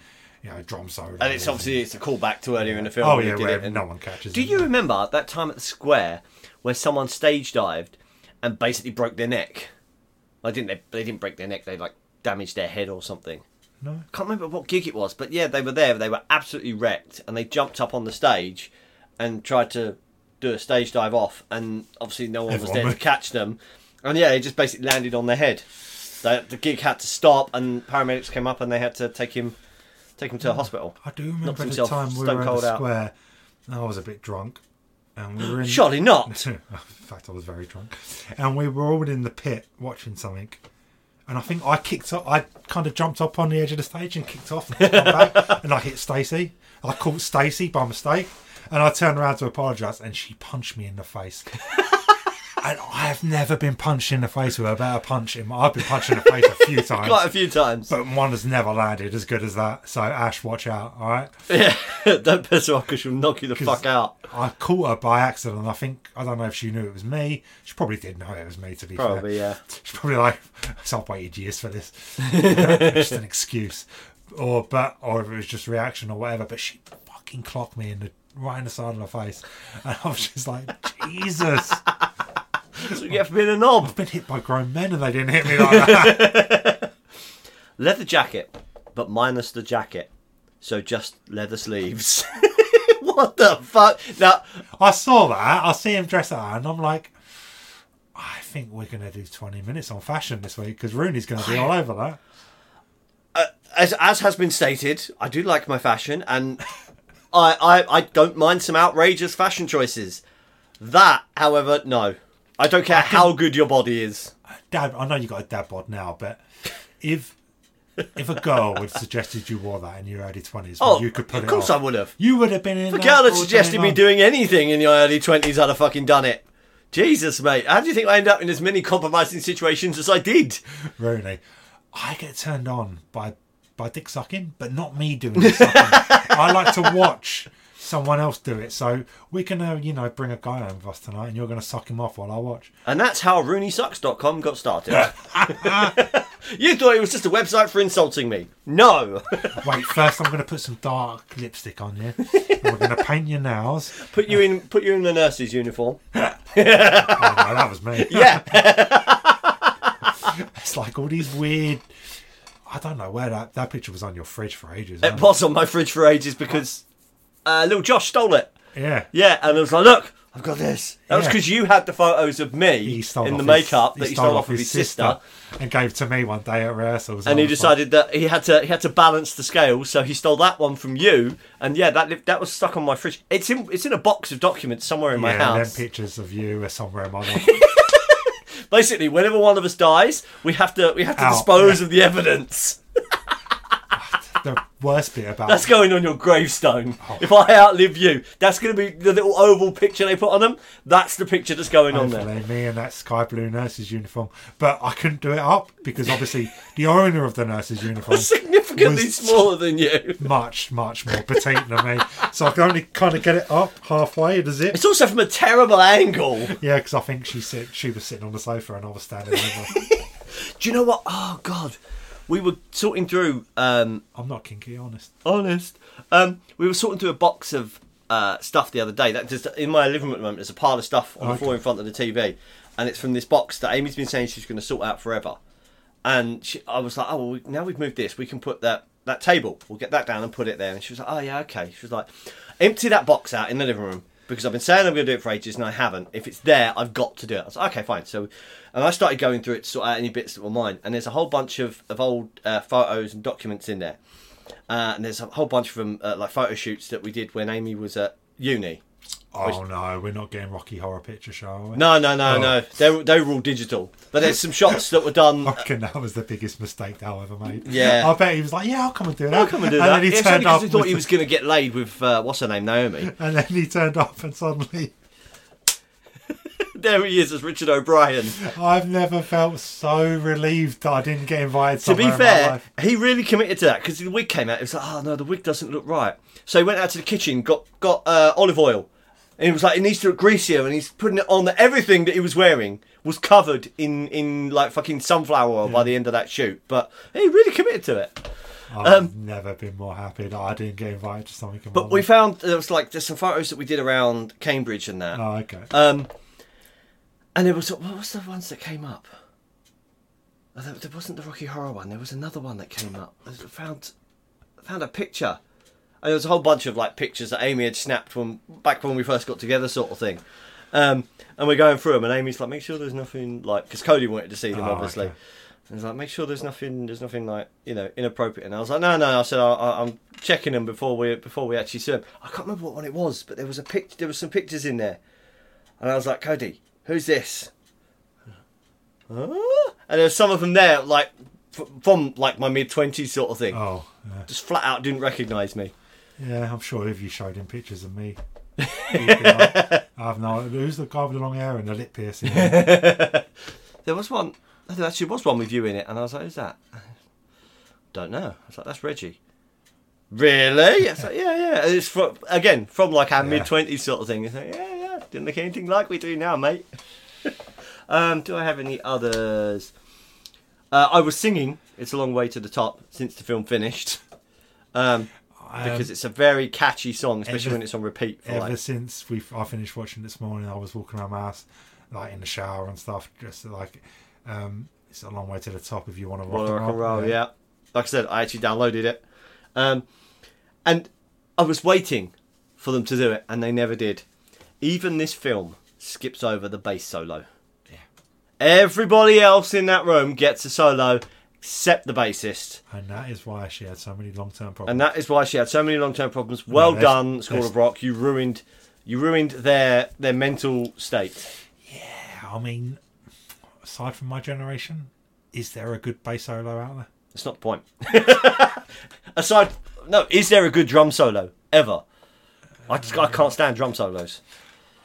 S2: you know drum solo,
S1: And it's obviously it's a callback to earlier in the film.
S2: oh
S1: when he
S2: yeah,
S1: did
S2: where
S1: it and-
S2: no one catches.
S1: Do
S2: him.
S1: you remember that time at the square where someone stage dived and basically broke their neck? I didn't. They, they didn't break their neck. They like damaged their head or something.
S2: No.
S1: Can't remember what gig it was, but yeah, they were there. They were absolutely wrecked, and they jumped up on the stage and tried to do a stage dive off, and obviously no one was
S2: Everyone
S1: there to
S2: moved.
S1: catch them. And yeah, they just basically landed on their head. The, the gig had to stop, and paramedics came up, and they had to take him, take him to a hospital.
S2: I do remember the
S1: himself
S2: time we
S1: stone
S2: were in
S1: cold
S2: the
S1: out.
S2: square. and I was a bit drunk, and we were in.
S1: Surely
S2: in
S1: not.
S2: fact, I was very drunk, and we were all in the pit watching something. And I think I kicked up. I kind of jumped up on the edge of the stage and kicked off, and, come back, and I hit Stacey. I caught Stacey by mistake, and I turned around to apologise, and she punched me in the face. and I have never been punched in the face with a better punch. In my, I've been punched in the face a few times,
S1: Quite a few times.
S2: but one has never landed as good as that. So Ash, watch out. All right.
S1: Yeah, don't piss her off because she'll knock you the fuck out.
S2: I caught her by accident. I think I don't know if she knew it was me. She probably did know it was me. To be
S1: Probably,
S2: fair,
S1: yeah.
S2: She's probably like, "So "I've waited years for this. just an excuse, or but or if it was just reaction or whatever." But she fucking clocked me in the right in the side of the face, and I was just like, "Jesus, I've
S1: So you have been a knob.
S2: been hit by grown men, and they didn't hit me like that."
S1: Leather jacket, but minus the jacket. So just leather sleeves. what the fuck? Now,
S2: I saw that. I see him dress that, and I'm like. I think we're going to do 20 minutes on fashion this week because Rooney's going to be all over that.
S1: as, as has been stated, I do like my fashion and I, I, I don't mind some outrageous fashion choices. That, however, no. I don't care how good your body is.
S2: dad. I know you got a dad bod now, but if if a girl would have suggested you wore that in your early twenties,
S1: Oh,
S2: you could put it.
S1: of course
S2: on,
S1: I would have.
S2: You would have been in.
S1: The girl that suggested me doing anything in your early 20s, I'd have fucking done it. Jesus, mate. How do you think I end up in as many compromising situations as I did?
S2: Rooney. I get turned on by by dick sucking, but not me doing dick sucking. I like to watch someone else do it. So we're gonna, you know, bring a guy home with us tonight, and you're gonna suck him off while I watch.
S1: And that's how RooneySucks.com got started. you thought it was just a website for insulting me. No.
S2: Wait, first I'm gonna put some dark lipstick on you. and we're gonna paint your nails.
S1: put you in put you in the nurse's uniform.
S2: Oh, no, that was me.
S1: Yeah.
S2: It's like all these weird. I don't know where that, that picture was on your fridge for ages.
S1: it
S2: wasn't
S1: was on my fridge for ages because uh, little Josh stole it.
S2: it? Yeah.
S1: Yeah, and I was like, look, I've got this. That was
S2: Yeah.
S1: because you had the photos of me
S2: He stole
S1: in
S2: off
S1: the
S2: his-
S1: makeup that he stole, off of his, sister.
S2: and gave to me one day at rehearsals.
S1: and
S2: I
S1: he
S2: was like,
S1: decided that he had to he had to balance the scales, so he stole that one from you. And yeah, that li- that was stuck on my fridge. It's in it's in a box of documents somewhere in my
S2: yeah, and
S1: house.
S2: then pictures of you are somewhere in my life.
S1: Basically, whenever one of us dies, we have to we have to
S2: Out,
S1: dispose of the evidence.
S2: the worst bit about
S1: That's going on your gravestone. If I outlive you, that's going to be the little oval picture they put on them. That's the picture that's going on there.
S2: Hopefully, me and that sky blue nurse's uniform. But I couldn't do it up because obviously the owner of the nurse's uniform
S1: Significantly
S2: was-
S1: smaller than you.
S2: much, much more petite than me. So I could only kind of get it up halfway. Does it?
S1: It's also from a terrible angle.
S2: Yeah, because I think she sit, she was sitting on the sofa and I was standing over.
S1: Do you know what? Oh God, we were sorting through. Um,
S2: I'm not kinky, honest.
S1: honest, um, we were sorting through a box of uh, stuff the other day. That just in my living room at the moment, there's a pile of stuff on the
S2: Okay.
S1: floor in front of the TV, and it's from this box that Amy's been saying she's going to sort out forever. And she, I was like, oh, well, we, now we've moved this, we can put that that table. We'll get that down and put it there. And she was like, oh yeah, okay. She was like, empty that box out in the living room. Because I've been saying I'm going to do it for ages and I haven't. If it's there, I've got to do it. I was like, okay, fine. So, and I started going through it to sort out any bits that were mine. And there's a whole bunch of, of old uh, photos and documents in there uh, and there's a whole bunch of them, uh, like photo shoots that we did when Amy was at uni.
S2: Oh no, we're not getting Rocky Horror Picture Show. Are we?
S1: No, no, no,
S2: Oh.
S1: no. They they were all digital, but there's some shots that were done.
S2: I reckon that was the biggest mistake that I ever made.
S1: Yeah.
S2: I bet he was like, "Yeah, I'll come and do that."
S1: I'll come and do
S2: and
S1: that.
S2: Then he
S1: It's only
S2: turned
S1: 'cause
S2: up.
S1: we thought
S2: with-
S1: he was going to get laid with uh, what's her name, Naomi.
S2: And then he turned up, and suddenly,
S1: there he is as Richard O'Brien.
S2: I've never felt so relieved that I didn't get invited.
S1: to be
S2: somewhere in my
S1: fair,
S2: life.
S1: he really committed to that because the wig came out. It was like, oh no, the wig doesn't look right. So he went out to the kitchen, got got uh, olive oil, and he was like, it needs to look greasier. And he's putting it on. The, everything that he was wearing was covered in in like fucking sunflower oil by the end of that shoot. But he really committed to it.
S2: I've never been more happy that I didn't get invited to something. in my
S1: um, But we
S2: life.
S1: found there was like there's some photos that we did around Cambridge and that.
S2: Oh, okay.
S1: Um, and there was what was the ones that came up? Oh, There, there wasn't the Rocky Horror one. There was another one that came up. I found found a picture. And there was a whole bunch of like pictures that Amy had snapped when back when we first got together, sort of thing. Um, and we're going through them, and Amy's like, "Make sure there's nothing like," because Cody wanted to see them,
S2: Oh,
S1: obviously.
S2: okay.
S1: And he's like, "Make sure there's nothing, there's nothing like you know inappropriate." And I was like, "No, no," I said, I, I, "I'm checking them before we before we actually see them." I can't remember what one it was, but there was a pic, there was some pictures in there. And I was like, Cody, who's this? Huh? And there were some of them there, like f- from like my mid twenties sort of thing.
S2: oh, yeah.
S1: Just flat out didn't recognise me.
S2: yeah. I'm sure if you showed him pictures of me, he'd be like, I've no. Who's the guy with the long hair and the lip piercing?
S1: There was one. no, There actually was one with you in it, and I was like, who's that? Don't know. I was like, that's Reggie. Really? I was like, yeah, yeah. And it's from again from like our mid twenties sort of thing. It's like, yeah, yeah. Didn't look anything like we do now, mate. um, do I have any others? Uh, I was singing "It's a Long Way to the Top" since the film finished. Um,
S2: Um,
S1: because it's a very catchy song, especially
S2: ever-
S1: when it's on repeat for
S2: ever
S1: like
S2: since we I finished watching this morning, I was walking around my house, like in the shower and stuff, just like um, it's a long way to the top if you want to rock,
S1: Rock and Roll.
S2: yeah.
S1: Yeah, like I said, I actually downloaded it, um, and I was waiting for them to do it, and they never did. Even this film skips over the bass solo.
S2: Yeah.
S1: Everybody else in that room gets a solo, except the bassist,
S2: and that is why she had so many long term problems.
S1: and that is why she had so many long-term problems. Well
S2: that's-
S1: done, School
S2: that's-
S1: of Rock. You ruined, you ruined their their mental state.
S2: I mean, aside from my generation, is there a good bass solo out there?
S1: That's not the point. Aside, no, is there a good drum solo ever? I, just, I can't stand drum solos.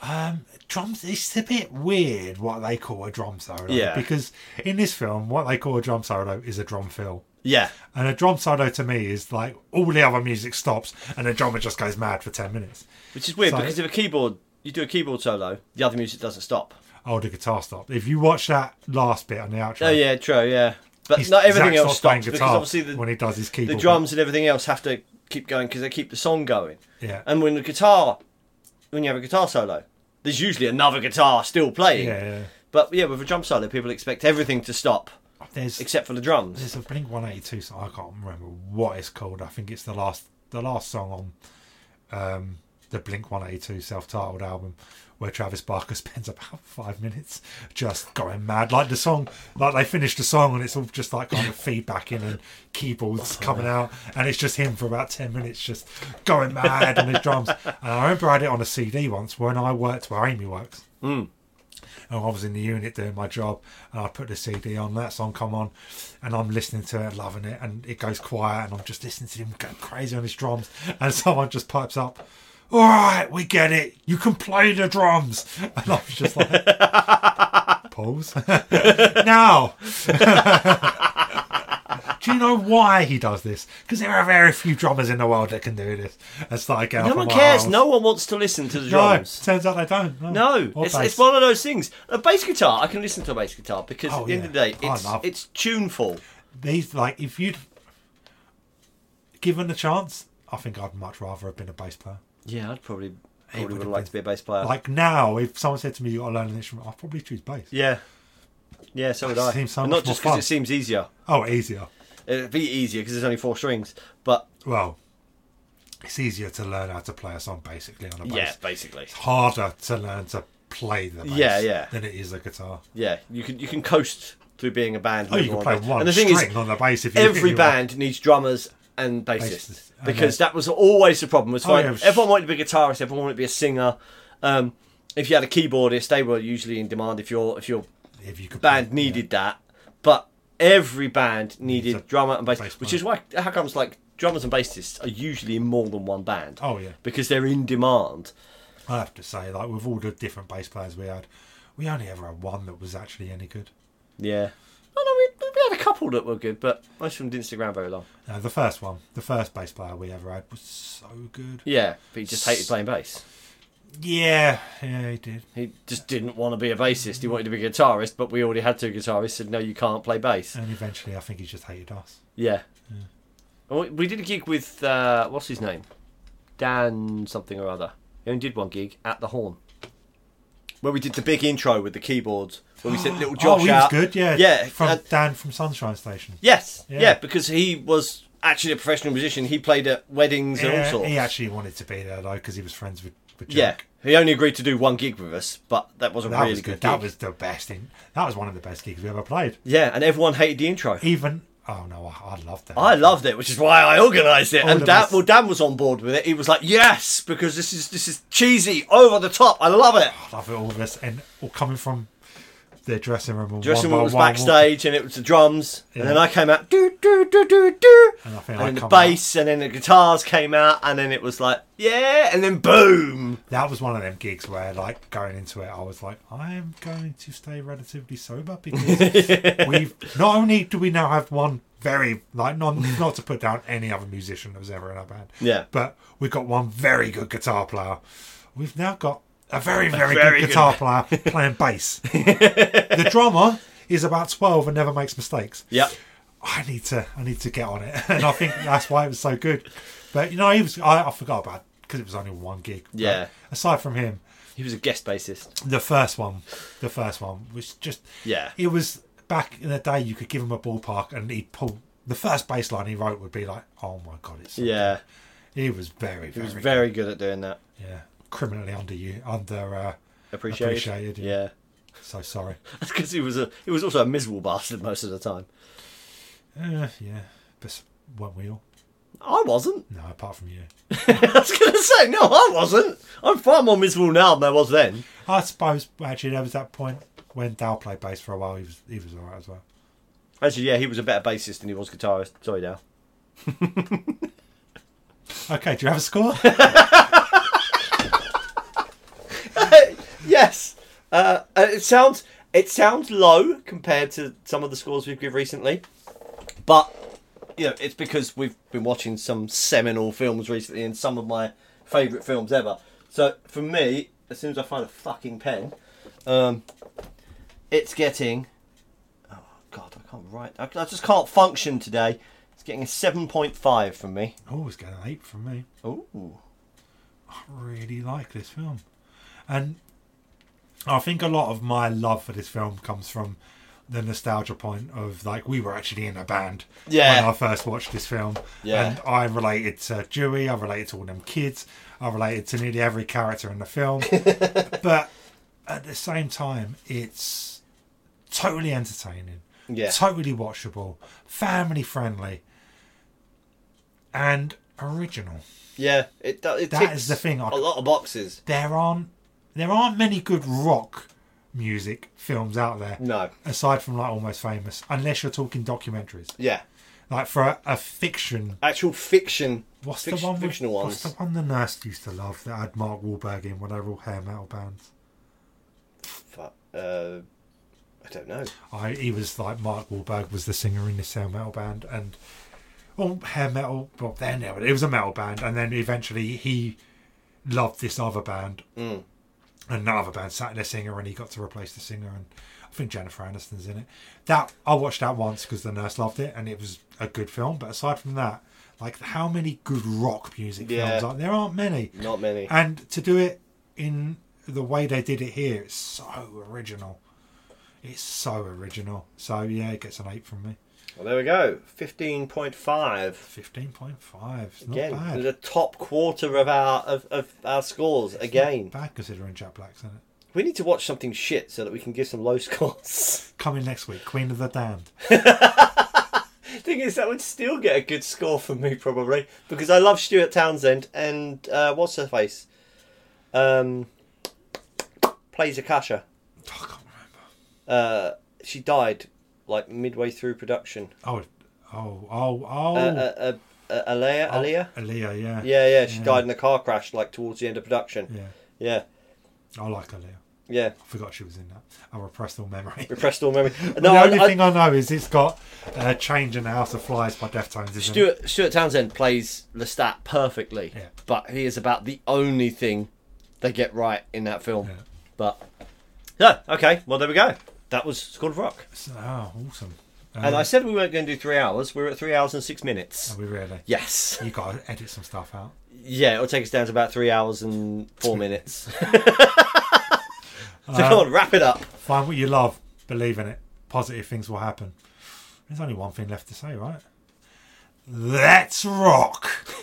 S2: Um, drums. It's a bit weird what they call a drum solo.
S1: Yeah.
S2: Because in this film, what they call a drum solo is a drum fill.
S1: Yeah,
S2: And a drum solo to me is like all the other music stops and the drummer just goes mad for ten minutes.
S1: which is weird
S2: So-
S1: because if a keyboard, you do a keyboard solo, the other music doesn't stop.
S2: Oh, the guitar stop. If you watch that last bit on the outro,
S1: Oh yeah, true, yeah. But
S2: he's-
S1: not everything
S2: Zach
S1: else
S2: playing
S1: stops because
S2: guitar
S1: obviously
S2: when
S1: the,
S2: he does his
S1: the
S2: keyboard,
S1: drums and everything else have to keep going because they keep the song going.
S2: yeah,
S1: And when the guitar, when you have a guitar solo, there's usually another guitar still playing.
S2: yeah, yeah.
S1: But yeah, with a drum solo, people expect everything to stop
S2: There's
S1: except for the drums.
S2: there's a Blink 182 song. I can't remember what it's called. I think it's the last the last song on um, the Blink 182 self-titled album, where Travis Barker spends about five minutes just going mad. Like the song, like they finish the song and it's all just like kind of feedback in and keyboards coming out, and it's just him for about ten minutes just going mad on his drums. And I remember I had it on a CD once when I worked where Amy works. and I was in the unit doing my job, and I put the CD on. That song come on, and I'm listening to it, loving it, and it goes quiet, and I'm just listening to him go crazy on his drums, and someone just pipes up. All right, we get it. You can play the drums, and I was just like, pause. now, do you know why he does this? Because there are very few drummers in the world that can do this. And started going.
S1: No
S2: off on
S1: one
S2: my
S1: cares.
S2: arse.
S1: No one wants to listen to the
S2: No,
S1: drums.
S2: turns out they don't.
S1: No,
S2: Or
S1: it's,
S2: bass.
S1: it's one of those things. A bass guitar, I can listen to a bass guitar because
S2: Oh,
S1: at the end
S2: yeah.
S1: of the day,
S2: I
S1: it's
S2: love-
S1: it's tuneful.
S2: these like if you'd given the chance, I think I'd much rather have been a bass player.
S1: Yeah, I'd probably
S2: would
S1: probably would
S2: have
S1: have liked
S2: been-
S1: to be a bass player.
S2: Like now, if someone said to me, "You got to learn an instrument," I'd probably choose bass.
S1: yeah, yeah, so would I.
S2: seems so
S1: and
S2: much
S1: not just
S2: more
S1: because
S2: fun.
S1: it seems easier.
S2: Oh, easier.
S1: It'd be easier because there's only four strings. But
S2: Well, it's easier to learn how to play a song basically on a bass.
S1: yeah, basically,
S2: Harder to learn to play the bass.
S1: Yeah, yeah.
S2: Than it is the guitar.
S1: yeah, you can you can coast through being a band.
S2: Oh,
S1: with
S2: you can
S1: one
S2: play
S1: bass.
S2: one
S1: And the thing
S2: string
S1: is,
S2: on the bass if you
S1: every
S2: really want.
S1: band needs drummers and bassists
S2: Bassists. And
S1: because that was always the problem. It's
S2: Oh,
S1: like
S2: yeah, it was-
S1: everyone wanted to be a guitarist, everyone wanted to be a singer. Um, if you had a keyboardist, they were usually in demand. If your if your
S2: If you could
S1: band
S2: play-
S1: needed that, but every band needed
S2: a
S1: drummer and bass,
S2: bass
S1: which is why how comes like drummers and bassists are usually in more than one band.
S2: Oh, yeah.
S1: because they're in demand.
S2: I have to say, like with all the different bass players we had, we only ever had one that was actually any good.
S1: Yeah. I know we, we had a couple that were good, but most of them didn't stick around very long.
S2: No, Uh, the first one, the first bass player we ever had was so good.
S1: Yeah, but he just hated playing bass.
S2: Yeah, yeah, he did.
S1: He just didn't want to be a bassist. He wanted to be a guitarist, but we already had two guitarists. Said no, you can't play bass.
S2: And eventually, I think he just hated us.
S1: Yeah. And we- We did a gig with uh, what's his name, Dan something or other. He only did one gig at the Horn, where we did the big intro with the keyboards, where we sent little Josh
S2: oh, he
S1: out.
S2: was good. Yeah,
S1: Yeah. uh,
S2: From
S1: and-
S2: Dan from Sunshine Station.
S1: yes.
S2: Yeah.
S1: Yeah. because he was actually a professional musician. He played at weddings and all sorts.
S2: he actually wanted to be there though because he was friends with. with Jack.
S1: Yeah. He only agreed to do one gig with us, but that was a
S2: that
S1: really
S2: was good.
S1: good.
S2: That
S1: gig.
S2: was the best. In, that was one of the best gigs we ever played.
S1: Yeah, and everyone hated the intro.
S2: Even oh no, I, I loved that.
S1: I loved it, which is why I organised it.
S2: All
S1: and
S2: of
S1: Dan,
S2: us.
S1: well, Dan was on board with it. He was like, "Yes, because this is this is cheesy, over the top. I love it."
S2: I love it all of us and all coming from the dressing room. and
S1: Dressing
S2: one by
S1: room was
S2: one, walking-
S1: backstage, and it was the drums,
S2: Yeah.
S1: and then I came out, do do do do do,
S2: And I think
S1: and
S2: I
S1: then the
S2: come
S1: bass, and then the guitars came out, and then it was like, yeah, and then boom.
S2: that was one of them gigs where like going into it i was like i'm going to stay relatively sober because we've not only do we now have one very like not, not to put down any other musician that was ever in our band
S1: Yeah.
S2: but we've got one very good guitar player we've now got a very very,
S1: very good-
S2: good guitar player playing bass the drummer is about 12 and never makes mistakes
S1: Yep.
S2: I need to I need to get on it, and I think that's why it was so good. But you know, he was I, I forgot about because it was only one gig. But
S1: Yeah.
S2: aside from him,
S1: He was a guest bassist.
S2: the first one, the first one was just
S1: Yeah.
S2: It was back in the day. You could give him a ballpark, and he'd pull the first bass line he wrote would be like, "Oh my god, it's
S1: Yeah,
S2: He was very, very,
S1: he was
S2: good.
S1: very good at doing that.
S2: yeah, criminally under you under. Uh,
S1: Appreciated.
S2: Appreciated, yeah.
S1: yeah.
S2: so sorry.
S1: That's because he was a he was also a miserable bastard most of the time.
S2: Uh, yeah, but weren't we all?
S1: I wasn't.
S2: No, apart from you.
S1: I was going to say, no, I wasn't. I'm far more miserable now than I was then.
S2: I suppose actually there was that point when Dal played bass for a while. He was he was alright as well.
S1: Actually, yeah, he was a better bassist than he was guitarist. Sorry, Dal.
S2: Okay, do you have a score?
S1: yes. Uh, uh, it sounds it sounds low compared to some of the scores we've given recently, but you know it's because we've been watching some seminal films recently and some of my favourite films ever. So for me, as soon as I find a fucking pen, um, it's getting. Oh God, I can't write. I, I just can't function today. It's getting a seven point five from me.
S2: oh, it's getting an eight from me.
S1: Ooh.
S2: I really like this film, and I think a lot of my love for this film comes from the nostalgia point of like we were actually in a band
S1: Yeah.
S2: when I first watched this film,
S1: Yeah.
S2: and I related to Dewey, I related to all them kids, I related to nearly every character in the film, but at the same time, it's totally entertaining,
S1: Yeah.
S2: totally watchable, family friendly, and original.
S1: Yeah, it do- it
S2: That
S1: ticks
S2: is the thing I-
S1: A lot of boxes.
S2: There aren't there aren't many good rock music films out there.
S1: No.
S2: Aside from like Almost Famous, unless you're talking documentaries,
S1: Yeah.
S2: like for a, a fiction.
S1: Actual fiction.
S2: What's
S1: fic-
S2: the one? With,
S1: Fictional
S2: what's
S1: ones.
S2: the one the nurse used to love that had Mark Wahlberg in when they were all hair metal bands?
S1: Fuck. Uh, I don't know.
S2: I he was like Mark Wahlberg was the singer in this hair metal band and well hair metal well then it was a metal band and then eventually he loved this other band
S1: Mm.
S2: and that other band sat their singer and he got to replace the singer and I think Jennifer Aniston's in it. That I watched that once because the nurse loved it and it was a good film. But aside from that, like how many good rock music
S1: Yeah.
S2: films are there? Aren't many.
S1: Not many.
S2: And to do it in the way they did it here, it's so original. It's so original. So yeah, it gets an eight from me.
S1: Well, there we go. 15.5.
S2: Fifteen point five. It's not
S1: Again,
S2: bad.
S1: the top quarter of our of, of our scores. Again,
S2: Bad considering Jack Black's in it.
S1: we need to watch something shit so that we can give some low scores.
S2: Coming next week, Queen of the Damned.
S1: Thing is, that would still get a good score from me probably because I love Stuart Townsend and uh, what's her face, um, plays Akasha.
S2: Oh, I can't remember.
S1: Uh, she died like midway through production.
S2: Oh, it- oh, oh, oh.
S1: Uh, uh, uh, uh, Alea, Alea.
S2: Aaliyah, yeah.
S1: Yeah, yeah. She
S2: Oh. Yeah.
S1: died in a car crash like towards the end of production.
S2: Yeah.
S1: Yeah,
S2: I like Aaliyah.
S1: yeah.
S2: I forgot she was in that. I repressed all memory.
S1: Repressed all memory.
S2: the
S1: No, I,
S2: only
S1: I,
S2: thing I know is it's got uh, Change and the House of Flies by Deftones. Isn't it?
S1: Stuart Stuart Townsend plays Lestat perfectly,
S2: Yeah.
S1: but he is about the only thing they get right in that film.
S2: Yeah.
S1: But yeah, okay. Well, there we go. That was School of Rock,
S2: So- Oh, awesome. Uh,
S1: and I said we weren't going to do three hours. We're at three hours and six minutes.
S2: Are we really?
S1: Yes.
S2: you got to edit some stuff out.
S1: Yeah, it'll take us down to about three hours and four minutes. so come on, wrap it up.
S2: Find what you love, believe in it. Positive things will happen. There's only one thing left to say, right? Let's rock!